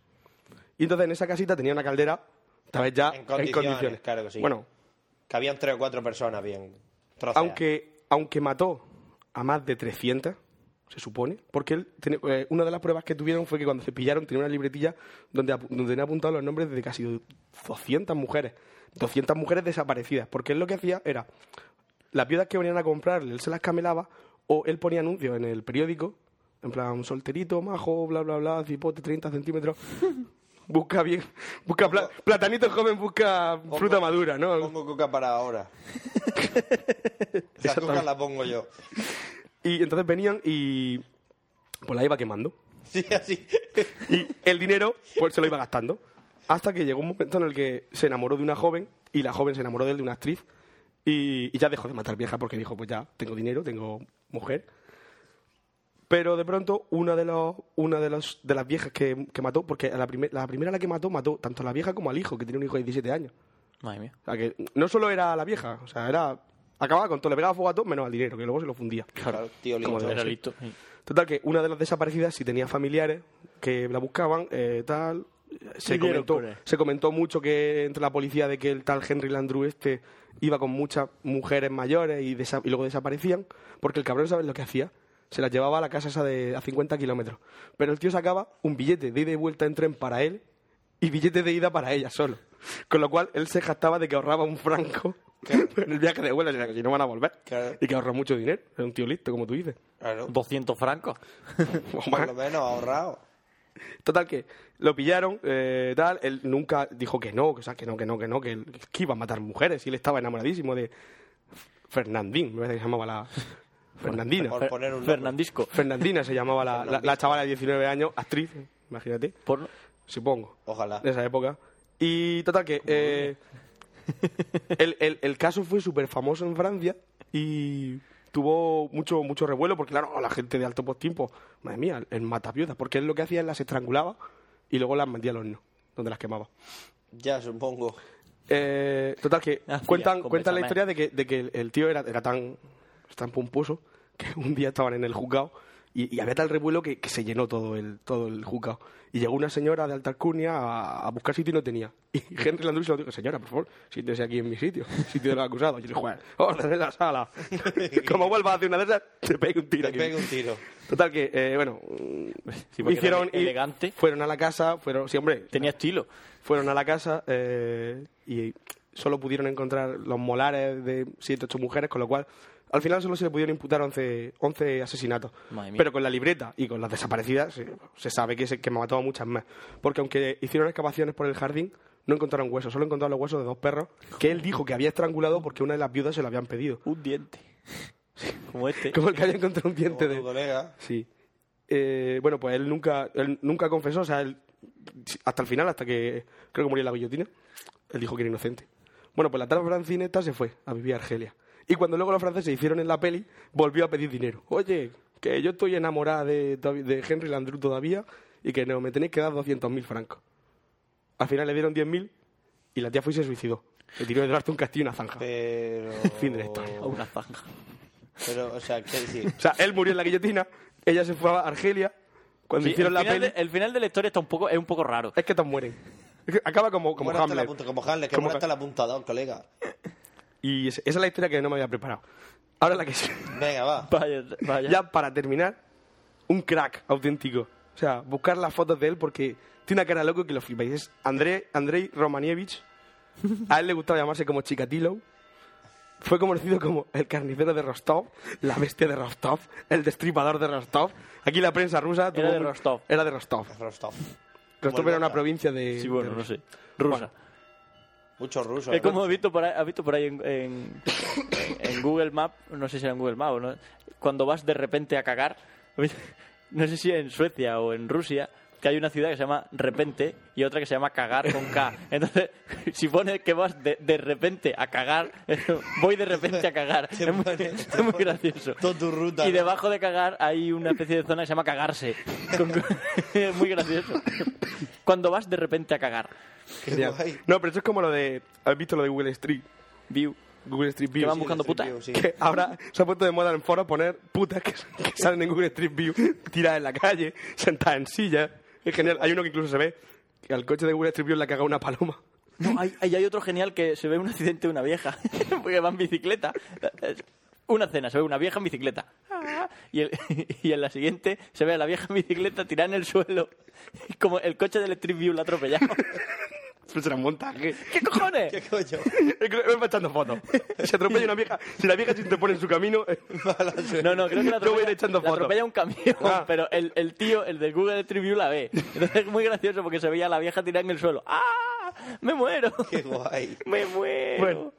Y entonces en esa casita tenía una caldera, tal vez ya En en condiciones. condiciones, claro que sí. Bueno, Que habían tres o cuatro personas bien. troceadas. aunque, aunque mató a más de 300, se supone, porque él tiene- eh, una de las pruebas que tuvieron fue que cuando se pillaron tenía una libretilla donde, apu- donde tenía apuntados los nombres de casi 200 mujeres, 200 mujeres desaparecidas, porque él lo que hacía era, las viudas que venían a comprarle, él se las camelaba o él ponía anuncios en el periódico, en plan, solterito, majo, bla, bla, bla, cipote, 30 centímetros. Busca bien, busca pla- platanito joven, busca fruta madura, ¿no? Pongo coca para ahora. Esa coca la pongo yo. Y entonces venían y pues la iba quemando. Sí, así. Y el dinero pues se lo iba gastando. Hasta que llegó un momento en el que se enamoró de una joven y la joven se enamoró de él, de una actriz. Y, y ya dejó de matar vieja porque dijo, pues ya, tengo dinero, tengo mujer. Pero de pronto una de, los, una de, los, de las viejas que, que mató, porque a la, primer- la primera a la que mató, mató tanto a la vieja como al hijo, que tenía un hijo de 17 años. Madre mía. O sea, que no solo era la vieja, o sea, era... Acababa con todo, le pegaba fuego a todo menos al dinero, que luego se lo fundía. Claro, tío Como lindo. debe Era ser. listo. sí. Total, que una de las desaparecidas, si tenía familiares que la buscaban, eh, tal. Se dieron comentó, con él. se comentó mucho que entre la policía de que el tal Henry Landru este iba con muchas mujeres mayores y, desa- y luego desaparecían, porque el cabrón, ¿sabes lo que hacía? Se las llevaba a la casa esa de a 50 kilómetros. Pero el tío sacaba un billete de ida y vuelta en tren para él y billete de ida para ella solo. Con lo cual él se jactaba de que ahorraba un franco en el viaje de vuelta, o sea, que si no van a volver. Claro. Y que ahorró mucho dinero. Era un tío listo, como tú dices. Claro. 200 francos. O Por más. lo menos ahorrado. Total que lo pillaron, eh, tal, él nunca dijo que no, que, o sea, que no, que no, que no, que, él- que iba a matar mujeres y él estaba enamoradísimo de Fernandín, me parece que se llamaba la Fernandina. Por poner un. nombre. Fernandisco. Fernandina se llamaba la, la, la chavala de 19 años, actriz, imagínate, Porno. supongo, Ojalá. de esa época. Y total que eh, el, el- el caso fue súper famoso en Francia y tuvo mucho mucho revuelo porque claro la gente de alto tiempo madre mía el matapiudas porque él lo que hacía es las estrangulaba y luego las metía al horno donde las quemaba Ya supongo. Eh, total que Hacía cuentan con cuentan la bechamel. historia de que, de que el, el tío era, era tan tan pomposo que un día estaban en el juzgado y, y había tal revuelo que, que se llenó todo el todo el juzgado y llegó una señora de alta alcurnia a, a buscar sitio y no tenía y Henry Landry se lo dijo señora por favor siéntese aquí en mi sitio sitio de los acusados y le dijo "Joder, orden en la sala como vuelvas a hacer una de esas te pego un tiro Te aquí". pego un tiro. total que eh, bueno Sí, porque hicieron era elegante. fueron a la casa fueron sí hombre Tenía estilo. fueron a la casa eh, y solo pudieron encontrar los molares de 7 ocho mujeres, con lo cual al final solo se le pudieron imputar 11, 11 asesinatos. Madre mía. Pero con la libreta y con las desaparecidas se, se sabe que, se, que mató a muchas más. Porque aunque hicieron excavaciones por el jardín, no encontraron huesos, solo encontraron los huesos de dos perros que él dijo que había estrangulado porque una de las viudas se lo habían pedido. Un diente. Como este. Como el que había encontrado un diente Como de... tu colega. Sí. Eh, bueno, pues él nunca, él nunca confesó, o sea, él- hasta el final, hasta que creo que murió en la guillotina, él dijo que era inocente. Bueno, pues la tal francineta se fue a vivir a Argelia. Y cuando luego los franceses hicieron en la peli, volvió a pedir dinero. Oye, que yo estoy enamorada de, de Henry Landru todavía y que no, me tenéis que dar 200.000 francos. Al final le dieron 10.000 y la tía fue y se suicidó. Le tiró detrás de un castillo y una zanja. Pero. Fin de la historia. O una zanja. Pero, o sea, quiero decir. O sea, él murió en la guillotina, ella se fue a Argelia. Cuando Sí, el, Pues hicieron la final peli... de, el final de la historia está un poco, es un poco raro. Es que todos mueren. Es que Acaba como, como Como hasta la Hamlet. punta, como Hamlet, que Como muera hasta Ham- la apuntador, colega. Y es- esa es la historia que no me había preparado. Ahora la que sí. Venga, va. Vaya, vaya. Ya para terminar, un crack auténtico. O sea, buscar las fotos de él porque tiene una cara de loco que lo flipáis. Es André, Andrei Romanievich. A él le gustaba llamarse como Chikatilo. Fue conocido como el carnicero de Rostov, la bestia de Rostov, el destripador de Rostov. Aquí la prensa rusa... tuvo de un- Rostov. Era de Rostov. Rostov. Rostov Vuelvo era una atrás. provincia de... Sí, bueno, de no Rusia. sé. Rusa. Muchos rusos. Es como he visto por ahí, has visto por ahí en, en- en Google Map, no sé si era en Google Map o no, cuando vas de repente a cagar, no sé si en Suecia o en Rusia, que hay una ciudad que se llama Repente y otra que se llama Cagar con K. Entonces, si pones que vas de, de repente a cagar, voy de repente a cagar. Te es, muy, pone- es te muy pone gracioso. toda tu ruta, Y ¿no? debajo de cagar hay una especie de zona que se llama cagarse. Con- es muy gracioso. Cuando vas de repente a cagar. Ya. guay. No, pero eso es como lo de. ¿Has visto lo de Google Street? View. Google Street Que View. van buscando putas. View, sí. Que ahora se ha puesto de moda en foros poner putas que, que salen en Google Street View tiradas en la calle, sentadas en sillas. Es genial. Hay uno que incluso se ve que al coche de Google Street View le ha cagado una paloma. No, hay, hay, hay otro genial que se ve un accidente de una vieja, porque va en bicicleta. Una cena, se ve una vieja en bicicleta. Ah, Y, el- y en la siguiente se ve a la vieja en bicicleta tirada en el suelo, como el coche de Electric View la ha atropellado. Pero será un montaje. ¿Qué cojones? ¿Qué coño? Es que Me va echando fotos. Se atropella una vieja. Si la vieja se interpone en su camino. No, no, creo que la Yo voy a atropella, ir echando la fotos. atropella un camión, Ah. pero el, el tío, el de Google Electric View la ve. Entonces es muy gracioso porque se veía a la vieja tirada en el suelo. ¡Ah! ¡Me muero! Qué guay. ¡Me muero! Bueno.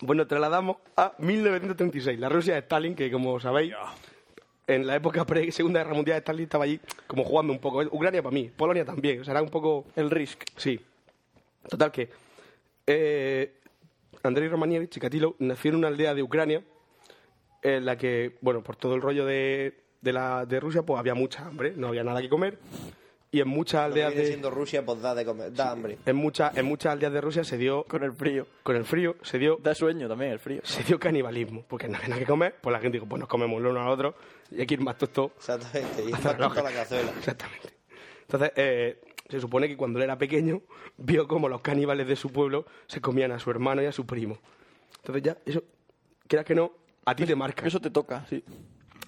Bueno, trasladamos a 1936, la Rusia de Stalin, que como sabéis, en la época pre-Segunda Guerra Mundial Stalin estaba allí como jugando un poco. Ucrania para mí, Polonia también, o sea, era un poco... El Risk. Sí. Total que... Eh, Andrei Romanievich Chikatilo nació en una aldea de Ucrania en la que, bueno, por todo el rollo de, de, la, de Rusia, pues había mucha hambre, no había nada que comer. Y en muchas Lo que aldeas viene de... siendo Rusia, pues da de comer, da hambre. En, muchas en muchas aldeas de Rusia se dio, Con el frío. con el frío, se dio Da sueño también el frío. se dio canibalismo, porque no había nada que comer, pues la gente dijo, pues nos comemos el uno al otro y hay que ir más tosto. Exactamente. Y hasta está la con hoja. la cazuela. Exactamente. Entonces, eh, se supone que cuando él era pequeño, vio como los caníbales de su pueblo se comían a su hermano y a su primo. Entonces ya, eso, creas que no, a ti te marca. Eso te toca, sí.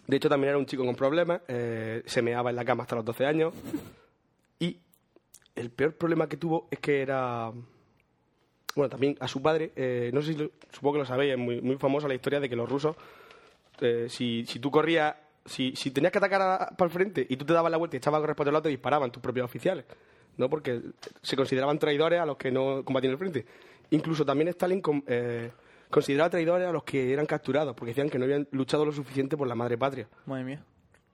De hecho, también era un chico con problemas, eh, se meaba en la cama hasta los 12 años. Y el peor problema que tuvo es que era. Bueno, también a su padre, eh, no sé si lo- supongo que lo sabéis, es muy, muy famosa la historia de que los rusos, eh, si, si tú corrías, si, si tenías que atacar para el frente y tú te dabas la vuelta y echabas corres para otro lado, te disparaban tus propios oficiales, ¿no? Porque se consideraban traidores a los que no combatían el frente. Incluso también Stalin con- eh, consideraba traidores a los que eran capturados, porque decían que no habían luchado lo suficiente por la madre patria. Madre mía.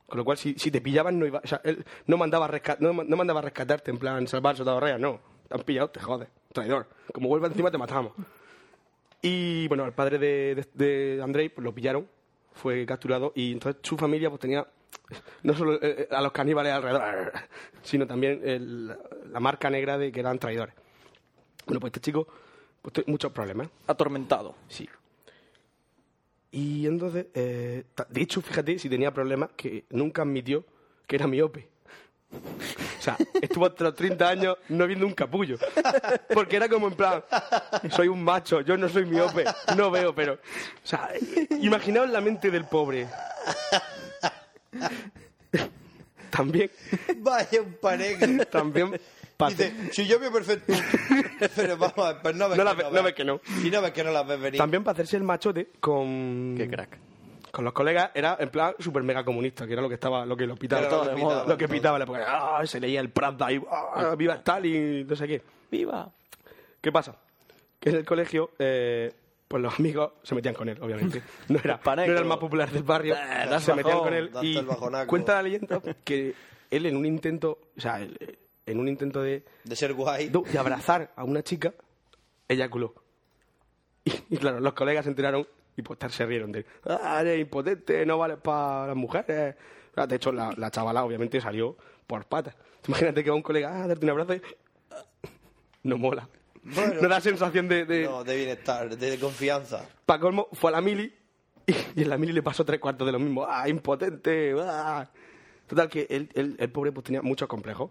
Con lo cual, si, si te pillaban, no iba, o sea, él no mandaba, a resca- no, ma- no mandaba a rescatarte en plan salvar soldado rea, no. Te han pillado, te jodes, traidor. Como vuelvas encima, te matamos. Y bueno, el padre de, de, de Andrei pues, lo pillaron, fue capturado y entonces su familia pues tenía no solo eh, eh, a los caníbales alrededor, sino también el- la marca negra de que eran traidores. Bueno, pues este chico pues, tuvo muchos problemas. Atormentado. Sí. Y entonces, eh, ta- de hecho, fíjate si tenía problemas que nunca admitió que era miope. O sea, estuvo hasta los 30 años no viendo un capullo. Porque era como en plan, soy un macho, yo no soy miope, no veo, pero... O sea, imaginaos la mente del pobre. También, Vaya un paneque. también... pasé. Dice, si yo veo perfecto. Pero vamos, a ver, pues no ves No que la ve- no ves que no. Si no ves que no las ves venir. También para hacerse el machote con... Qué crack. con los colegas era en plan super mega comunista, que era lo que estaba, lo que lo pitaba, Era lo que lo, pitaba, que todo. pitaba la época. Ah, se leía el Pravda y ah, viva Stalin, no sé qué. ¡Viva! ¿Qué pasa? Que en el colegio, eh, pues los amigos se metían con él, obviamente. No era, no Paneco. era el más popular del barrio. Eh, das se metían bajón, con él das y el bajonaco. cuenta la leyenda que él en un intento, o sea, él, eh, en un intento de, De ser guay. no, de abrazar a una chica, eyaculó. Y, y claro, los colegas se enteraron y pues se rieron de él. Ah, eres impotente, no vales para las mujeres. Ah, De hecho, la, la chavala obviamente salió por patas. Imagínate que va un colega a darte un abrazo y... No mola. Bueno. no da sensación de... de... No, de bienestar, de confianza. Pa' colmo, fue a la mili y, y en la mili le pasó tres cuartos de lo mismo. ¡Ah, impotente! ¡Ah! Total, que él, él- el pobre pues tenía muchos complejos.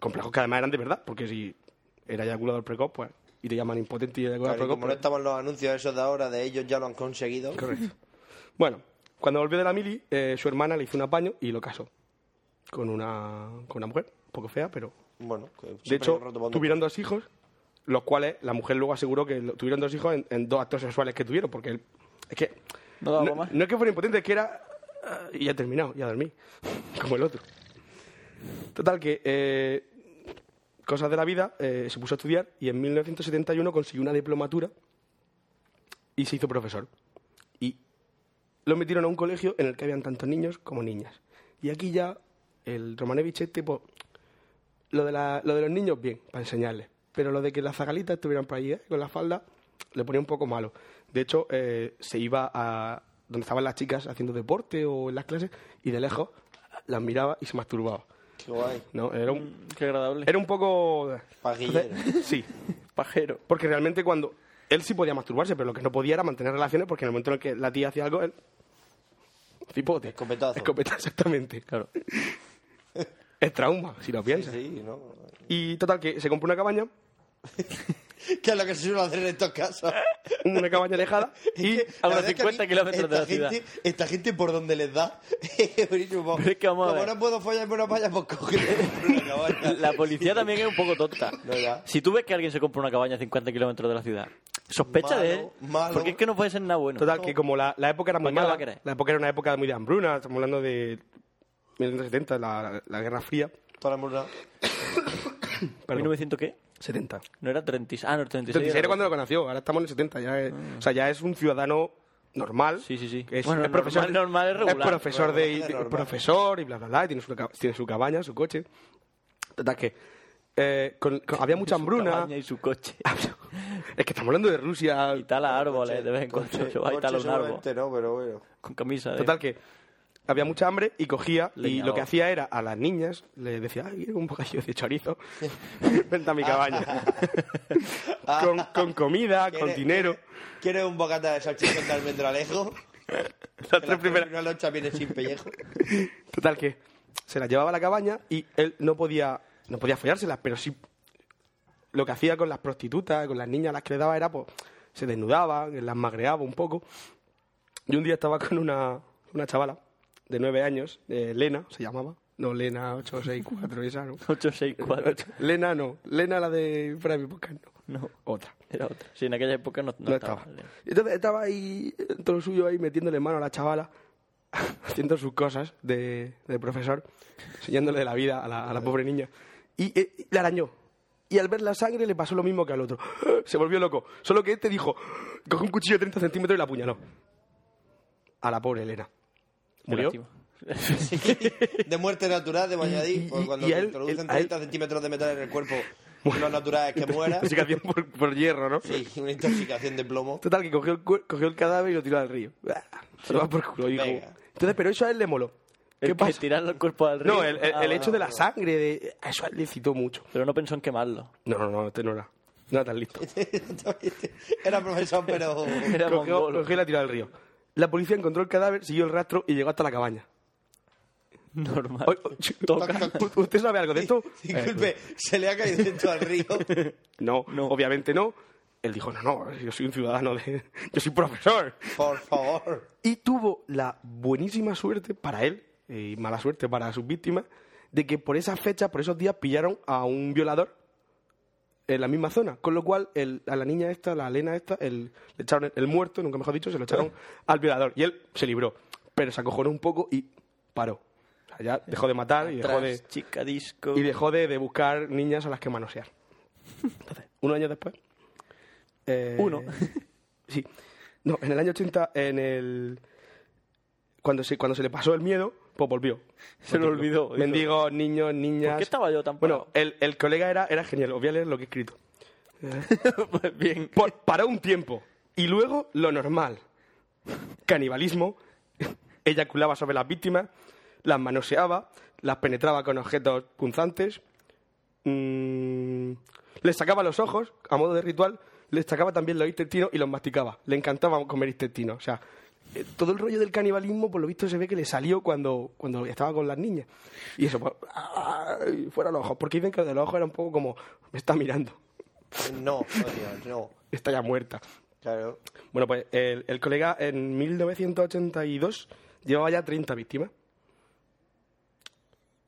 Complejos que además eran de verdad, porque si era eyaculador precoz, pues, y te llaman impotente y eyaculador Claro, y precoz... como no pues- estaban los anuncios esos de ahora, de ellos ya lo han conseguido. Correcto. Bueno, cuando volvió de la mili, eh, su hermana le hizo un apaño y lo casó. Con una, con una mujer, un poco fea, pero... Bueno, que De siempre hecho, roto por tuvieron dos hijos, los cuales la mujer luego aseguró que lo- tuvieron dos hijos en, en dos actos sexuales que tuvieron, porque él- es que No daba más. no es que fuera impotente, es que era ah, y ya terminado, ya dormí, como el otro. Total que eh, cosas de la vida, eh, se puso a estudiar y en 1971 consiguió una diplomatura y se hizo profesor. Y lo metieron a un colegio en el que habían tantos niños como niñas. Y aquí ya el Romanevich este, pues, Lo de, la- lo de los niños, bien, para enseñarles. Pero lo de que las zagalitas estuvieran por allí ¿eh? con la falda, le ponía un poco malo. De hecho, eh, se iba a donde estaban las chicas haciendo deporte o en las clases y de lejos las miraba y se masturbaba. Qué guay. No, era un, Qué agradable. era un poco... Pajillero. Entonces, Sí, pajero. porque realmente cuando... Él sí podía masturbarse, pero lo que no podía era mantener relaciones porque en el momento en el que la tía hacía algo, él... Cipote. Escopetazo. Escopetazo, exactamente. Claro. Es trauma, si lo Sí, piensas. sí, ¿no? Y total, que se compró una cabaña, ¿Qué es lo que se suele hacer en estas casas? una cabaña alejada, y Es que, a la unos verdad es que 50 mí kilómetros de esta la ciudad. gente- Esta gente por donde les da. es buenísimo. Pero es que vamos a Como ver. no puedo follarme una palla, pues cogeré una cabaña. La policía también es un poco tonta. No, ya. Si tú ves que alguien se compra una cabaña a 50 kilómetros de la ciudad, sospecha Malo, de él. malo. Porque es que no puede ser nada bueno. Total, que como la, la época era muy ¿Para qué la va mala, a querer? la época era una época muy de hambruna, estamos hablando de 1970, la, la, la Guerra Fría, Para murrar. perdón, 1900 qué? 70. No era 36. Ah, no, 36. 76 era era cuando lo conoció, ahora estamos en el 70, ya es- o sea, ya es un ciudadano normal. Ah. Sí, sí, sí. que Es, Bueno, es profesor, normal, normal es regular. profesor de, Normal, de- normal. profesor y bla bla bla, y tiene su, ca- tiene su cabaña, su coche. Total que eh, con- con- había mucha su hambruna. Ah, cabaña y su coche. Es que estamos hablando de Rusia. Y tala árboles de vez en cuando. Se va a talar un árbol. seguramente no, pero bueno. Con camisa. de- Total que había mucha hambre y cogía y Leñador. lo que hacía era a las niñas le decía, ay, quiero un bocadillo de chorizo, vente a mi cabaña. con, con comida, con ¿Quieres- dinero. ¿Quieres quieres un bocata de salchichón de almendralejo? Las tres primeras- Una loncha viene sin pellejo. Total que se las llevaba a la cabaña y él no podía, no podía follárselas, pero sí lo que hacía con las prostitutas, con las niñas a las que le daba era pues se desnudaba, las magreaba un poco. Y un día estaba con una, una chavala de nueve años, eh, Lena se llamaba, no Lena 864 esa, ¿no? 864. Lena no. Lena la de fuera de mi podcast, no. No, Otra. era otra. Sí, en aquella época no, no No, estaba. estaba. Entonces estaba ahí, en todo lo suyo, ahí metiéndole mano a la chavala, haciendo sus cosas de, de profesor, enseñándole de la vida a la, a la pobre niña. Y eh, la arañó. Y al ver la sangre le pasó lo mismo que al otro. Se volvió loco. Solo que este dijo, coge un cuchillo de 30 centímetros y la apuñaló. A la pobre Elena. Murió. Lástima. De muerte natural, de Y- añadir. Porque y- cuando y te él- introducen él- a él- 30 centímetros de metal en el cuerpo, lo natural es que muera. Intoxicación por, por hierro, ¿no? Sí, una intoxicación de plomo. Total, que cogió el, cuer- cogió el cadáver y lo tiró al río. Ah, Se va por culo, hijo. Venga. Entonces, pero eso a él le moló. El ¿Qué que pasa? Tirar los cuerpos al río. No, el, el- Ah, el vale, hecho de la vale. sangre, de... a eso a él le excitó mucho. Pero no pensó en quemarlo. No, no, no, este no era. No era tan listo. Era profesor, pero. Este Era Cogió, mongolo. cogió y la tiró al río. La policía encontró el cadáver, siguió el rastro y llegó hasta la cabaña. Normal. Oye, oye, Toca. ¿U- ¿Usted sabe algo de esto? Eh, Disculpe, pues. se le ha caído dentro al río. No, obviamente no. Él dijo, no, no, yo soy un ciudadano de... Yo soy profesor. Por favor. Y tuvo la buenísima suerte para él, eh, y mala suerte para sus víctimas, de que por esas fechas, por esos días, pillaron a un violador en la misma zona. Con lo cual, el- a la niña esta, la Elena esta, el, le echaron el, el muerto, nunca mejor dicho, se lo echaron al violador. Y él se libró. Pero se acojonó un poco y paró. O sea, ya dejó de matar y dejó de, Tras, chica disco. y dejó de, de buscar niñas a las que manosear. Entonces, unos años después. eh, Uno. Sí. No, en el año 80, en el. Cuando se, cuando se le pasó el miedo, pues volvió. Se lo olvidó, dijo. Mendigos, niños, niñas. ¿Por qué estaba yo tan Bueno, parado? el, el colega era, era genial. Os voy a leer lo que he escrito. Pues bien. Por- paró un tiempo. Y luego, lo normal. Canibalismo. Eyaculaba sobre las víctimas. Las manoseaba. Las penetraba con objetos punzantes. mm, les sacaba los ojos a modo de ritual. Les sacaba también los intestinos y los masticaba. Le encantaba comer intestinos. O sea, eh, todo el rollo del canibalismo, por lo visto, se ve que le salió cuando, cuando estaba con las niñas. Y eso, pues, ¡ay! fuera los ojos. Porque dicen que lo de los ojos era un poco como, me está mirando. No, odio, no. Está ya muerta. Claro. Bueno, pues el, el colega en 1982 llevaba ya 30 víctimas.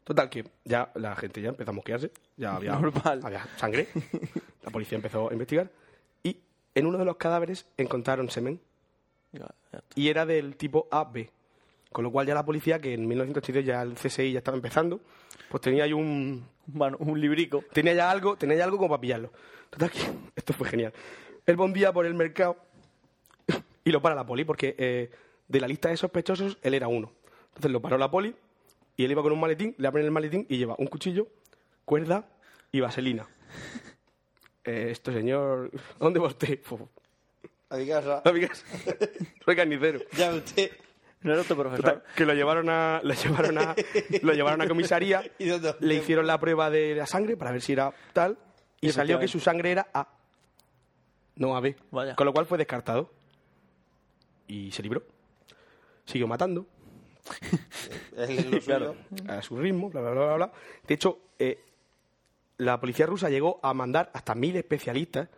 Total, que ya la gente ya empezó a mosquearse, ya había, Normal. había sangre, la policía empezó a investigar y en uno de los cadáveres encontraron semen Ya, ya está. y era del tipo AB. Con lo cual ya la policía, que en 1982 ya el CSI ya estaba empezando, pues tenía ahí un, Un manu- un librico. Tenía ya algo, tenía ya algo como para pillarlo. Total que esto fue genial. Él va un día por el mercado y lo para la poli porque eh, de la lista de sospechosos él era uno. Entonces lo paró la poli y él iba con un maletín, le abren el maletín y lleva un cuchillo, cuerda, y vaselina. Eh, esto, señor, ¿a ¿dónde va usted? Pues, A mi casa. a mi casa. Soy carnicero. Ya ve usted. No era otro Total, profesor. que lo llevaron a lo llevaron a lo llevaron a comisaría ¿Y dónde? le hicieron la prueba de la sangre para ver si era tal y Y salió que efectivamente. su sangre era A no AB Vaya. con lo cual fue descartado y se libró siguió matando Es lo suyo. a su ritmo bla bla bla bla, bla. de hecho eh, la policía rusa llegó a mandar hasta mil especialistas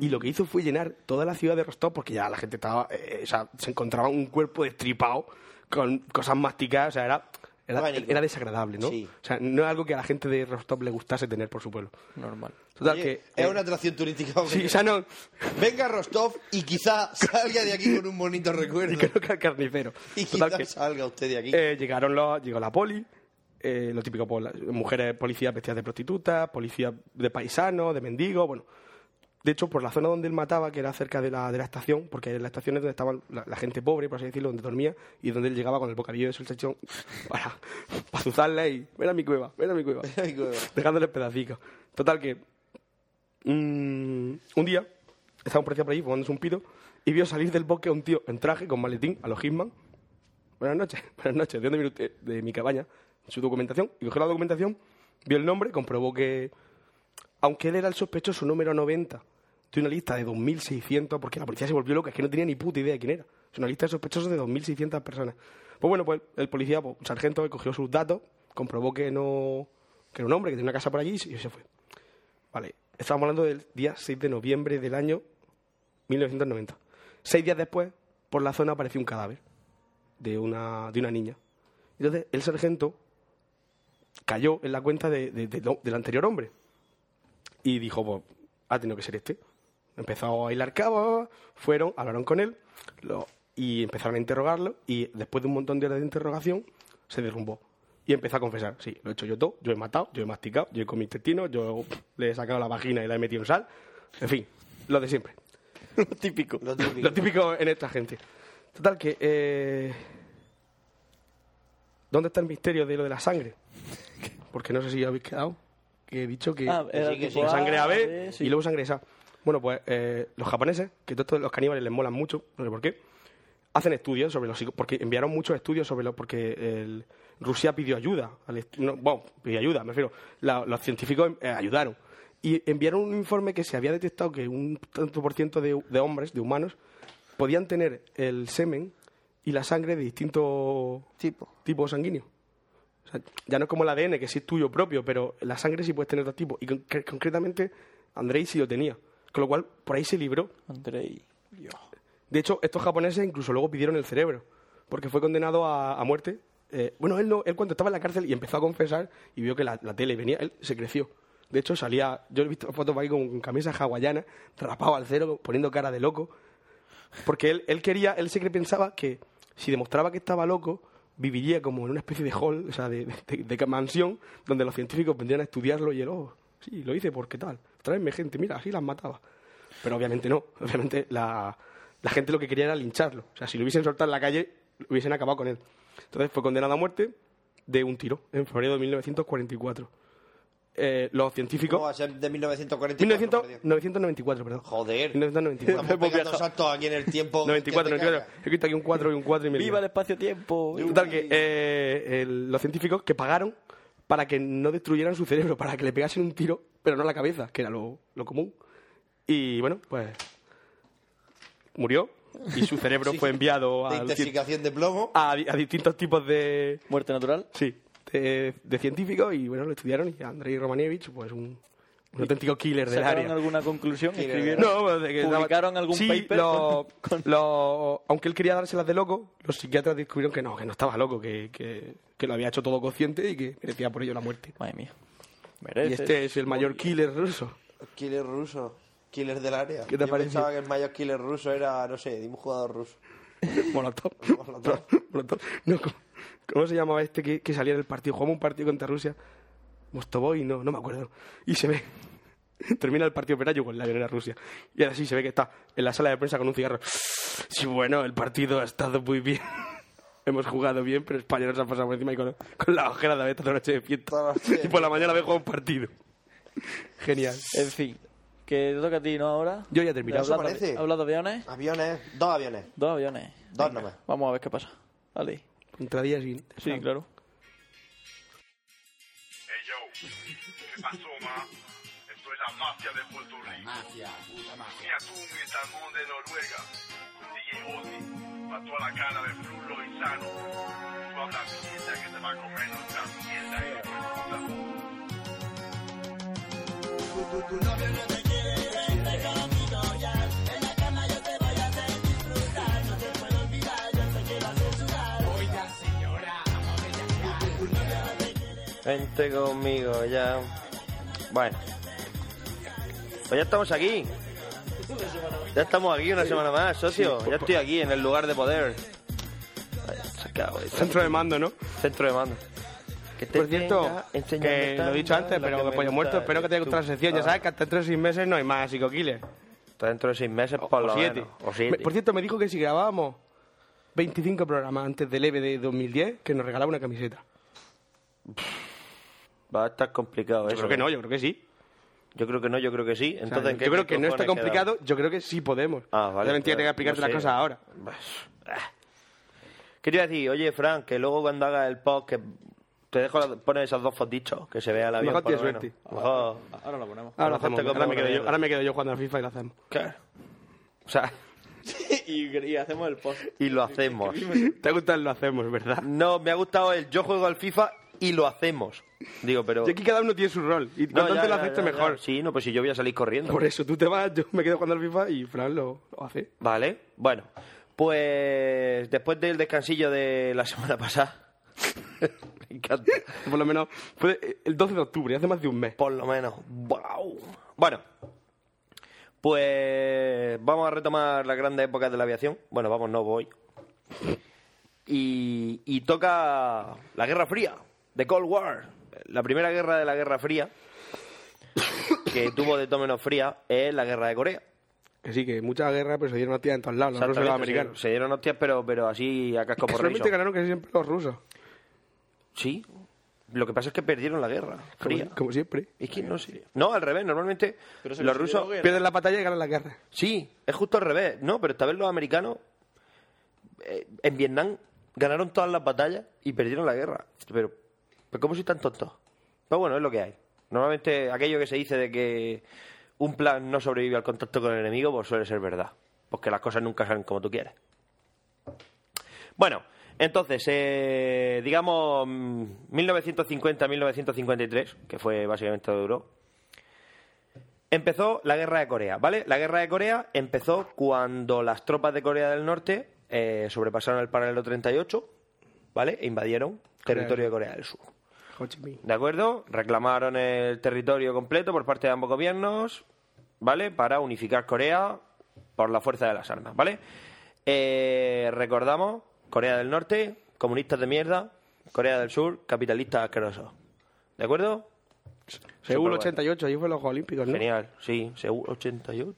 y lo que hizo fue llenar toda la ciudad de Rostov porque ya la gente estaba eh, o sea se encontraba un cuerpo destripado con cosas masticadas o sea era era, Pánico. era desagradable no Sí. o sea no es algo que a la gente de Rostov le gustase tener por su pueblo Normal. total Oye, que es eh, una atracción turística. hombre. sí o sea no Venga Rostov y quizá salga de aquí con un bonito recuerdo. y creo que al carnicero Y Total quizá que- salga usted de aquí. Eh, llegaron los, llegó la poli, eh, lo típico, pues, las mujeres policías vestidas de prostitutas, policías de paisanos, de mendigos, bueno. De hecho, por la zona donde él mataba, que era cerca de la, de la estación, porque en la estación es donde estaba la, la gente pobre, por así decirlo, donde dormía, y donde él llegaba con el bocadillo de salchichón para, para azuzarla y, ven a mi cueva, ven a mi cueva, Ay, cueva. dejándole pedacitos. Total que, mm, un día, estaba un policía por allí fumándose un pito, y vio salir del bosque a un tío en traje, con maletín, a los Hitman, Buenas noches, buenas noches. ¿De dónde viene usted? De mi cabaña. Su documentación. Y cogió la documentación, vio el nombre, comprobó que, aunque él era el sospechoso número 90 de una lista de 2.600, porque la policía se volvió loca, es que no tenía ni puta idea de quién era. Es una lista de sospechosos de 2.600 personas. Pues bueno, pues el policía, pues, un sargento, cogió sus datos, comprobó que no que era un hombre, que tenía una casa por allí y se fue. Vale, estábamos hablando del día 6 de noviembre del año 1990. Seis días después, por la zona apareció un cadáver de una, de una niña. Entonces, el sargento cayó en la cuenta de- de- de lo- del anterior hombre y dijo, pues, ha tenido que ser este. Empezó a hilar cabos, fueron, hablaron con él lo- y empezaron a interrogarlo y después de un montón de horas de interrogación se derrumbó y empezó a confesar, sí, lo he hecho yo todo, yo he matado, yo he masticado, yo he comido intestino, yo le he sacado la vagina y la he metido en sal, en fin, lo de siempre. lo típico. Lo típico. Lo típico en esta gente. Total que... eh, ¿Dónde está el misterio de lo de la sangre? Porque no sé si ya habéis quedado. Que he dicho que... Ah, era sí, que sí. tipo Ah, Luego sangre A, AB B, sí. y luego sangre SA. Bueno, pues eh, los japoneses, que todos los caníbales les molan mucho, no sé por qué, hacen estudios sobre los psico- porque enviaron muchos estudios sobre los porque el- Rusia pidió ayuda, al est- no, bueno, pidió ayuda, me refiero, la- los científicos eh, ayudaron y enviaron un informe que se había detectado que un tanto por ciento de, de hombres, de humanos, podían tener el semen y la sangre de distintos Tipo. tipo sanguíneo. O sea, ya no es como el ADN, que sí es tuyo propio, pero la sangre sí puedes tener otro tipo. Y con- que- concretamente, Andrei sí lo tenía. Con lo cual, por ahí se libró. Andrei. De hecho, estos japoneses incluso luego pidieron el cerebro, porque fue condenado a, a muerte. Eh, bueno, él, no, él cuando estaba en la cárcel y empezó a confesar y vio que la, la tele venía, él se creció. De hecho, salía, yo he visto fotos por ahí con camisa hawaiana, rapado al cero, poniendo cara de loco. Porque él, él quería, él se cre- pensaba que si demostraba que estaba loco, viviría como en una especie de hall, o sea, de, de- de- de mansión, donde los científicos vendrían a estudiarlo y él, oh, sí, lo hice porque tal, tráeme gente, mira, así las mataba. Pero obviamente no, obviamente la, la gente lo que quería era lincharlo. O sea, si lo hubiesen soltado en la calle, hubiesen acabado con él. Entonces fue condenado a muerte de un tiro en febrero de 1944. Eh, los científicos... ¿Cómo va a ser de 1944? 1900 por Dios? 994, perdón. Joder. 1994. Estamos pegando saltos aquí en el tiempo. 94, que te 94. cagas. He quitado aquí un 4 y un 4 y medio. ¡Viva el espacio-tiempo! Total, que eh, el- los científicos que pagaron para que no destruyeran su cerebro, para que le pegasen un tiro, pero no a la cabeza, que era lo, lo común. Y bueno, pues murió y su cerebro Sí. fue enviado De a, intoxicación de plomo. a- a distintos tipos de, Muerte natural. Sí, de, de científicos y bueno, lo estudiaron y Andrei Romanievich, pues un, un auténtico killer del ¿Sacaron área. alguna conclusión? Killer. ¿Escribieron? No, pues, de que estaba- ¿Publicaron algún sí, paper? lo- con- lo- aunque él quería dárselas de loco, los psiquiatras descubrieron que no, que no estaba loco, que, que- que lo había hecho todo consciente y que merecía por ello la muerte. Madre mía. Y Mereces este es el mayor morir. killer ruso. Killer ruso. Killer del área. ¿Qué te Yo parece? pensaba que el mayor killer ruso era, no sé, de un jugador ruso. Molotov. Molotov. Molotov. No, ¿cómo, cómo se llamaba este que, que salía en el partido? Jugamos un partido contra Rusia. Mostovoy, no, no me acuerdo. Y se ve. Termina el partido, pero era Yugoslavia, no era Rusia. Y ahora sí se ve que está en la sala de prensa con un cigarro. Sí, bueno, el partido ha estado muy bien. Hemos jugado bien, pero España nos ha pasado por encima y con, con la ojera de haber estado toda la noche de fiesta. Toda la noche de Y por la mañana habéis jugado un partido. Genial. En fin, que te toca a ti, ¿no? Ahora. Yo ya he terminado. Hablando de- parece. hablando de aviones. Aviones, dos aviones. Dos aviones. Dos nomás. Vamos a ver qué pasa. Dale. Contra días y... Sí, claro. Vente conmigo ya. Bueno. Pues ya estamos aquí. Ya estamos aquí una semana más, pues, socio. Ya estoy aquí en el lugar de poder. Ay, se cago en- Centro de mando, ¿no? Centro de mando. Que te Por cierto, venga enseñando Pues que lo tanto he dicho antes, lo pero que de me pollo muerto, gusta espero que te haya de gustado la tú. sección. Ya Ah, sabes que hasta dentro de seis meses no hay más psicoquiles. hasta dentro de seis meses, O, por o lo siete. menos. O siete. Me- Por cierto, me dijo que si grabábamos 25 programas antes del EVE de 2010, que nos regalaba una camiseta. Va a estar Yo complicado eso. ¿eh? creo que no, yo creo que sí. Yo creo que no, yo creo que sí. O sea, Entonces, ¿en qué yo creo que no cojones está quedamos? complicado, yo creo que sí podemos. Ah, vale. Realmente pues, tengo que explicarte no las sé. cosas ahora. Ah. Quería decir, oye, Frank, que luego cuando hagas el post, que te dejo la- poner esas dos fotitos, que se vea la vida. Mejor tienes suerte. Ahora lo ponemos. Ahora, lo Mejor te hacemos, compro ahora me una quedo yo, mierda. ahora me quedo yo jugando a FIFA y lo hacemos. O sea, y, y hacemos el post. y lo hacemos. Te gusta el lo hacemos, ¿verdad? No, me ha gustado el yo juego al FIFA y lo hacemos. Digo, pero. Y aquí cada uno tiene su rol. Y No, cuanto ya, antes lo ya, aceptes ya, ya. mejor. Sí, no, pues si yo voy a salir corriendo. Por eso tú te vas, yo me quedo jugando al FIFA y Fran lo, lo hace. Vale, bueno. Pues después del descansillo de la semana pasada. me encanta. Por lo menos fue eh, el 12 de octubre, hace más de un mes. Por lo menos. ¡Wow! Bueno, pues vamos a retomar las grandes épocas de la aviación. Bueno, vamos, no voy. Y, y toca la Guerra Fría, The Cold War. La primera guerra de la Guerra Fría, que tuvo de todo menos fría, es la Guerra de Corea. Que sí, que mucha guerra, pero se dieron hostias en todos lados, los rusos y los Exactamente, americanos. Se, se dieron hostias, pero, pero así a casco por Solamente ganaron casi siempre los rusos, Sí, lo que pasa es que perdieron la guerra fría. como, como siempre. Es que no sé. No, al revés, normalmente los rusos... Pierden la batalla y ganan la guerra. Sí, es justo al revés. No, pero esta vez los americanos eh, en Vietnam ganaron todas las batallas y perdieron la guerra. Pero, pero ¿cómo si tan tontos? Pero bueno, es lo que hay. Normalmente aquello que se dice de que un plan no sobrevive al contacto con el enemigo, pues suele ser verdad. Porque las cosas nunca salen como tú quieres. Bueno, entonces, eh, digamos mm, 1950-1953, que fue básicamente lo que duró, Empezó la guerra de Corea, ¿vale? La guerra de Corea empezó cuando las tropas de Corea del Norte eh, sobrepasaron el paralelo 38, ¿vale? E invadieron territorio de Corea del Sur. Ho Chi Minh. ¿De acuerdo? Reclamaron el territorio completo por parte de ambos gobiernos, ¿vale? Para unificar Corea por la fuerza de las armas, ¿vale? Eh, recordamos, Corea del Norte, comunistas de mierda, Corea del Sur, capitalistas asquerosos. ¿De acuerdo? Seúl bueno. 88, ahí fue los Juegos Olímpicos, ¿no? Genial, sí, Seúl 88.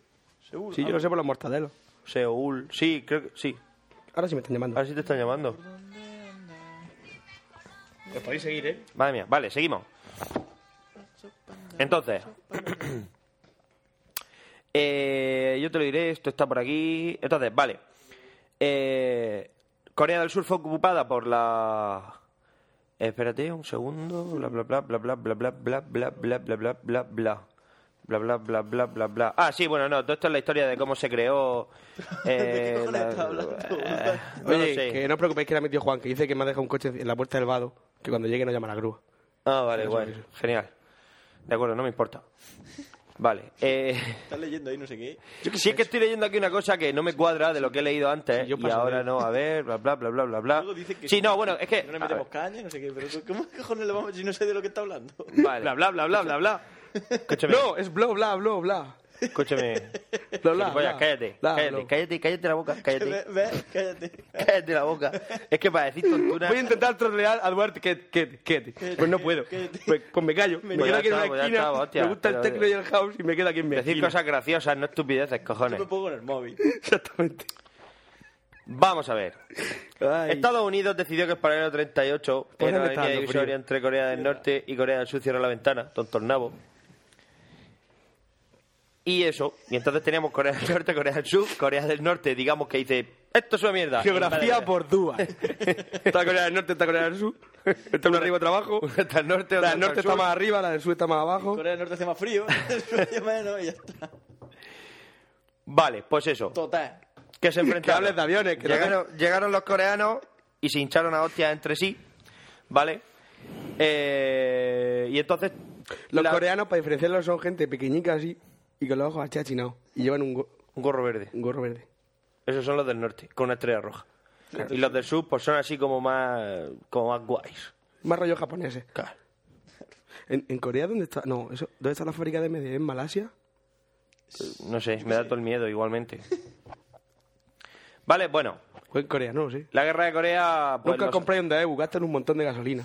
Sí, yo lo sé por los mortadelos. Seúl, sí, creo que sí. Ahora sí me están llamando. Ahora sí te están llamando. Pues podéis seguir, ¿eh? Madre mía, vale, seguimos. Entonces, eh, yo te lo diré, esto está por aquí. Entonces, vale. Eh, Corea del Sur fue ocupada por la. Espérate un segundo. Bla bla bla bla bla bla bla bla bla bla bla bla bla bla. Bla bla bla bla bla bla. Ah, sí, bueno, no, todo esto es la historia de cómo se creó. eh, la- eh, no lo Oye, sé. que no os preocupéis que la ha metido Juan, que dice que me ha dejado un coche en la puerta del vado, que cuando llegue no llama a la grúa. Ah, vale, Eso, guay. eso. Genial. De acuerdo, no me importa. Vale. Eh, Estás leyendo ahí no sé qué. si es que estoy leyendo aquí una cosa que no me cuadra de lo que he leído antes Sí, yo y paso ahora de- no, a ver, bla, bla, bla, bla, bla, bla. Luego dice que Ah. Sí, no, bueno, es que... No le a ver. metemos caña, no sé qué. Pero tú, ¿cómo cojones le vamos si no sé de lo que está hablando? Vale. Bla, bla, bla, bla, bla, bla. Escúchame, No, es bla, bla, bla, bla. escúchame. Bla, bla, Gilipollas, bla. cállate, Bla, cállate, bla. cállate, cállate la boca, Ve, cállate. ve, cállate. Cállate la boca. Es que para decir tonturas... Voy a intentar trolear a Duarte, que, que, que, pues no puedo. Cállate. Pues, pues me callo. Me, Pues quedo ya aquí en está, una pues ya esquina, está, hostia, me gusta el pero- tecno y el house y me quedo aquí en mi Decir esquina. cosas graciosas, no estupideces, cojones. Yo me pongo en el móvil. Exactamente. Vamos a ver. Ay. Estados Unidos decidió que el paralelo 38 Pues no era la me está línea dando divisoria frío. entre Corea del Norte y Corea del Sur. Cierra la ventana, tontornabo. Y eso, y entonces teníamos Corea del Norte, Corea del Sur, Corea del Norte, digamos que dice, esto es una mierda. Geografía por Dúa. Está Corea del Norte, está Corea del Sur. Está una arriba, otra abajo. Está el norte, La del norte otra está está el sur. más arriba, la del sur está más abajo. Corea del Norte hace más frío, más o menos, y ya está. Vale, pues eso. Total. Que se Que enfrentaron. hables de aviones. Que no- llegaron, llegaron los coreanos y se hincharon a hostias entre sí, ¿vale? Eh, y entonces... Los la- coreanos, para diferenciarlos, son gente pequeñica así y con los ojos achachinados. Y llevan un, go- Un gorro verde. un gorro verde. Esos son los del norte, con una estrella roja. Y los del sur, pues son así como más, como más guays. Más rollo japoneses. ¿En, en Corea dónde está? No, eso, ¿dónde está la fábrica de MD? ¿En Malasia? No sé, me da todo el miedo igualmente. Vale, bueno, ¿O Pues en Corea? No, sí. la guerra de Corea... pues, Nunca los- compré un Daewoo, gastan un montón de gasolina.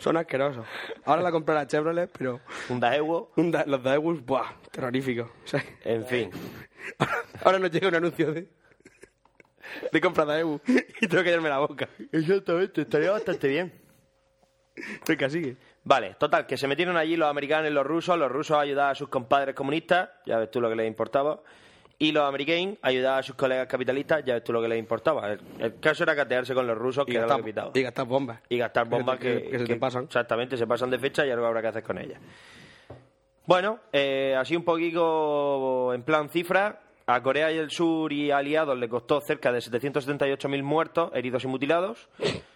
Son asquerosos. Ahora la compré la Chevrolet, pero un Daewoo, un Da- los Daewoo's, ¡buah! Terroríficos. O sea, en fin. ahora nos llega un anuncio de, de compra Daewoo y tengo que callarme la boca. Exactamente, estaría bastante bien. Venga, sigue. Vale, total, que se metieron allí los americanos y los rusos. Los rusos ayudaban a sus compadres comunistas, ya ves tú lo que les importaba. Y los americanos ayudaban a sus colegas capitalistas, ya ves tú lo que les importaba. El, el caso era catearse con los rusos, que era lo que pitaba. y gastar bombas. Y gastar Que se te- bombas que, que, que se te que- pasan. Exactamente, se pasan de fecha y algo habrá que hacer con ellas. Bueno, eh, así un poquito en plan cifra. A Corea del Sur y aliados le costó cerca de 778.000 muertos, heridos y mutilados,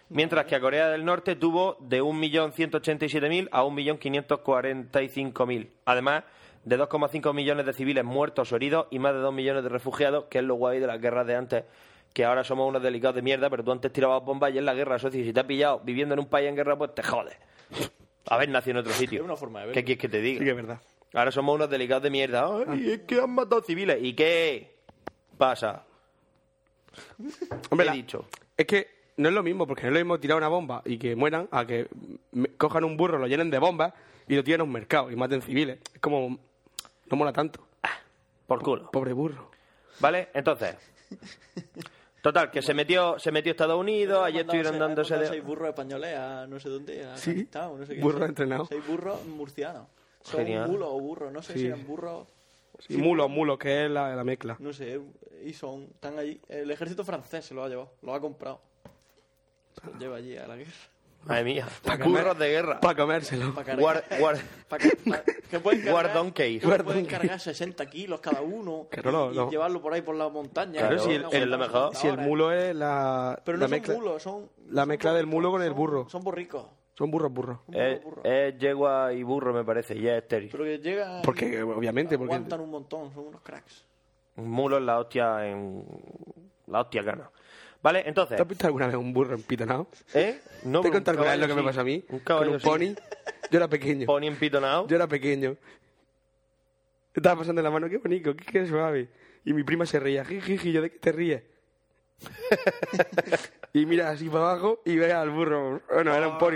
mientras que a Corea del Norte tuvo de 1.187.000 a 1.545.000. Además de 2,5 millones de civiles muertos o heridos y más de 2 millones de refugiados, que es lo guay de las guerras de antes, que ahora somos unos delicados de mierda, pero tú antes tirabas bombas y es la guerra, socio. y Si te has pillado viviendo en un país en guerra, pues te jodes. Haber nacido en otro sitio. Es una forma de verlo. ¿Qué quieres que te diga? Sí que es verdad. Ahora somos unos delicados de mierda. Ah. Ay, es que han matado civiles. ¿Y qué pasa? Hombre, He la- dicho. Es que no es lo mismo, porque no es lo mismo tirar una bomba y que mueran a que me- cojan un burro, lo llenen de bombas y lo tiren a un mercado y maten civiles. Es como. No mola tanto. Por culo. Pobre burro. ¿Vale? Entonces. Total, que se metió, se metió Estados Unidos, ayer estuvieron dándose de... de. seis burros españoles a no sé dónde, a Sí, Afganistán o no sé qué. burros Seis- entrenados. Seis burros murcianos. Son Genial. mulos o burros, no sé si eran burros, Y mulos, mulos, que es la, la mezcla. no sé, y son, están allí. El ejército francés se los ha llevado, los ha comprado. Se los lleva allí a la guerra. Madre mía. Pa' Burros comer- de guerra. Para comérselo. Para cargar. Guard- guard- pa' car- pa- que pueden cargar- Guardón case. que Guardón pueden case. cargar 60 kilos cada uno Claro, no, y, y no. llevarlo por ahí por la montaña. Claro, Que si el- no si es lo aguantan mejor. 60 Si el horas. mulo es la. ¿eh? Pero no la son mezcla. mulos, son. la son mezcla del mulo con el son- burro. Son borricos. Son burros, burros. son Es, burros, burros. es Eh, yegua y burro, me parece, ya es estéril. Pero que llegan. Porque, eh, obviamente, porque- Aguantan un montón, son unos cracks. Un mulo es la hostia en. La hostia gana. ¿Vale? Entonces. ¿Te has visto alguna vez un burro empitonado? ¿Eh? No, Te he pero un contado alguna vez lo que caballo me sí. pasó a mí. Un con caballo un sí. pony. Yo era pequeño. Pony empitonado. Yo era pequeño. Estaba pasando la mano, qué bonito, qué, qué suave. Y mi prima se reía, jiji, yo de qué te ríes. y mira así para abajo y ve al burro. Bueno, era un pony.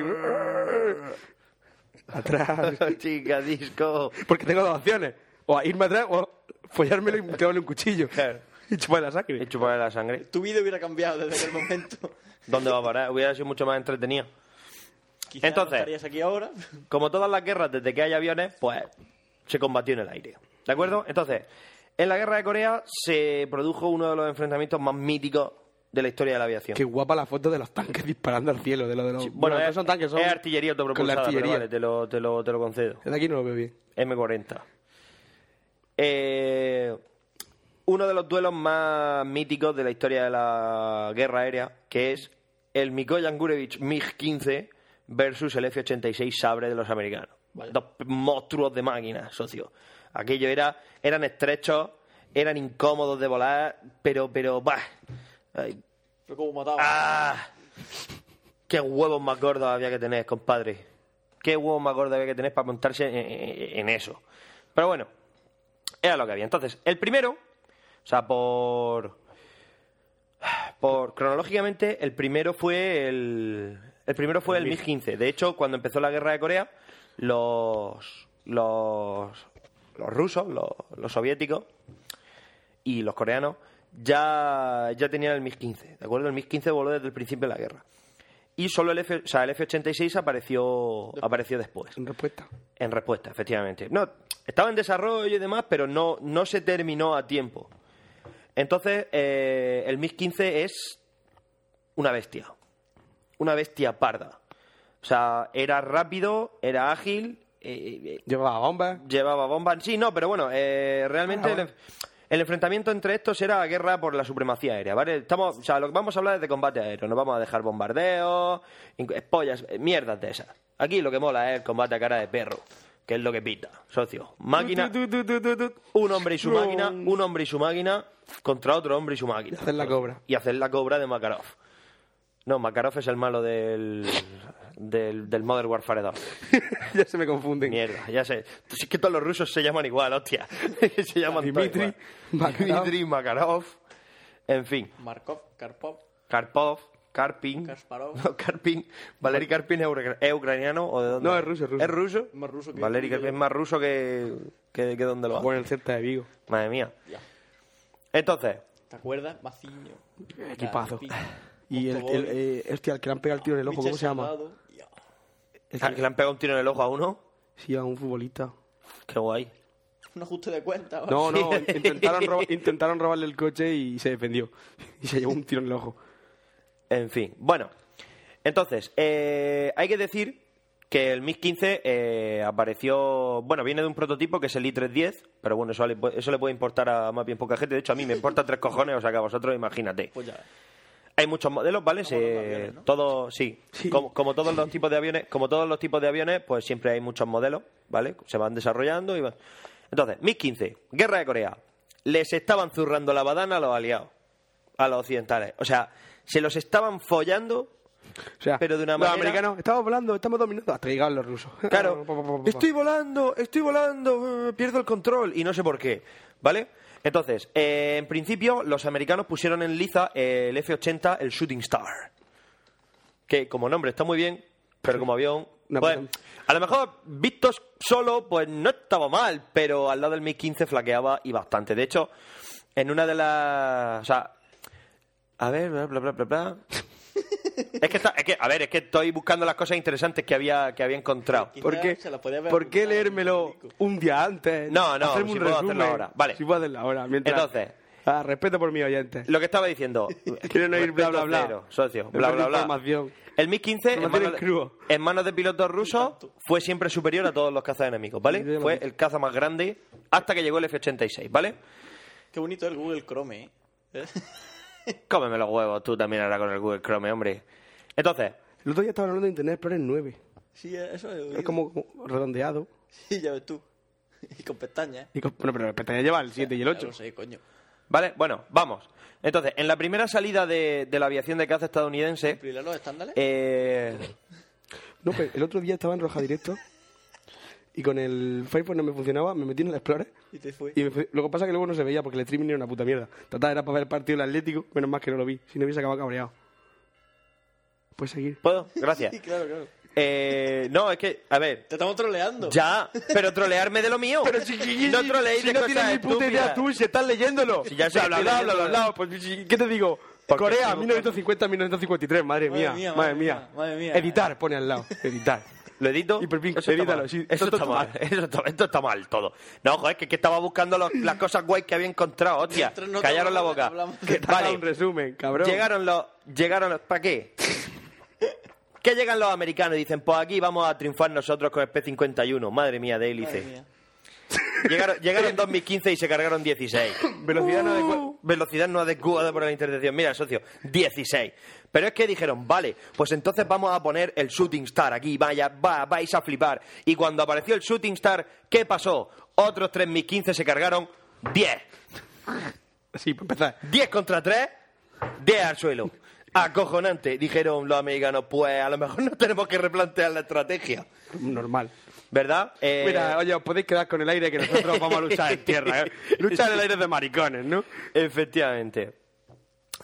atrás. Chica, disco. Porque tengo dos opciones. O a irme atrás o a follármelo y clavarle un cuchillo. Claro. Y chuparle la sangre. He chupado la sangre. Tu vida hubiera cambiado desde aquel momento. ¿Dónde va a parar? Hubiera sido mucho más entretenido. Quizás Entonces- no estarías aquí ahora. Como todas las guerras, desde que hay aviones, pues se combatió en el aire. ¿De acuerdo? Entonces, en la guerra de Corea se produjo uno de los enfrentamientos más míticos de la historia de la aviación. Qué guapa la foto de los tanques disparando al cielo. De lo, de los, bueno, no es, son tanques, son. es artillería Con la autopropulsada, pero artillería. vale, te lo, te lo- te lo concedo. El de aquí no lo veo bien. M40. Eh, uno de los duelos más míticos de la historia de la guerra aérea, que es el Mikoyan Gurevich MiG-15 versus el F-86 Sabre de los americanos. Dos p- monstruos de máquina, socio. Aquello era, eran estrechos, eran incómodos de volar, pero, pero, bah. Ay, Pero como mataba. ¡Ah! ¡Qué huevos más gordos había que tener, compadre! ¡Qué huevos más gordos había que tener para montarse en, en- en eso! Pero bueno, era lo que había. Entonces, el primero, o sea, por. por cronológicamente, el primero fue el. El primero fue el MiG-15. De hecho, cuando empezó la guerra de Corea, los. los. los rusos, los, los soviéticos, y los coreanos ya, ya tenían el MiG-15, ¿de acuerdo? El MiG-15 voló desde el principio de la guerra. Y solo el F, o sea, el F-86 apareció, apareció después, En respuesta. en respuesta, efectivamente. No, estaba en desarrollo y demás, pero no, no se terminó a tiempo. Entonces, eh, el MIG 15 es una bestia. Una bestia parda. O sea, era rápido, era ágil, eh, eh, Llevaba bombas. llevaba bombas. Sí, no, pero bueno, eh, realmente Ah, el, enf- el enfrentamiento entre estos era guerra por la supremacía aérea, ¿vale? Estamos, o sea, lo que vamos a hablar es de combate aéreo. No vamos a dejar bombardeos, inc- pollas, eh, mierdas de esas. Aquí lo que mola es el combate a cara de perro, que es lo que pita, socio. Máquina, Tu, tu, tu, tu, tu. un hombre y su No. máquina, un hombre y su máquina contra otro hombre y su máquina. Hacer la cobra. Y hacer la cobra de Makarov. No, Makarov es el malo del, del, del Modern Warfare 2. ya se me confunden. Mierda, ya sé. Si es que todos los rusos se llaman igual, hostia. se llaman todos Dimitri, igual. Makarov. Dimitri, Makarov. En fin, Markov, Karpov, Karpov, Karpin. Kasparov. No, Karpin. Valery Karpin es, ucra- es ucraniano o de dónde? No, es ruso, es ruso. ¿Es ruso? Más ruso que- Valery Karpin es más ruso que, que, que donde lo hace. Bueno, el Celta de Vigo. Madre mía. Entonces, ¿Te acuerdas? Maciño. Eh, Equipazo. Y el, el, eh, hostia, el que le han pegado el tiro en el ojo, ¿cómo se llama? El que al que ah, le han pegado un tiro en el ojo a uno, Sí, a un futbolista. qué guay. Un ajuste de cuenta. ¿vale? No, no, intentaron, roba- intentaron robarle el coche y se defendió. Y se llevó un tiro en el ojo. En fin, bueno. Entonces, eh, hay que decir que el MiG 15 eh, apareció. Bueno, viene de un prototipo que es el I310, pero bueno, eso le, pu- eso le puede importar a más bien poca gente. De hecho, a mí me importa tres cojones, o sea que a vosotros imagínate. Pues ya. Hay muchos modelos, ¿vale? Se- Todos, sí. Como, como todos los tipos de aviones, como todos los tipos de aviones, pues siempre hay muchos modelos, ¿vale? Se van desarrollando y van. Entonces, 1015, Guerra de Corea. Les estaban zurrando la badana a los aliados, a los occidentales. O sea, se los estaban follando. O sea, Pero de una los manera- americanos, estamos volando, estamos dominando. Hasta que llegaban los rusos. Claro, Pa, pa, pa, pa, pa. estoy volando, estoy volando, eh, pierdo el control y no sé por qué, ¿vale? Entonces, eh, en principio, los americanos pusieron en liza eh, el F-80, el Shooting Star. que como nombre está muy bien, pero como avión, Una pues, puta- a lo mejor vistos solo, pues no estaba mal, pero al lado del Mi 15 flaqueaba y bastante. De hecho, en una de las, o sea, a ver, bla bla bla bla. bla. es que está, es que, a ver, es que estoy buscando las cosas interesantes que había que había encontrado. ¿Por qué, Se la podía haber ¿Por qué apuntado en leérmelo el un día antes? No, no, Hacerme si un puedo resumen. hacerlo ahora. Vale. Si puedo hacerlo ahora. Mientras... Entonces. Ah, respeto por mis oyentes. Lo que estaba diciendo. Quieren oír bla, Respeto bla, bla. cero, socio. Me Bla, falta bla, bla. información. El MiG-15 en, Información manos en de- crudo. en manos de pilotos rusos fue siempre superior a todos los cazas enemigos, Sí, ya ¿vale? lo Fue dije. el caza más grande hasta que llegó el F-86, ¿vale? Qué bonito el Google Chrome, ¿eh? Cómeme los huevos tú también ahora con el Google Chrome, hombre. Entonces, El otro día estaba hablando de Internet Explorer 9. Sí, eso es. Es como, como redondeado. Sí, ya ves tú. Y con pestañas. Y con- Bueno, pero el pestaña lleva el 7 y el 8. No sé, coño. ¿vale? Bueno, vamos. Entonces, en la primera salida de, de la aviación de caza estadounidense, ¿Cumplirá los estándares? eh, No, pero el otro día estaba en Roja Directo y con el Firefox no me funcionaba, me metí en el Explorer Y te fue. y me fui- lo que pasa es que luego no se veía porque el streaming era una puta mierda. Trataba era para ver el partido del Atlético, menos mal que no lo vi, si no hubiese acabado cabreado. Puedes seguir. ¿puedo? Gracias. Sí, claro, claro. Eh, no, es que, a ver, Te estamos troleando. ya, pero trolearme de lo mío. no troleéis de cosas estúpidas. si estás leyéndolo. Si ya sé, habla, estoy habla, habla, leyéndolo. habla, Pues, si- ¿Qué te digo? Porque Corea, estoy 1950-1953, madre, Madre mía, mía, madre madre mía, mía, madre mía. Editar, pone al lado, editar. ¿Lo edito? Hiperlink, Eso está edítalo, mal. sí. Eso Esto está está mal. Eso está, esto está mal todo. No, joder, que, que estaba buscando los- las cosas guay que había encontrado. Hostia, Mientras no te callaron la hablamos, boca. hablamos. Que- Te haga vale, un resumen, cabrón. llegaron los... Llegaron los... ¿Para qué? que llegan los americanos y dicen, pues aquí vamos a triunfar nosotros con el P-51. Madre mía, de Madre hélice. mía. Llegaron, llegaron en 2015 y se cargaron Uh. 16. Velocidad, no adecua- velocidad no adecuada para la intercepción. Mira, socio, 16. Pero es que dijeron, vale, pues entonces vamos a poner el Shooting Star aquí, vaya, va, vais a flipar. Y cuando apareció el Shooting Star, ¿qué pasó? Otros 3.015 se cargaron 10. Sí, para empezar. 10 contra 3, 10 al suelo. Acojonante, dijeron los americanos, pues a lo mejor no tenemos que replantear la estrategia. Normal. ¿Verdad? Eh, Mira, oye, os podéis quedar con el aire que nosotros vamos a luchar en tierra. ¿eh? Luchar en el aire es de maricones, ¿no? Efectivamente.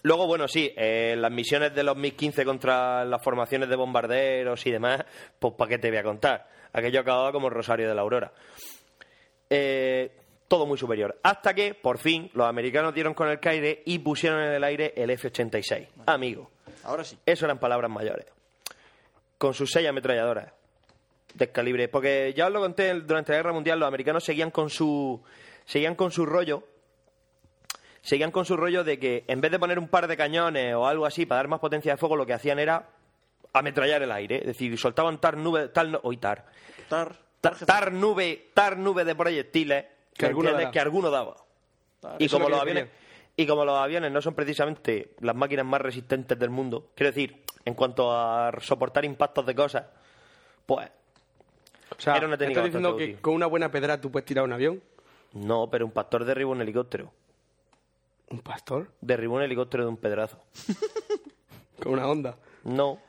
Luego, bueno, sí, eh, las misiones de los 1015 contra las formaciones de bombarderos y demás, pues ¿para qué te voy a contar? Aquello acababa como el Rosario de la Aurora. Eh, todo muy superior. Hasta que, por fin, los americanos dieron con el caire y pusieron en el aire el F-86. Amigo, Ahora sí. eso eran palabras mayores. Con sus seis ametralladoras. Descalibre. Porque ya os lo conté durante la Guerra Mundial, los americanos seguían con su. seguían con su rollo. Seguían con su rollo de que en vez de poner un par de cañones o algo así para dar más potencia de fuego, lo que hacían era ametrallar el aire. Es decir, soltaban tal nube, tal no- uy, tar. Tar, Tar, tar nube, tar nube de proyectiles Que alguno ¿entiendes? daba. que alguno daba. Tar, Y eso como, es lo los que yo aviones, y como los aviones no son precisamente las máquinas más resistentes del mundo, quiero decir, en cuanto a soportar impactos de cosas, pues O sea, Era una técnica estás diciendo bastante que útil. con una buena pedra tú puedes tirar un avión, no, pero un pastor derribó un helicóptero. un pastor, Derribó un helicóptero de un pedrazo. con una onda. No.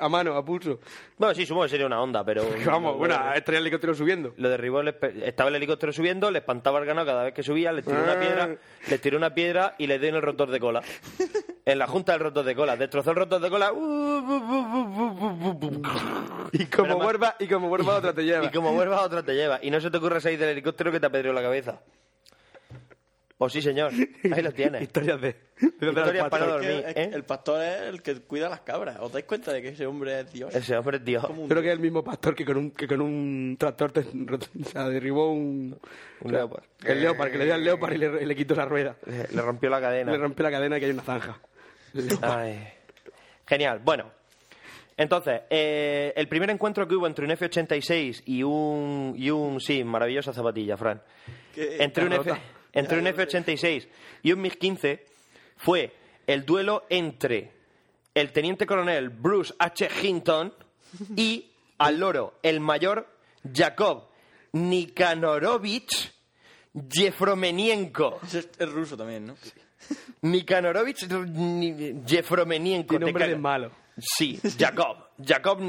a mano, a pulso. Bueno, sí, supongo que sería una onda, pero... Vamos, no, bueno, no, no. estaría el helicóptero subiendo. Lo derribó, le espe- estaba el helicóptero subiendo, le espantaba el ganado cada vez que subía, le tiró una piedra, le tiró una piedra y le dio en el rotor de cola. En la junta del rotor de cola. Destrozó el rotor de cola. uh, Y como Pero ma- vuelva, y como vuelva otra te lleva. Y como vuelvas, otra te lleva. Y no se te ocurra salir del helicóptero que te apedreó la cabeza. O sí, señor. Ahí lo tienes. Historias de... de Historias del pastor. para Es que- dormir, es que ¿eh? El pastor es el que cuida las cabras. ¿Os dais cuenta de que ese hombre es Dios? Ese hombre, tío. Como un Creo que es el mismo pastor que con un, que con un tractor te, o sea, derribó un... Un leopard. Eh, El leopard, que le dio al leopard y le, le quitó la rueda. Le le rompió la cadena. Le rompió la cadena que hay una zanja. El leopard. Ay. Genial. Bueno, entonces, eh, el primer encuentro que hubo entre un F-86 y un, y un. Sí, maravillosa zapatilla, Fran. Qué Entre un, F, derrota. entre un F-86 y un MiG-15 fue el duelo entre el teniente coronel Bruce H. Hinton y al loro, el mayor Jacob Nikanorovich Yefromenienko. Ese es, es ruso también, ¿no? Nikanorovich Ni- Yefromenienko. Tiene de nombre de Cana- malo. Sí, Jacob. Jacob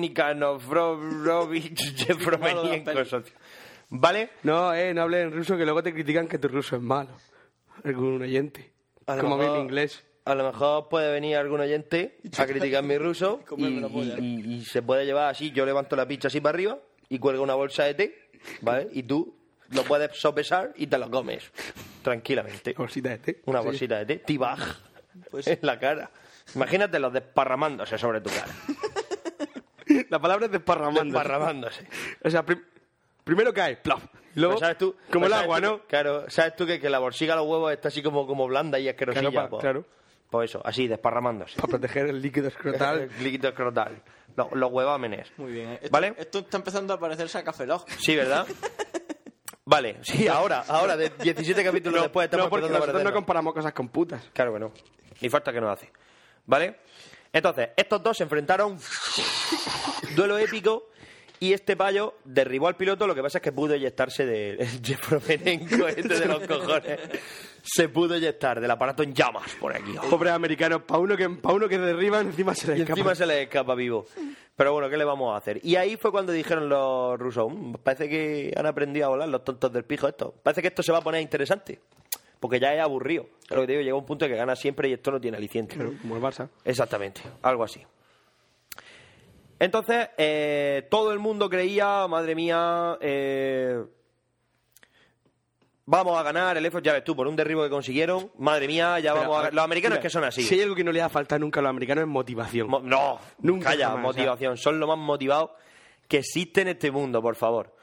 Nikanorovich Yefromenienko. socio. ¿Vale? No, eh, no hables en ruso, que luego te critican que tu ruso es malo. Algún oyente. A lo Como a mí mejor- en inglés. A lo mejor puede venir algún oyente a criticar mi ruso y, comerme la polla. y- y- y se puede llevar así. Yo levanto la picha así para arriba y cuelgo una bolsa de té, ¿vale? Y tú lo puedes sopesar y te lo comes tranquilamente. Bolsita de té. Una Sí. bolsita de té, tibaj, Pues- en la cara. Imagínate los desparramándose sobre tu cara. La palabra es desparramando. Desparramándose. O sea, prim- primero cae, plop. Y Luego, Pues sabes tú, como pues el sabes agua, tú que- ¿no? Claro, sabes tú que, que la bolsica de los huevos está así como, como blanda y asquerosilla. Claro, pa- pues, claro. Pues eso, así, desparramándose. Para proteger el líquido escrotal. El líquido escrotal. Lo- Los, huevámenes. Muy bien. ¿eh? Esto, ¿Vale? Esto está empezando a parecerse a Café Lock. Sí, ¿verdad? vale, sí, ahora, ahora, de 17 capítulos después estamos no, porque empezando a nosotros no parecernos. comparamos cosas con putas. Claro que no. Ni falta que nos hace. ¿Vale? Entonces, estos dos se enfrentaron. Duelo épico. Y este payo derribó al piloto. Lo que pasa es que pudo eyectarse del Jefromenenko este de los cojones. Se pudo eyectar del aparato en llamas por aquí. Pobres americanos, pa' uno que, pa' uno que derriban, encima se les Y escapa. encima se le escapa vivo. Pero bueno, ¿qué le vamos a hacer? Y ahí fue cuando dijeron los rusos, "Mm, parece que han aprendido a volar los tontos del pijo esto. Parece que esto se va a poner interesante. Porque ya es aburrido. Es lo que te digo, llega un punto que gana siempre y esto no tiene aliciente. Claro, como el Barça. Exactamente, algo así. Entonces, eh, todo el mundo creía, madre mía, eh, vamos a ganar el F, ya ves tú, por un derribo que consiguieron, madre mía, ya Pero, vamos a a ver, ganar. Los americanos mira, que son así. Si hay algo que no le ha faltado nunca a los americanos es motivación. Mo- no, Nunca Calla, jamás, motivación. Son lo más motivados que existe en este mundo, por favor.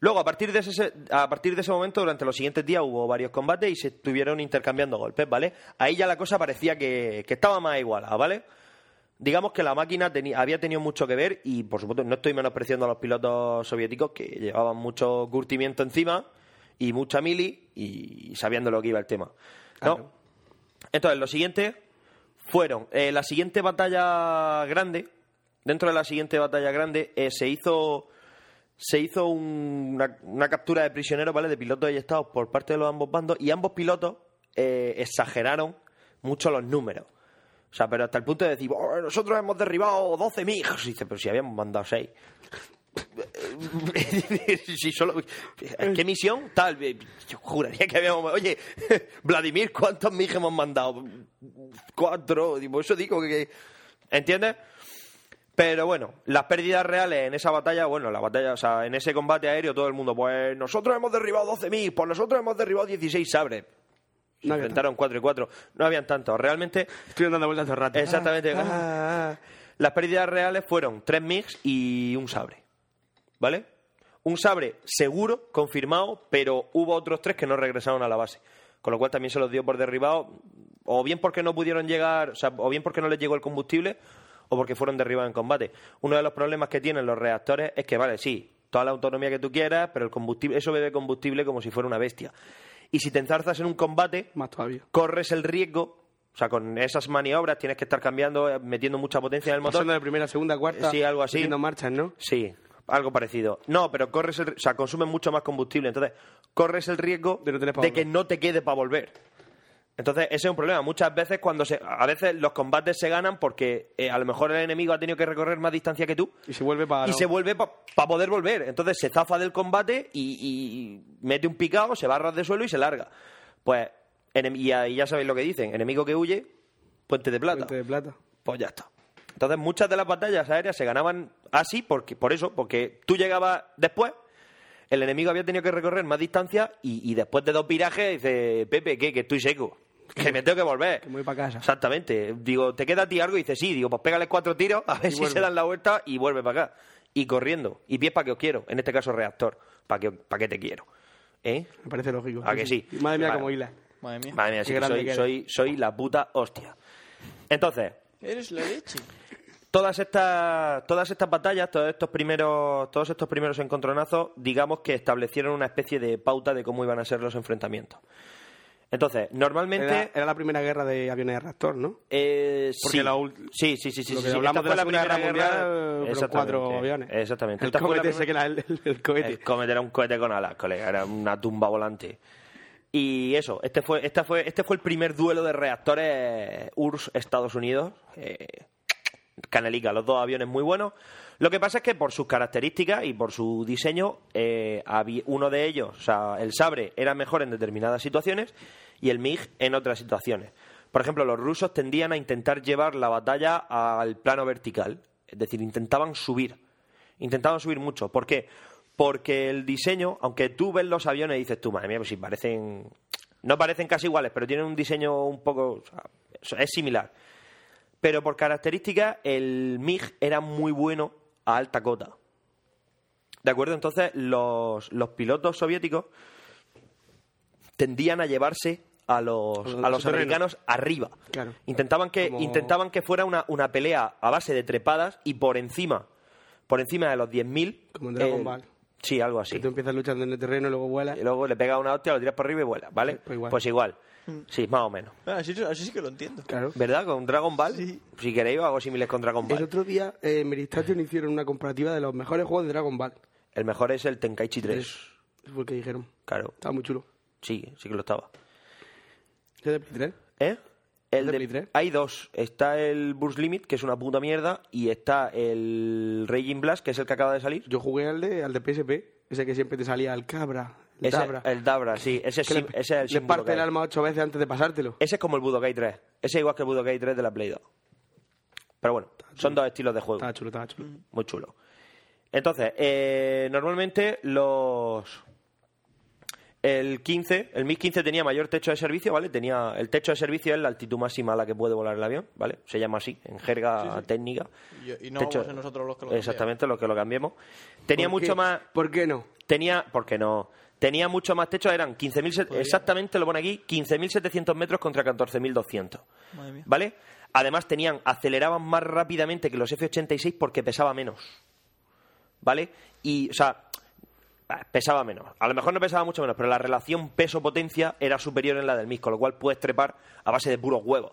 Luego, a partir, de ese, a partir de ese momento, durante los siguientes días hubo varios combates y se estuvieron intercambiando golpes, ¿vale? Ahí ya la cosa parecía que, que estaba más igualada, ¿vale? Digamos que la máquina teni- había tenido mucho que ver y, por supuesto, no estoy menospreciando a los pilotos soviéticos que llevaban mucho curtimiento encima y mucha mili y sabiendo lo que iba el tema. ¿no? Entonces, lo siguiente fueron eh, la siguiente batalla grande. Dentro de la siguiente batalla grande eh, se hizo se hizo un- una, una captura de prisioneros, ¿vale? De pilotos eyectados por parte de los ambos bandos y ambos pilotos eh, exageraron mucho los números. O sea, pero hasta el punto de decir, "Oh, nosotros hemos derribado 12 mijos. Y dice, pero si habíamos mandado 6. si solo... ¿Qué misión? Tal. eh, Yo juraría que habíamos... Oye, Vladimir, ¿cuántos mijos hemos mandado? Cuatro. Digo, eso digo que... ¿Entiendes? Pero bueno, las pérdidas reales en esa batalla, bueno, la batalla, o sea, en ese combate aéreo todo el mundo, pues nosotros hemos derribado 12.000, pues nosotros hemos derribado 16 sabres. No había Enfrentaron 4 y 4. No habían tantos. Realmente Estoy dando vueltas todo el rato. Exactamente. Ah, ah, ah. Las pérdidas reales fueron tres mix y un sabre. ¿vale? Un sabre seguro, confirmado, pero hubo otros tres que no regresaron a la base. Con lo cual también se los dio por derribado, o bien porque no pudieron llegar, o, sea, o bien porque no les llegó el combustible, o porque fueron derribados en combate. Uno de los problemas que tienen los reactores es que, vale, sí, toda la autonomía que tú quieras, pero el combustible, eso bebe combustible como si fuera una bestia. Y si te enzarzas en un combate, Más todavía. corres el riesgo, o sea, con esas maniobras tienes que estar cambiando, eh, metiendo mucha potencia en el motor. Pasando de primera a segunda, a cuarta. Sí, algo así. metiendo marchas, ¿no? Sí, algo parecido. No, pero corres el, o sea, consumes mucho más combustible, entonces corres el riesgo De no tener pa que volver. no te quede para volver. Entonces, ese es un problema. Muchas veces cuando se a veces los combates se ganan porque eh, a lo mejor el enemigo ha tenido que recorrer más distancia que tú Y se vuelve para. y se vuelve para poder volver. Entonces se zafa del combate y, y mete un picado, se va a ras de suelo y se larga. Pues, enem- y ahí ya sabéis lo que dicen: enemigo que huye, puente de plata. Puente de plata. Pues ya está. Entonces, muchas de las batallas aéreas se ganaban así, porque, por eso, porque tú llegabas después, el enemigo había tenido que recorrer más distancia y, y después de dos virajes dice: Pepe, ¿qué? Que estoy seco. Que me tengo que volver. Que me voy pa' casa. Exactamente. Digo, ¿te queda a ti algo? Y dice, sí. Digo, pues pégale cuatro tiros, a ver si se dan la vuelta y vuelve para acá. Y corriendo. Y pies para que os quiero. En este caso, reactor. Para que, para que te quiero. ¿Eh? Me parece lógico. ¿A que sí? Madre mía, Vale. como hila. Madre mía. Madre mía, Qué sí que grande soy- que eres. soy, soy la puta hostia. Entonces, Eres la leche. todas estas todas estas batallas todos estos primeros todos estos primeros encontronazos digamos que establecieron una especie de pauta de cómo iban a ser los enfrentamientos entonces normalmente Era, era la primera guerra de aviones de reactor, ¿no? eh, Porque sí. la ul- sí sí sí sí lo sí, que sí. hablamos Esta de la fue Segunda Guerra Mundial, guerra- pero con Exactamente. cuatro aviones. exactamente El Esta fue la cohete ese que primera- era el, el- el cohete. el Comet era un cohete con alas, colega, era una tumba volante. Y eso, este fue, esta fue, este fue el primer duelo de reactores URSS Estados Unidos. Eh, Canelica, los dos aviones muy buenos. Lo que pasa es que por sus características y por su diseño, eh, habí- uno de ellos, o sea, el Sabre, era mejor en determinadas situaciones y el MiG en otras situaciones. Por ejemplo, los rusos tendían a intentar llevar la batalla al plano vertical, es decir, intentaban subir. Intentaban subir mucho. ¿Por qué? Porque el diseño, aunque tú ves los aviones y dices tú, madre mía, pues si parecen. No parecen casi iguales, pero tienen un diseño un poco. o sea, es similar. Pero por características, el MiG era muy bueno a alta cota. ¿De acuerdo? Entonces, los, los pilotos soviéticos tendían a llevarse a los, A los- a los su terreno. americanos arriba. Claro. Intentaban que, Como- intentaban que fuera una, una pelea a base de trepadas y por encima, por encima de los 10.000. Como en Dragon Ball. Sí, algo así. Que tú empiezas luchando en el terreno y luego vuelas. Y luego le pega una hostia, lo tiras por arriba y vuela, ¿vale? Pues igual. Pues igual. Sí, más o menos. Ah, así, así sí que lo entiendo. Claro. ¿Verdad? Con Dragon Ball. Si queréis, hago similares con Dragon Ball. El otro día eh, en Meristation hicieron una comparativa de los mejores juegos de Dragon Ball. El mejor es el Tenkaichi 3. Es porque dijeron. Claro. Estaba muy chulo. Sí, sí que lo estaba. ¿Es de Play 3? ¿Eh? ¿El El de de- Play 3? Hay dos. Está el Burst Limit, que es una puta mierda, y está el Raging Blast, que es el que acaba de salir. Yo jugué al de, al de PSP, ese que siempre te salía el cabra, el Ese- dabra. El Dabra, sí. Ese, que es sim- le, ese es el le sin parte el Budokai. alma ocho veces antes de pasártelo. Ese es como el Budokai 3. Ese es igual que el Budokai 3 de la Play 2. Pero bueno, son dos estilos de juego. Estaba chulo, estaba chulo. Muy chulo. Entonces, eh, normalmente los. El 15, el MiG-15 tenía mayor techo de servicio, ¿vale? Tenía El techo de servicio es la altitud máxima a la que puede volar el avión, ¿vale? Se llama así, en jerga técnica. Y- y no Techo- vamos a ser nosotros los que lo Exactamente, los que lo cambiemos. Tenía ¿Por qué? mucho más. ¿Por qué no? Tenía, porque no, tenía mucho más techo, eran 15.000, exactamente lo pone aquí, 15.700 metros contra 14.200. Madre mía. ¿Vale? Además tenían, aceleraban más rápidamente que los F-86 porque pesaba menos. ¿Vale? Y, o sea, ah, pesaba menos. A lo mejor no pesaba mucho menos, pero la relación peso-potencia era superior en la del MIG, con lo cual puedes trepar a base de puros huevos.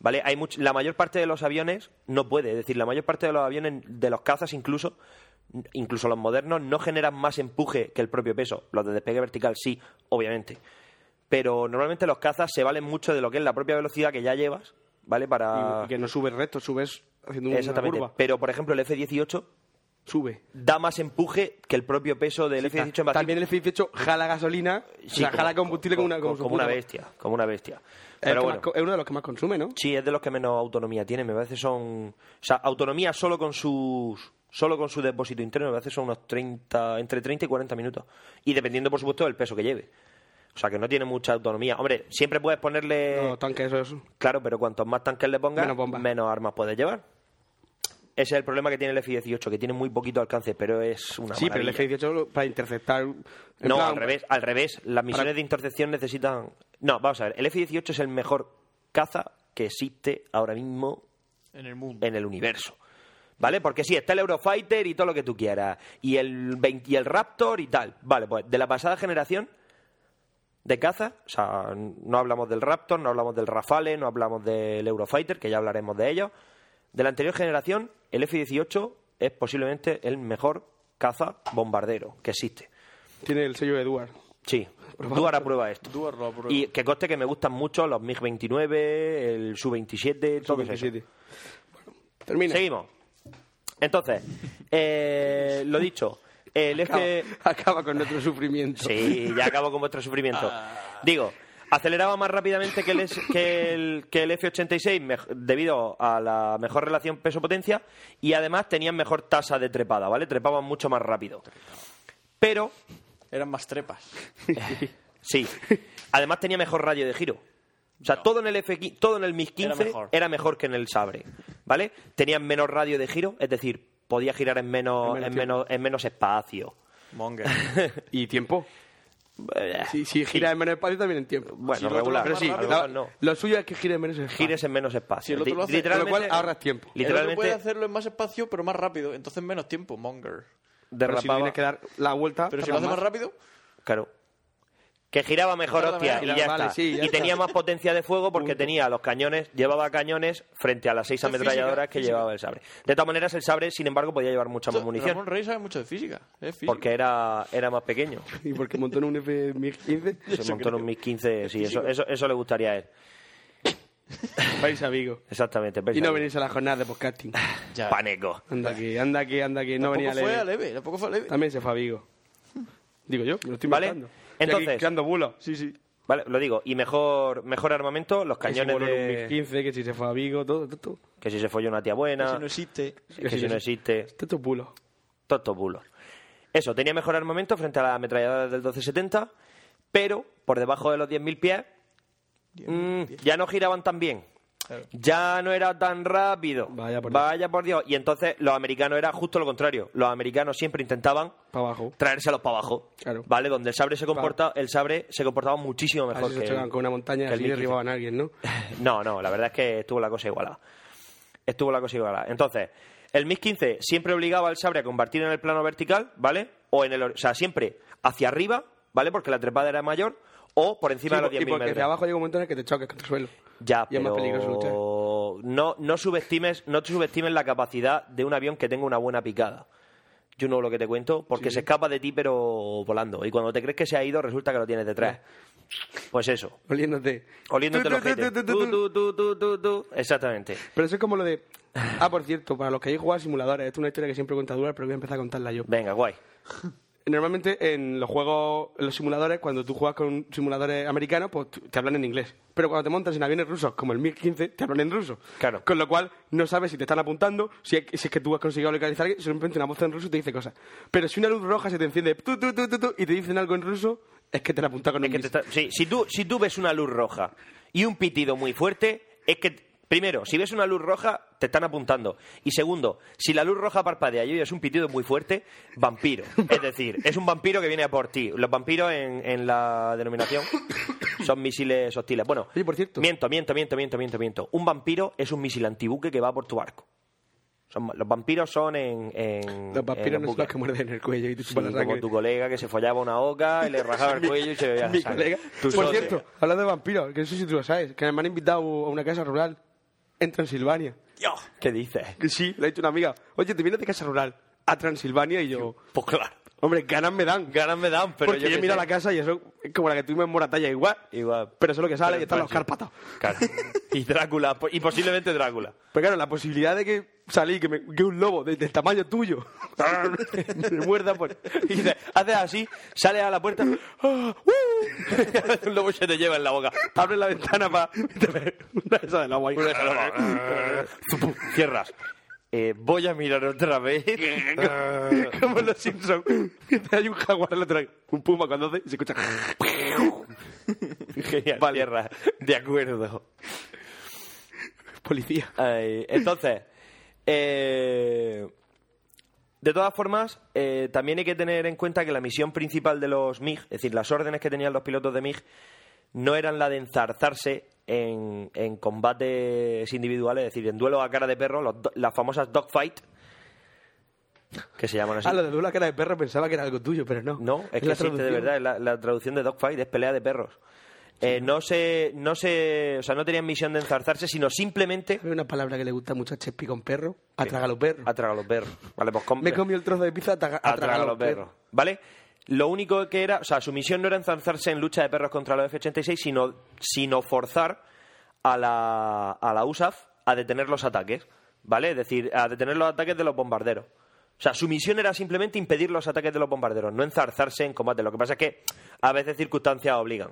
¿Vale? Hay much- la mayor parte de los aviones no puede, es decir, la mayor parte de los aviones, de los cazas incluso, incluso los modernos, no generan más empuje que el propio peso. Los de despegue vertical sí, obviamente pero normalmente los cazas se valen mucho de lo que es la propia velocidad que ya llevas, ¿vale? Para... Y- y que no subes recto, subes haciendo una Ah. Exactamente. curva. Pero, por ejemplo, el F-18 Sube. da más empuje que el propio peso del F-18 en vacío. También el F-18 jala gasolina, o Sí, sea, como- jala combustible como, una, como, su como una puta- bestia, como una bestia. Es, el Pero que bueno, más co- es uno de los que más consume, ¿no? sí, es de los que menos autonomía tiene. Me parece son... O sea, autonomía solo con sus... Solo con su depósito interno, me parece son unos 30, entre 30 y 40 minutos. Y dependiendo, por supuesto, del peso que lleve. O sea, que no tiene mucha autonomía. Hombre, siempre puedes ponerle... Los tanques, eso, eso. Claro, pero cuantos más tanques le pongas, Menos bombas. menos armas puedes llevar. Ese es el problema que tiene el F-18, que tiene muy poquito alcance, pero es una Sí, pero el maravilla. F-18 para interceptar. en No, plan, al revés, al revés. Las misiones de intercepción necesitan. No, vamos a ver. El F-18 es el mejor caza que existe ahora mismo En el mundo. en el universo. ¿Vale? Porque sí, está el Eurofighter y todo lo que tú quieras. Y el, 20 y el Raptor y tal. Vale, pues de la pasada generación de caza, o sea, no hablamos del Raptor, no hablamos del Rafale, no hablamos del Eurofighter, que ya hablaremos de ellos. De la anterior generación, el F-18 es posiblemente el mejor caza bombardero que existe. Tiene el sello de Eduard. Sí, tú ahora prueba esto. Y que coste que me gustan mucho los MiG-29, el Su-27, todo eso. Sub-27. Bueno, termina. Seguimos. Entonces, eh, lo dicho, el Acaba, F... acaba con nuestro sufrimiento. Sí, ya acabo con vuestro sufrimiento. Digo, aceleraba más rápidamente que el, S- que el, que el F-86 mej- debido a la mejor relación peso-potencia y además tenían mejor tasa de trepada, ¿vale? Trepaban mucho más rápido. Pero Eran más trepas. Sí. Además tenía mejor radio de giro. O sea, todo en el F todo en el MiG 15 Era era mejor. mejor. que en el Sabre, ¿vale? Tenían menos radio de giro, es decir, podía girar en menos en menos, en menos espacio. Monger. ¿Y tiempo? Si, si gira en menos espacio, también en tiempo. Bueno, Eh, Si lo regular. otro Pero más sí, rápido, regular no. Lo suyo es que gire en menos espacio. Gires en menos espacio. Si el otro Li- lo hace- Con lo literalmente, cual ahorras tiempo. Literalmente. puede literalmente hacerlo en más espacio, pero más rápido. Entonces menos tiempo, Monger. Pero si le derrapaba. tienes que dar la vuelta. Pero si lo tardas hace más rápido, Claro. Que giraba mejor, Giraba hostia, mejor, y giraba, ya vale, está. sí, ya y está. tenía más potencia de fuego porque tenía los cañones, llevaba cañones frente a las seis Esto es ametralladoras física, que física. llevaba el sabre. De todas maneras, el sabre, sin embargo, podía llevar mucha esto- más Ramón munición Rey sabe mucho de física. Es físico. porque era, era más pequeño. ¿Y por qué montó en un F-1015? Se montó en un 1015, sí, eso, eso, eso le gustaría a él. Vais a Vigo. Exactamente. Y pensa no bien. venís a la jornada de podcasting. Ya. Paneco. Anda que, anda que, anda que. No Tampoco venía a fue leer. a leve, tampoco fue a leve. También se fue a Vigo. Digo yo, me lo estoy Vale, inventando. Estoy aquí entonces- creando bulos. Sí, sí. Vale, lo digo. Y mejor, mejor armamento, los Cañones cañones de... de... 15, que si se fue a Vigo, todo, todo, todo. Que si se folló una tía Eso buena, no existe. que si no existe... Esto es bulo. Todos estos bulos. Eso, tenía mejor armamento frente a las ametralladoras del 1270, pero por debajo de los 10.000 pies mm, ya no giraban tan bien. Ya no era tan rápido. Vaya por Dios. por Dios. Y entonces los americanos era justo lo contrario. Los americanos siempre intentaban Para abajo. traérselos para abajo. Claro. ¿Vale? Donde el sabre se comporta, el sabre se comportaba muchísimo Así mejor se que chocaban el- con una montaña que el así 1015. derribaban a alguien, ¿no? No, no, la verdad es que estuvo la cosa igualada. Estuvo la cosa igualada. Entonces, el MIS 15 siempre obligaba al sabre a combatir en el plano vertical, ¿vale? O en el, hor- o sea, siempre hacia arriba, ¿vale? Porque la trepada era mayor o por Sí, encima de los y 10.000 porque de metros. abajo llega un momento en el que te chocas con el suelo. Ya, y es más pero peligroso luchar. no no subestimes, no te subestimes la capacidad de un avión que tenga una buena picada. Yo no lo que te cuento, porque se escapa de ti pero volando y cuando te crees que se ha ido resulta que lo tienes detrás. Pues eso, Oliéndote. oliéndote Tu, los tu, tu, jetes. tu, tu, tu, tu. Exactamente. Pero eso es como lo de... Ah, por cierto, para los que hayáis jugado a simuladores, esto es una historia que siempre cuenta durar, pero voy a empezar a contarla yo. Venga, guay. Normalmente en los juegos, en los simuladores, cuando tú juegas con simuladores americanos, pues t- te hablan en inglés. Pero cuando te montas en aviones rusos, como el MiG-15, te hablan en ruso. Claro. Con lo cual, no sabes si te están apuntando, si es, si es que tú has conseguido localizar, a alguien, simplemente una voz en ruso te dice cosas. Pero si una luz roja se te enciende tu, tu, tu, tu, tu, y te dicen algo en ruso, es que te la apuntan con Es un que te misil. está- sí, si, tú, si tú ves una luz roja y un pitido muy fuerte, es que, primero, si ves una luz roja, te están apuntando. Y segundo, si la luz roja parpadea y oyes un pitido muy fuerte, vampiro. Es decir, es un vampiro que viene a por ti. Los vampiros en, en la denominación son misiles hostiles. Bueno, Oye, por cierto. miento, miento, miento, miento, miento, miento. Un vampiro es un misil antibuque que va por tu barco. Son- los vampiros son en... en- Los vampiros en no son los buques. que muerden el cuello y te Sí, chupan la como sangre. tu colega que se follaba una oca y le rajaba el cuello y se bebía la Mi sangre. colega. Tu Por socio. cierto, hablando de vampiros, que no sé si tú lo sabes, que me han invitado a una casa rural en Transilvania. ¿Qué dices? Que sí, le ha dicho una amiga. Oye, te vienes de casa rural a Transilvania y yo. Pues claro. Hombre, ganas me dan. Ganas me dan, pero Porque yo yo, qué miro sé. la casa y eso es como la que tuvimos en Moratalla igual. Igual. Pero eso es lo que sale Pero y están los Francia. carpatas. Claro. Y Drácula, po- y posiblemente Drácula. Pero claro, la posibilidad de que salí, que, me- que un lobo de- del tamaño tuyo me muerda pues, por... Y dices, haces así, sales a la puerta, ¡ah! ¡Uh! un lobo se te lleva en la boca. Abre la ventana para... una esa del agua ahí. Una jalapa. Zupum, Cierras. Eh, voy a mirar otra vez. Como en los Simpsons. Que te Hay un jaguar en la otra. Un puma cuando hace y se escucha... Genial, Vale. cierras. De acuerdo. Policía. Ay, entonces, Eh, de todas formas, eh, también hay que tener en cuenta que la misión principal de los MiG, es decir, las órdenes que tenían los pilotos de MiG, no eran la de enzarzarse en, en combates individuales, es decir, en duelos a cara de perro, los do- las famosas dogfight, que se llaman así. Ah, lo de la cara de perro pensaba que era algo tuyo, pero no. No, es que la existe de traducción. verdad, es la, la traducción de dogfight es pelea de perros. Eh, no se, no se, o sea, no tenían misión de enzarzarse, sino simplemente Hay una palabra que le gusta mucho a Chespi con perro. Atrágalo perro. atragar a los perros. Vale, pues com- Me comió el trozo de pizza, atraga- a atrágalo los perro. perros. ¿Vale? Lo único que era, o sea, su misión no era enzarzarse en lucha de perros contra los F-86, sino, sino forzar a la, a la USAF a detener los ataques, ¿vale? Es decir, a detener los ataques de los bombarderos. O sea, su misión era simplemente impedir los ataques de los bombarderos, no enzarzarse en combate. Lo que pasa es que a veces circunstancias obligan.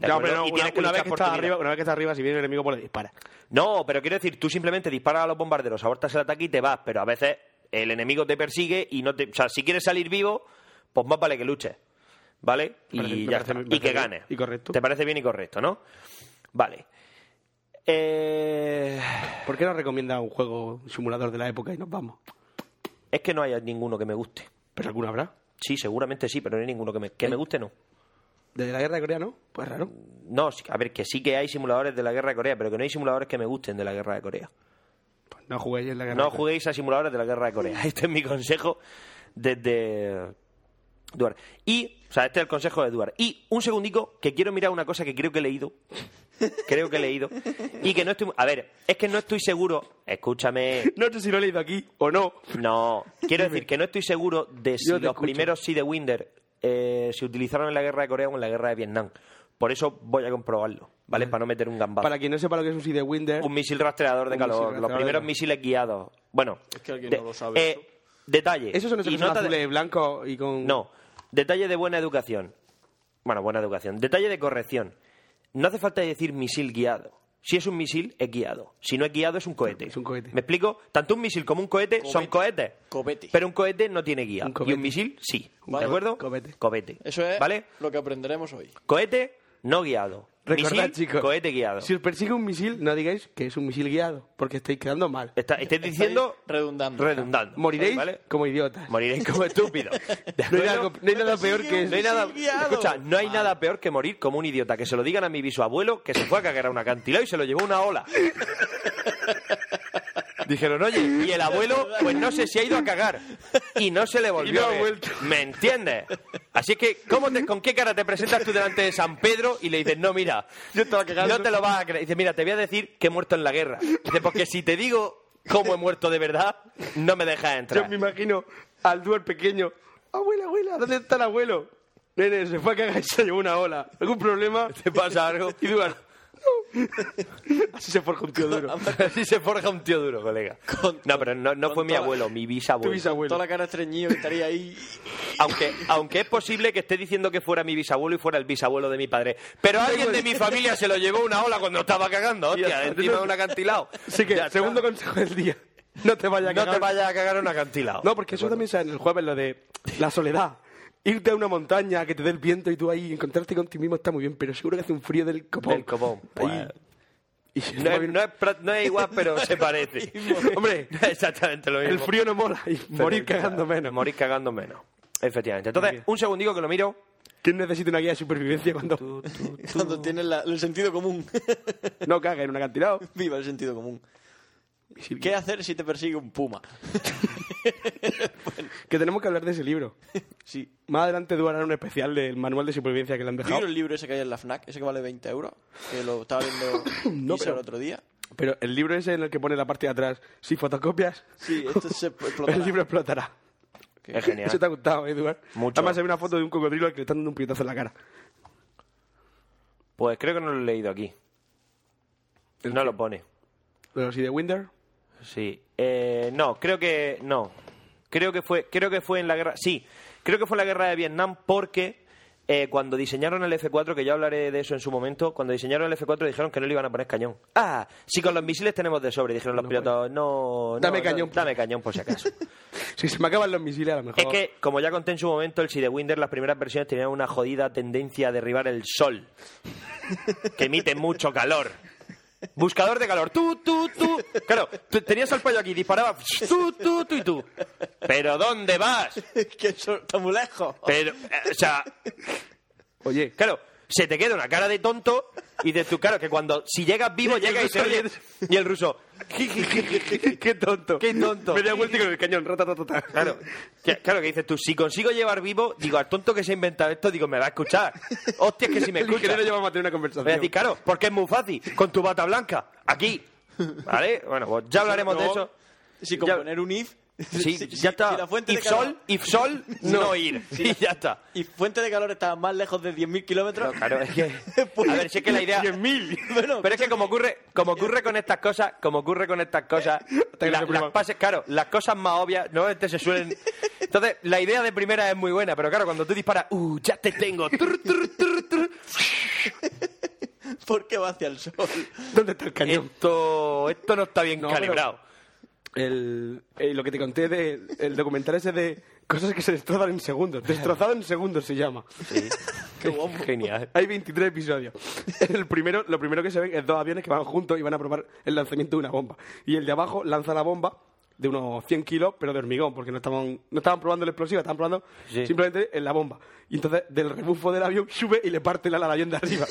¿De No, acuerdo? pero no, Y una, tienes que una vez luchar que por estás tu vida. arriba, una vez que estás arriba, si viene el enemigo, pues le dispara. No, pero quiero decir, tú simplemente disparas a los bombarderos, abortas el ataque y te vas, pero a veces el enemigo te persigue y no te. O sea, si quieres salir vivo, pues más vale que luches. ¿Vale? Y Parece- me ya parece- está. me y parece que bien ganes. y correcto. ¿Te parece bien y correcto, no? Vale. Eh, ¿Por qué no recomienda un juego un simulador de la época y nos vamos? Es que no hay ninguno que me guste. Pero alguno habrá. Sí, seguramente sí, pero no hay ninguno que me, ¿Eh? que me guste, no. ¿Desde la guerra de Corea no? Pues raro. No, sí- a ver, que sí que hay simuladores de la guerra de Corea, pero que no hay simuladores que me gusten de la guerra de Corea. Pues no juguéis en la guerra No de Corea. juguéis a simuladores de la guerra de Corea. Este es mi consejo desde Duar. Y, o sea, este es el consejo de Duar. Y un segundico, que quiero mirar una cosa que creo que he leído. Creo que he leído. Y que no estoy. A ver, es que no estoy seguro. Escúchame. No sé si lo he leído aquí o no. No, quiero decir que no estoy seguro de si Yo los te escucho. primeros sí de Winder eh, se utilizaron en la guerra de Corea o en la guerra de Vietnam. Por eso voy a comprobarlo, ¿vale? Para no meter un gambazo. Para quien no sepa lo que es un Sea de Winder, Un misil rastreador de Un calor. misil los rastreador de primeros calor. misiles guiados. Bueno. Es que alguien de- eh, no lo sabe eso. Detalle. esos son esos Y que son nota de- azules, blancos y con... No. Detalle de buena educación. Bueno, buena educación. Detalle de corrección. No hace falta decir misil guiado. Si es un misil, es guiado. Si no es guiado, es un cohete. Es un cohete. ¿Me explico? Tanto un misil como un cohete, son cohetes. Copete. Pero un cohete no tiene guía. Un y copete. un misil, sí. Vale. ¿De acuerdo? Copete. Copete. Eso es ¿Vale? lo que aprenderemos hoy. Cohete, no guiado. Recordad, misil, chicos, cohete guiado. si os persigue un misil, no digáis que es un misil guiado, porque estáis quedando mal. Está- estáis diciendo... redundando. Redundando. Moriréis ¿Vale? como idiotas. Moriréis como estúpido. ¿De No hay, acuerdo? algo- no hay nada peor que No hay eso. nada, guiado. escucha, no hay nada peor que morir como un idiota. Que se lo digan a mi bisabuelo que se fue a cagar a un acantilado y se lo llevó una ola. Dijeron, oye, y el abuelo, pues no sé si ha ido a cagar. Y no se le no volvió. ha a ver. vuelto. ¿Me entiendes? Así que, ¿cómo te- ¿con qué cara te presentas tú delante de San Pedro y le dices, no, mira, Yo estaba cagando. no te lo vas a creer? Dice, mira, te voy a decir que he muerto en la guerra. Dice, porque si te digo cómo he muerto de verdad, no me dejas entrar. Yo me imagino al duer pequeño. Abuela, abuela, ¿dónde está el abuelo? Nene, se fue a cagar y se llevó una ola. ¿Algún problema? ¿Te pasa algo? Y Duar. Así se forja un tío duro. Así se forja un tío duro, colega. Con- No, pero no, no con fue mi toda- abuelo, mi Tu bisabuelo. bisabuelo. Toda la cara estreñida que estaría ahí. Aunque, aunque es posible que esté diciendo que fuera mi bisabuelo y fuera el bisabuelo de mi padre. Pero alguien de mi familia se lo llevó una ola cuando estaba cagando, hostia, está. encima de un acantilado. Así que, Ya está. segundo consejo del día. No te vayas a No cagar. te vayas a cagar en un acantilado. No, porque eso también se da en el jueves, lo de la soledad. Irte a una montaña, que te dé el viento y tú ahí encontrarte con ti mismo está muy bien, pero seguro que hace un frío del copón. Del copón, Ahí. pues. Y se No va es, bien- no es pra- no es igual, pero se parece. Hombre, No es exactamente lo mismo. el frío no mola y morir cagando menos. Morir cagando menos. Efectivamente. Entonces, bien. un segundico que lo miro. ¿Quién necesita una guía de supervivencia cuando Cuando tienes la- el sentido común. no caga en un acantilado? Viva el sentido común. Sí, ¿Qué hacer si te persigue un puma? Que tenemos que hablar de ese libro. Sí. Más adelante Duan hará un especial del manual de supervivencia que le han Yo quiero dejado. el libro ese que hay en la FNAC, ese que vale 20 euros, que lo estaba viendo No, Isa pero- el otro día. Pero el libro ese en el que pone la parte de atrás, si fotocopias, Sí, este esto se explotará. el libro explotará. Es genial. Eso te ha gustado, ¿eh, Eduard. Mucho. Además hay una foto de un cocodrilo al que le están dando un puñetazo en la cara. Pues creo que no lo he leído aquí. No lo pone. Pero si de Winder, Sí. Eh, no, creo que no. Creo que fue, creo que fue en la guerra. Sí, creo que fue en la guerra de Vietnam porque eh, cuando diseñaron el F4, que ya hablaré de eso en su momento, cuando diseñaron el F4 dijeron que no le iban a poner cañón. Ah, si con los misiles tenemos de sobre, dijeron los pilotos. No, no, Dame no, cañón. pues. dame cañón por si acaso. si se me acaban los misiles a lo mejor. Es que, como ya conté en su momento, el Sidewinder, las primeras versiones tenían una jodida tendencia a derribar el sol, que emite mucho calor. Buscador de calor. Tú, tú, tú. Claro, tú tenías al pollo aquí, disparaba. Tú, tú, tú y tú. ¿Pero dónde vas? que eso está muy lejos. Pero, eh, o sea, Oye, claro, se te queda una cara de tonto y dices tú, claro, que cuando, si llegas vivo, llegas y se oye. Y el ruso, qué tonto. qué tonto. Me he dado vuelta y con el cañón, ratatatata. Claro, que, claro que dices tú, si consigo llevar vivo, digo, al tonto que se ha inventado esto, digo, me va a escuchar. Hostia, es que si me El escucha. ingeniero lleva a mantener una Voy a decir, conversación. claro, porque es muy fácil, con tu bata blanca, aquí. ¿Vale? Bueno, pues ya hablaremos de No. eso. Si Ya- con poner un if. si- Sí, si- ya está. si la fuente de if sol, calor- if sol, no, ir. Y ya está. Y fuente de calor está más lejos de 10.000 kilómetros. Claro, es que- Pues- a ver, si es que la idea. Bueno, pero es que como ocurre, como ocurre con estas cosas, como ocurre con estas cosas, que la- no te las preocupes. pases, claro, las cosas más obvias normalmente se suelen. Entonces, la idea de primera es muy buena, pero claro, cuando tú disparas, uh, ya te tengo. Tur, tur, tur, tur. porque va hacia el sol. ¿Dónde está el cañón? Esto, esto no está bien No, pero- calibrado. El, eh, lo que te conté del el documental ese de cosas que se destrozan en segundos. Destrozado en segundos se llama. Qué Genial. Hay 23 episodios. El primero, lo primero que se ven es dos aviones que van juntos y van a probar el lanzamiento de una bomba. Y el de abajo lanza la bomba de unos 100 kilos, pero de hormigón, porque no estaban, no estaban probando el explosivo, estaban probando Sí. simplemente en la bomba. Y entonces del rebufo del avión sube y le parte el ala al avión de arriba.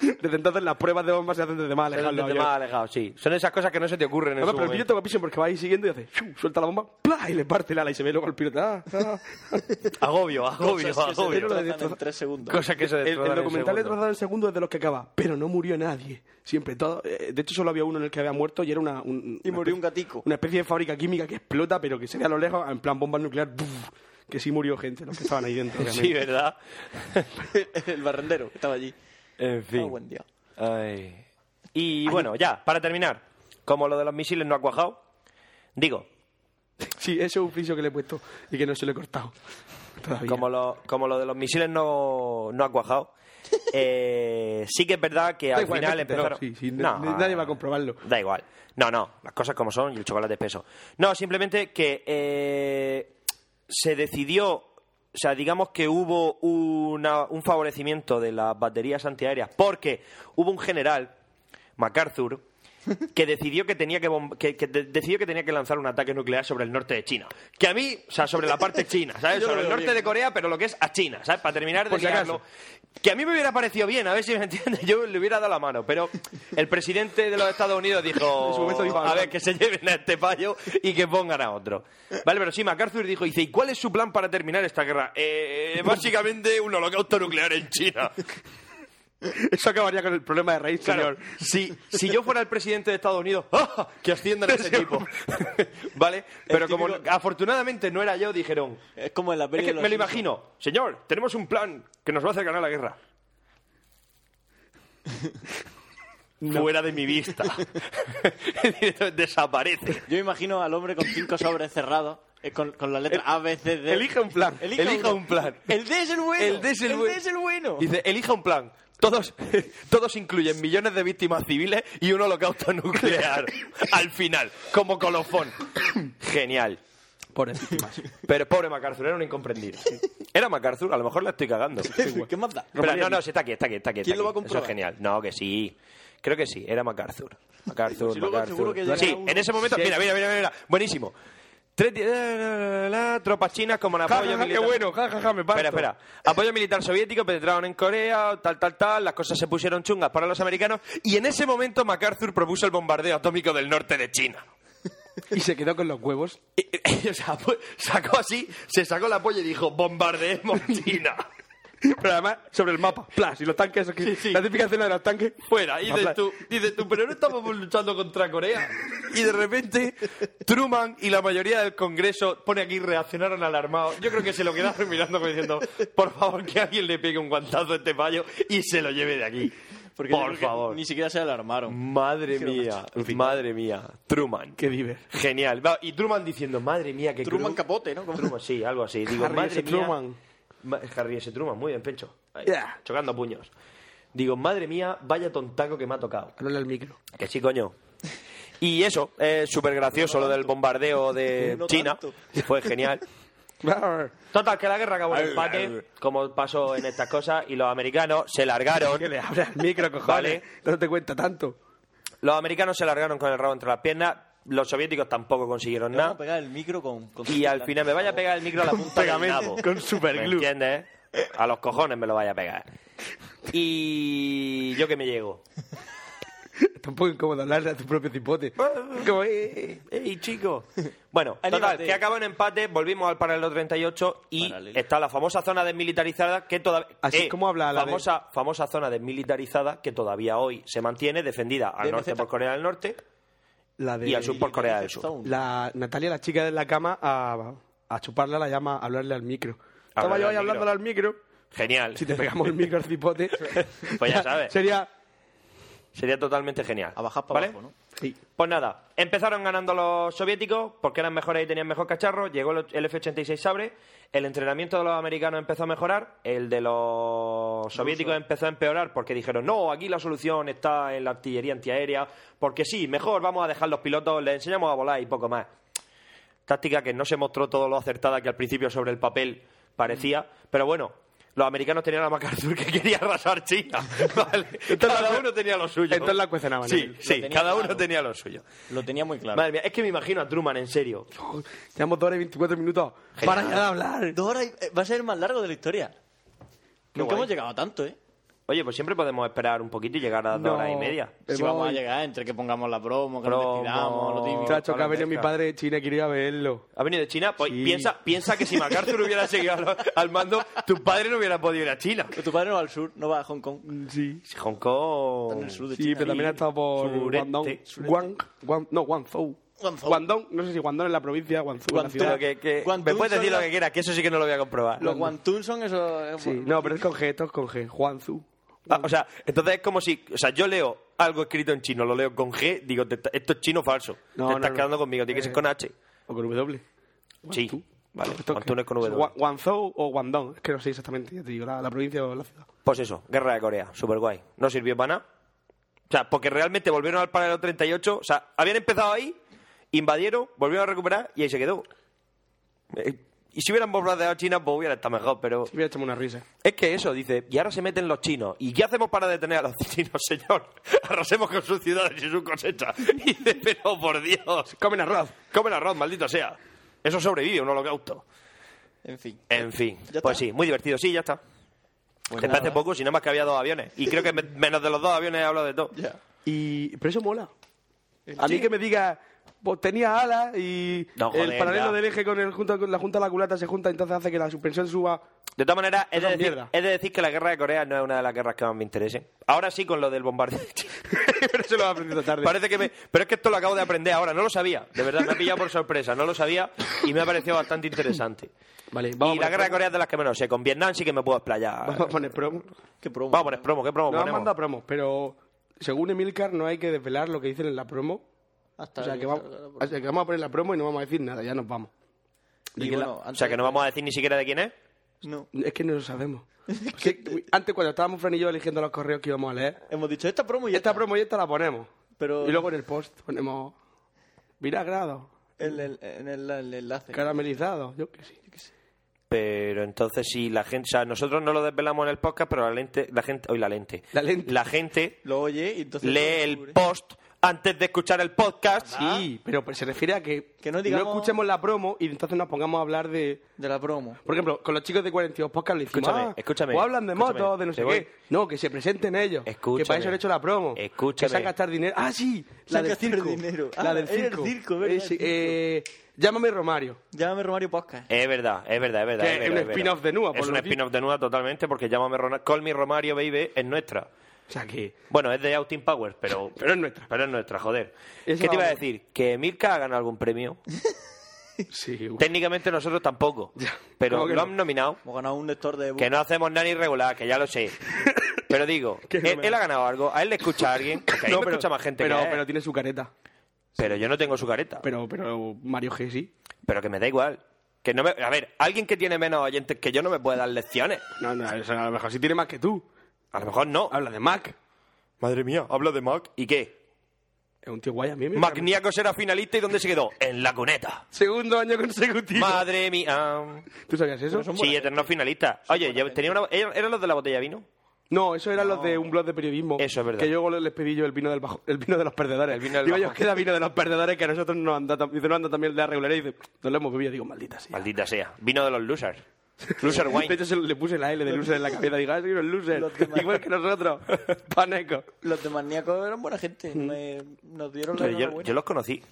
desde entonces las pruebas de bomba se hacen desde más alejados. los Te aviones. más alejado, sí. Son esas cosas que no se te ocurren en Además, su pero el piloto momento. es guapísimo porque va ahí siguiendo y hace, ¡shu! suelta la bomba, ¡pla! y le parte el ala y se ve luego al piloto. ¡ah! ¡ah! Agobio, agobio, Cosas que se agobio. destrozan Obvio. en tres segundos. Cosa que se el, el destrozan en documental de segundos. Trazado en Segundo es de los que acaba, pero no murió nadie. Siempre todo. eh, De hecho, solo había uno en el que había muerto y era una. un- Y una murió un especie- gatico. Una especie de fábrica química que explota, pero que se ve a lo lejos, en plan bomba nuclear. ¡buf! que sí murió gente, los que estaban ahí dentro. Sí, ¿eh? realmente. ¿verdad? el barrendero que estaba allí. En Ah, fin. buen día. Ay. Y bueno, ya, para terminar, como lo de los misiles no ha cuajado, digo, Sí, ese es un friso que le he puesto y que no se lo he cortado. Todavía. Pues como lo, como lo de los misiles no, no ha cuajado, eh, sí que es verdad que Da al igual, final métetelo, empezaron... sí, sí, na- nadie va a comprobarlo. Da igual. No, no, las cosas como son y el chocolate espeso. No, simplemente que eh, se decidió, o sea, digamos que hubo una- un favorecimiento de las baterías antiaéreas porque hubo un general, MacArthur, que decidió que tenía que, bom- que, que de- decidió que tenía que lanzar un ataque nuclear sobre el norte de China. Que a mí, o sea, sobre la parte china, ¿sabes? Yo lo Sobre el veo norte bien. de Corea, pero lo que es a China, ¿sabes? Para terminar de Por si liarlo. acaso. Que a mí me hubiera parecido bien, a ver si me entiendes, yo le hubiera dado la mano, pero el presidente de los Estados Unidos En su momento dijo, dijo, a ver, que se lleven a este payo y que pongan a otro. Vale, pero sí, MacArthur dijo, dice, ¿y cuál es su plan para terminar esta guerra? Eh, básicamente un holocausto nuclear en China. Eso acabaría con el problema de raíz, Claro, señor. si, si yo fuera el presidente de Estados Unidos, ¡ah! que asciendan a ese tipo. ¿Vale? Pero como típico- afortunadamente no era yo, dijeron. Es como en la peli Es que de los me lo Simpsons. imagino. Señor, tenemos un plan que nos va a hacer ganar la guerra. Fuera de mi vista. Desaparece. Yo imagino al hombre con cinco sobres cerrados, eh, con, con la letra A, B, C, D. Elija un plan. Elija Elija, uno. un plan. El D es el bueno. El D es el, D es el bueno. Dice, elija un plan. Todos, todos incluyen millones de víctimas civiles y un holocausto nuclear. al final, como colofón. Genial. Por víctimas. Pero pobre MacArthur, era un incomprendido. Era MacArthur, a lo mejor la estoy cagando. ¿Qué más da? Pero no, no, si está aquí, está aquí, está aquí. está ¿Quién lo aquí. va a comprobar? Eso es genial. No, que sí. Creo que sí, era MacArthur. MacArthur, Si luego seguro MacArthur. que llega Sí, uno- en ese momento, Sí. mira, mira, mira, mira. Buenísimo. Tres di- la, la, la, la, tropas chinas como en Ja, apoyo ja, ja, qué militar. bueno, ja, ja, ja, me parto. Espera, espera. Apoyo militar soviético, penetraron en Corea, tal, tal, tal. Las cosas se pusieron chungas para los americanos. Y en ese momento MacArthur propuso el bombardeo atómico del norte de China. Y se quedó con los huevos. O sea, pues, sacó así, se sacó la polla y dijo, bombardeemos China. Pero además, sobre el mapa. Plas, y los tanques. eso que- La típica escena de los tanques. Fuera, y dices Habla- tú, dices tú, pero no estamos luchando contra Corea. Y de repente, Truman y la mayoría del Congreso pone aquí reaccionaron alarmados. Yo creo que se lo quedaron mirando como diciendo, por favor, que alguien le pegue un guantazo a este payo y se lo lleve de aquí. Porque yo por creo que favor. Ni siquiera se alarmaron. Madre mía, madre mía. Truman. Qué diver. Genial. Va, Y Truman diciendo, madre mía, que Truman Capote, ¿no? Truman, sí, algo así. Digo, Harry madre S. mía. Truman. Ma- Harry S. Truman, muy bien, Pencho. Ahí, Yeah. Chocando puños. Digo, madre mía, vaya tontaco que me ha tocado. Háblale al micro. Que sí, coño. Y eso, es súper gracioso lo del bombardeo de No China. tanto. Fue genial. Total, que la guerra acabó en empate, como pasó en estas cosas, y los americanos se largaron. Que le abra el micro, cojones. Vale. No te cuenta tanto. Los americanos se largaron con el rabo entre las piernas. Los soviéticos tampoco consiguieron Vamos a nada. pegar el micro con... con- Y al final me vaya a pegar el micro a la Con punta del pegamento, nabo. con superglue. ¿Me entiendes? eh? A los cojones me lo vaya a pegar. Y yo que me llego. Está un poco incómodo hablarle a tu propio cipote. Ah. Como, "Eh, eh, ey, chico. Bueno, total, Anímate. que acaba en empate, volvimos al paralelo 38 y está la famosa zona desmilitarizada que todavía... Así es como habla la de- famosa, famosa zona desmilitarizada que todavía hoy se mantiene, defendida al DMZ. norte por Corea del Norte La de, y al sur por Corea del Sur. La, Natalia, la chica de la cama, a, a chuparla la llama a hablarle al micro. Estaba Hablarle yo ahí al micro. hablándole al micro. Genial. Si te pegamos el micro al cipote. Pues ya sabes. Sería... Sería totalmente genial. A bajar para ¿Vale? abajo, ¿no? Sí. Pues nada, empezaron ganando los soviéticos porque eran mejores y tenían mejor cacharro. Llegó el och- el F-86 Sabre, el entrenamiento de los americanos empezó a mejorar, el de los soviéticos empezó a empeorar porque dijeron, no, aquí la solución está en la artillería antiaérea, porque sí, mejor vamos a dejar los pilotos, les enseñamos a volar y poco más. Táctica que no se mostró todo lo acertada que al principio sobre el papel parecía, pero bueno. Los americanos tenían a MacArthur que quería arrasar China. ¿vale? Cada uno tenía lo suyo. Entonces la cuecenaban, Sí, ¿eh? sí, Lo tenía cada uno claro. tenía lo suyo. Lo tenía muy claro. Madre mía, es que me imagino a Truman, en serio. Llevamos 2 horas y 24 minutos. Para ya de hablar. Dos horas y- eh, Va a ser el más largo de la historia. Nunca guay. hemos llegado a tanto, ¿eh? Oye, pues siempre podemos esperar un poquito y llegar a las dos horas y media. Si vamos a llegar, entre que pongamos la promo, que Promo. nos despidamos, lo típico. Chacho, que ha Hablan de venido mi esta. padre de China, quería verlo. ¿Ha venido de China? Pues Sí. piensa, piensa que si MacArthur hubiera seguido al, al mando, tu padre no hubiera podido ir a China. Tu padre no va al sur, no va a Hong Kong. Sí. Hong Kong. Está en el sur de Sí, China. pero también ha estado por Sureste. Guangdong. Sureste. Guang, Guang- no, Guangzhou. Guangzhou. Guangdong, no sé si Guangdong es la provincia, Guangzhou es la Pero ciudad. que- que- Guantún me puedes son decir lo las- que quieras, que eso sí que no lo voy a comprobar. Los Guantún son esos... eh, Sí, no, pero es con G, esto es con G. Guangzhou. Ah, o sea, entonces es como si, ah, o sea, yo leo algo escrito en chino, lo leo con G, digo, te está- esto es chino falso. No, te no, estás no. quedando conmigo, tiene que ser Eh, con H. O con W. pues Sí, vale. Esto es Guantún que- es con W. Gua- Guangzhou o Guangdong, es que no sé exactamente, ya te digo, la, la provincia o la ciudad. Pues eso, guerra de Corea, super guay. No sirvió para nada. O sea, porque realmente volvieron al paralelo 38. O sea, habían empezado ahí, invadieron, volvieron a recuperar y ahí se quedó. Eh, y si hubieran bombardeado a China, pues hubiera estado mejor, pero. Voy a echarme una risa. Es que eso, dice, y ahora se meten los chinos. ¿Y qué hacemos para detener a los chinos, señor? Arrasemos con sus ciudades y su cosecha. Y dice, pero por Dios. Comen arroz. Comen arroz, maldito sea. Eso sobrevive a un holocausto. En fin. En fin. ¿Ya Pues está? sí, muy divertido. Sí, ya está. Pues Hasta nada. hace poco, si nada más que había dos aviones. Y creo que me- menos de los dos aviones he hablado de todo. Ya. Y, pero eso mola. A mí que me diga, pues tenía alas y No, joder, el paralelo ya. del eje con, el, junto, con la junta de la culata se junta, entonces hace que la suspensión suba. De todas maneras, he de, Son decir, mierda. he de decir que la guerra de Corea no es una de las guerras que más me interese. Ahora sí con lo del bombardeo. pero eso lo he aprendido tarde. Parece que me... Pero es que esto lo acabo de aprender ahora, no lo sabía. De verdad, me ha pillado por sorpresa, no lo sabía y me ha parecido bastante interesante. Vale, vamos Y a la poner guerra de promo. Corea es de las que menos sé. Con Vietnam sí que me puedo explayar. Vamos a poner promo. Qué promo. Vamos a poner promo, ¿qué promo No han Oh, ponemos? mandado promos, pero según Emilcar no hay que desvelar lo que dicen en la promo. Hasta o, sea, el- que vamos, o sea, que vamos a poner la promo y no vamos a decir nada, ya nos vamos. Y Y que la- bueno, O antes sea, de- que no vamos a decir ni siquiera de quién es. No. Es que no lo sabemos. Sí, uy, Antes, cuando estábamos Fran y yo eligiendo los correos que íbamos a leer, Hemos dicho esta promo y esta esta promo y esta la ponemos. Pero- Y luego en el post ponemos vinagrado, el, el- en el, el enlace. caramelizado, yo qué sé. Pero entonces si la gente... O sea, nosotros no lo desvelamos en el podcast, pero la lente... La gente... Hoy la lente. La lente. La gente Lo oye y entonces... lee lo el descubre. Ah, post antes de escuchar el podcast. Sí, pero pues se refiere a que, Que no digamos- escuchemos la promo y entonces nos pongamos a hablar de... De la promo. Por ejemplo, con los chicos de 42 Podcast le hicimos... Escúchame, ah, escúchame, O hablan de escúchame, motos, de no sé te voy. qué. No, que se presenten ellos. Escúchame, Que para eso han hecho la promo. escúchame. Que se han gastado dinero. Ah, sí, Se la han del gastado circo. dinero. La Ah, del era el circo. circo, ¿verdad? Ese, El circo. eh, llámame Romario. Llámame Romario Podcast. Es verdad, es verdad, es verdad. Que es es verdad, un es verdad. spin-off de Nua, por Es lo un visto. spin-off de Nua totalmente, porque llámame Ronald. Call me Romario, baby, es nuestra. O sea que... Bueno, es de Austin Powers, pero. Pero es nuestra. Pero es nuestra, joder. Eso ¿Qué te iba a vamos. decir? ¿Que Milka ha ganado algún premio? Sí, bueno. Técnicamente nosotros tampoco. Ya. Pero ¿Cómo que lo no? han nominado. Hemos ganado un lector de... Que no hacemos nada irregular, que ya lo sé. Pero digo, Que no él, me- él ha ganado algo, a él le escucha a alguien, porque a mí No, me pero- escucha más gente pero, que a él. pero tiene su careta. Pero yo no tengo su careta. Pero, Pero, pero Mario G sí. que me da igual. Que no me... A ver, alguien que tiene menos oyentes que yo no me puede dar lecciones. No, no, o sea, a lo mejor sí tiene más que tú. A lo mejor no. Habla de Mac. Madre mía, habla de Mac. ¿Y qué? Es un tío guay a mí. me- Magníaco será finalista y ¿dónde se quedó? En la cuneta. Segundo año consecutivo. Madre mía. ¿Tú sabías eso? Sí, eterno finalista. Oye, ya tenía una... ¿eran eran los de la botella de vino? No, eso eran los de un blog de periodismo. Eso es verdad. Que yo luego les pedí yo el vino, del bajo, el vino de los perdedores. El vino del Digo, bajo. yo, queda vino de los perdedores que a nosotros nos anda, tam- dice, no anda también el de la regulera. Y dice, no lo hemos bebido. Digo, maldita sea. Maldita sea. Vino de los losers. Loser De wine. hecho, se le puse la L de loser en la cabeza. Digo, ah, soy un loser. Igual que nosotros. Paneco. Los de maníacos eran buena gente. me- nos dieron la Pero yo, enhorabuena. yo los conocí.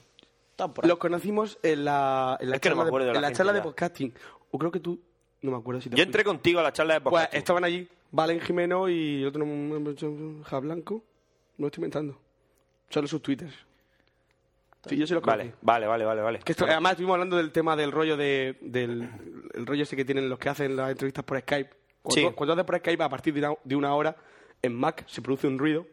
Estaban por ahí. Los conocimos en la, en la Es que no charla, me acuerdo de, de la en la gente charla ya. de podcasting. O creo que tú, no me acuerdo si te Yo entré fuiste. contigo a la charla de Pues podcast. estaban allí Valen Jimeno y otro nombre, Ja Blanco. No lo estoy inventando. Solo sus twitters. Sí, yo sí los vale, conocí. vale, vale, vale, vale. Que esto- además estuvimos hablando del tema del rollo de, del el rollo ese que tienen los que hacen las entrevistas por Skype. Cuando, Sí. cuando haces por Skype, a partir de una, de una hora, en Mac se produce un ruido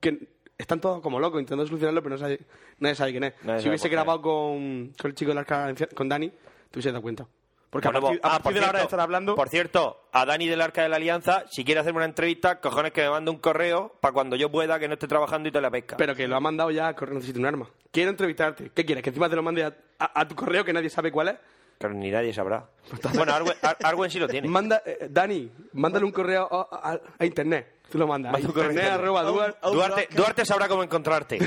que están todos como locos intentando solucionarlo, pero no sabe- nadie sabe quién es. Nadie si hubiese sabe cuál grabado con, con el chico de la Arca Valenciana- con Dani, te hubieses dado cuenta. Porque a Bueno, partir, a ah, partir por de la hora de cierto, estar hablando, Por cierto, a Dani del Arca de la Alianza, si quiere hacerme una entrevista, cojones que me mande un correo para cuando yo pueda, que no esté trabajando y te la pesca. pero que lo ha mandado ya, correo necesito un arma. Quiero entrevistarte. ¿Qué quieres? Que encima te lo mande a, a- a tu correo que nadie sabe cuál es. Claro, ni nadie sabrá. bueno, Arwen, Ar- Arwen sí lo tiene. Manda, eh, Dani, mándale un correo a, a- a internet. Tú lo mandas. Manda un correo a internet, internet. arroba, duar- Duarte, Duarte sabrá cómo encontrarte.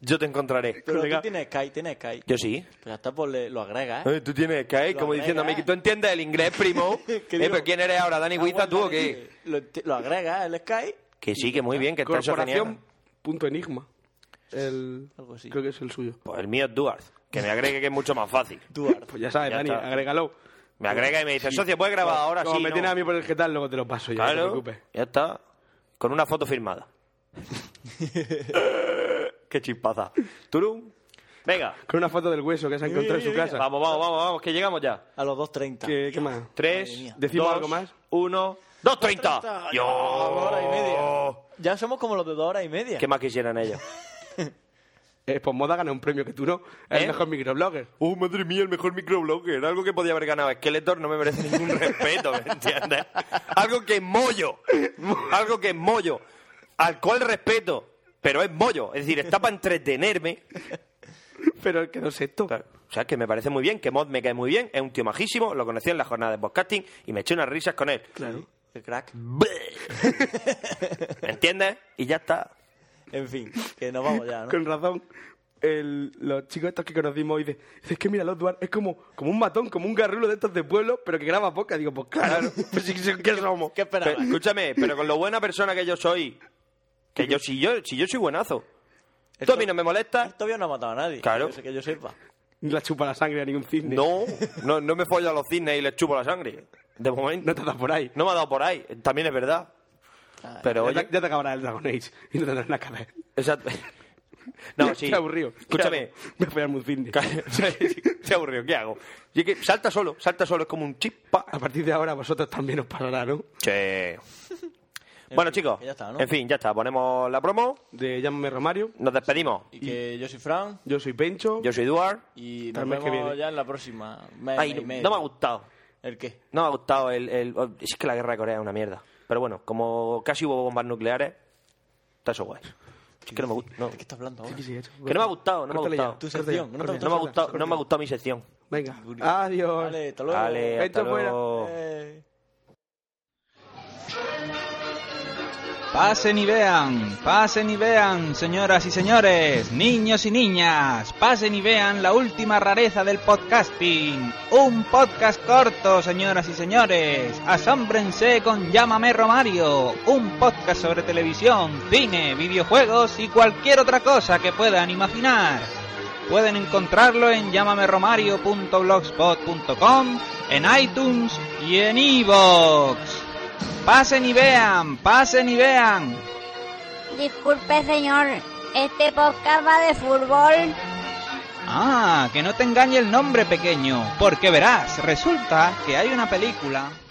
Yo te encontraré. Pero colega. tú tienes Sky, tienes Sky. Yo sí. Pues ya está, pues le- lo agregas, ¿eh? Eh, tú tienes que ir Lo como agrega, diciéndome eh. que tú entiendes el inglés, primo. eh, Que digo, pero ¿quién eres ahora, Dani Guiza, tú o qué? Lo, enti- lo agregas, el Sky. Que sí, que muy bien, que está eso Corporación genial. punto enigma. El, Algo así. Creo que es el suyo. Pues el mío es Duarte. Que me agregue que es mucho más fácil. Duarte. Pues ya sabes, Ya Dani, está. agrégalo. Me agrega y me dice, socio, ¿puedes grabar ahora? Como sí, me no? tienes a mí por el getal, luego te lo paso, ya no te Claro, preocupes. ya está. Con una foto firmada. Qué chispaza. Turum. Venga. Con una foto del hueso que se ha encontrado en su casa. Vamos, vamos, vamos, vamos, que llegamos ya. A los 2.30. ¿Qué, qué más? Tres, ¿Decimos dos, algo más? Uno, dos treinta. Yo. Dos horas y media. Ya somos como los de dos horas y media. ¿Qué más quisieran ellos? Eh, pues Moda gana un premio que tú no. Es ¿Eh? el mejor microblogger. Oh, madre mía, el mejor microblogger. Algo que podía haber ganado Skeletor no me merece ningún respeto, ¿me entiendes? Algo que es mollo. Algo que es mollo. Al cual respeto, pero es mollo. Es decir, está para entretenerme. Pero quedó sexto. Claro. O sea, que me parece muy bien, que Mod me cae muy bien, es un tío majísimo, lo conocí en la jornada de podcasting y me eché unas risas con él. Claro. El crack. ¿Me entiendes? Y ya está. En fin, que nos vamos ya, ¿no? Con razón. El- los chicos estos que conocimos hoy dicen, es que mira, los Duarte es como, como un matón, como un garrulo de estos de pueblo, pero que graba poca. Digo, pues claro, pues sí, sí, ¿qué somos? ¿Qué Pero, esperabas? escúchame, pero con lo buena persona que yo soy, que yo si yo, si yo soy buenazo, tú a mí no me Él molestas, todavía no ha matado a nadie. Claro. Que yo, que yo sepa. Ni la chupa la sangre a ningún cisne. no, no, no me follo a los cisnes y les chupo la sangre. De momento. No te das por ahí. No me ha dado por ahí, también es verdad. Pero Ah, ya, oye, te, ya te acabará el Dragon Age y no tendrás nada que hacer. exacto. No, sí. Qué aburrido. ¿Qué Escúchame, hago? Voy a pegarme un cisne. Se aburrido, ¿qué hago? Y es que salta solo, salta solo, es como un chispa. A partir de ahora vosotros también os parará, ¿no? Che. Bueno, fin, chicos, que ya está, ¿no? en fin, ya está. Ponemos la promo, De llámame Romario. nos despedimos. Y que yo soy Fran. Yo soy Pencho. Yo soy Eduard. Y Tal nos vez que vemos viene. ya en la próxima. Mes, Ay, mes y no, medio. no me ha gustado. ¿El qué? No me ha gustado el, el- oh, Es que la guerra de Corea es una mierda. Pero bueno, como casi hubo bombas nucleares, está eso guay. Es que no me gusta. No. ¿De qué estás hablando ahora? Sí, sí, eso. Que no me ha gustado, no me ha Córtale ya, gustado. Tu córtale sección, ya, no te ha No me ha córtale. gustado, no me ha gustado mi sección. Venga. Adiós. Vale, hasta luego. Vale, hasta Pencho fuera. luego. Eh. Pasen y vean, pasen y vean, señoras y señores, niños y niñas, pasen y vean la última rareza del podcasting. Un podcast corto, señoras y señores. Asómbrense con Llámame Romario, un podcast sobre televisión, cine, videojuegos y cualquier otra cosa que puedan imaginar. Pueden encontrarlo en llamameromario.blogspot.com, en iTunes y en iVoox. Pasen y vean, pasen y vean. Disculpe, señor. Este podcast va de fútbol. Ah, que no te engañe el nombre pequeño, porque verás, resulta que hay una película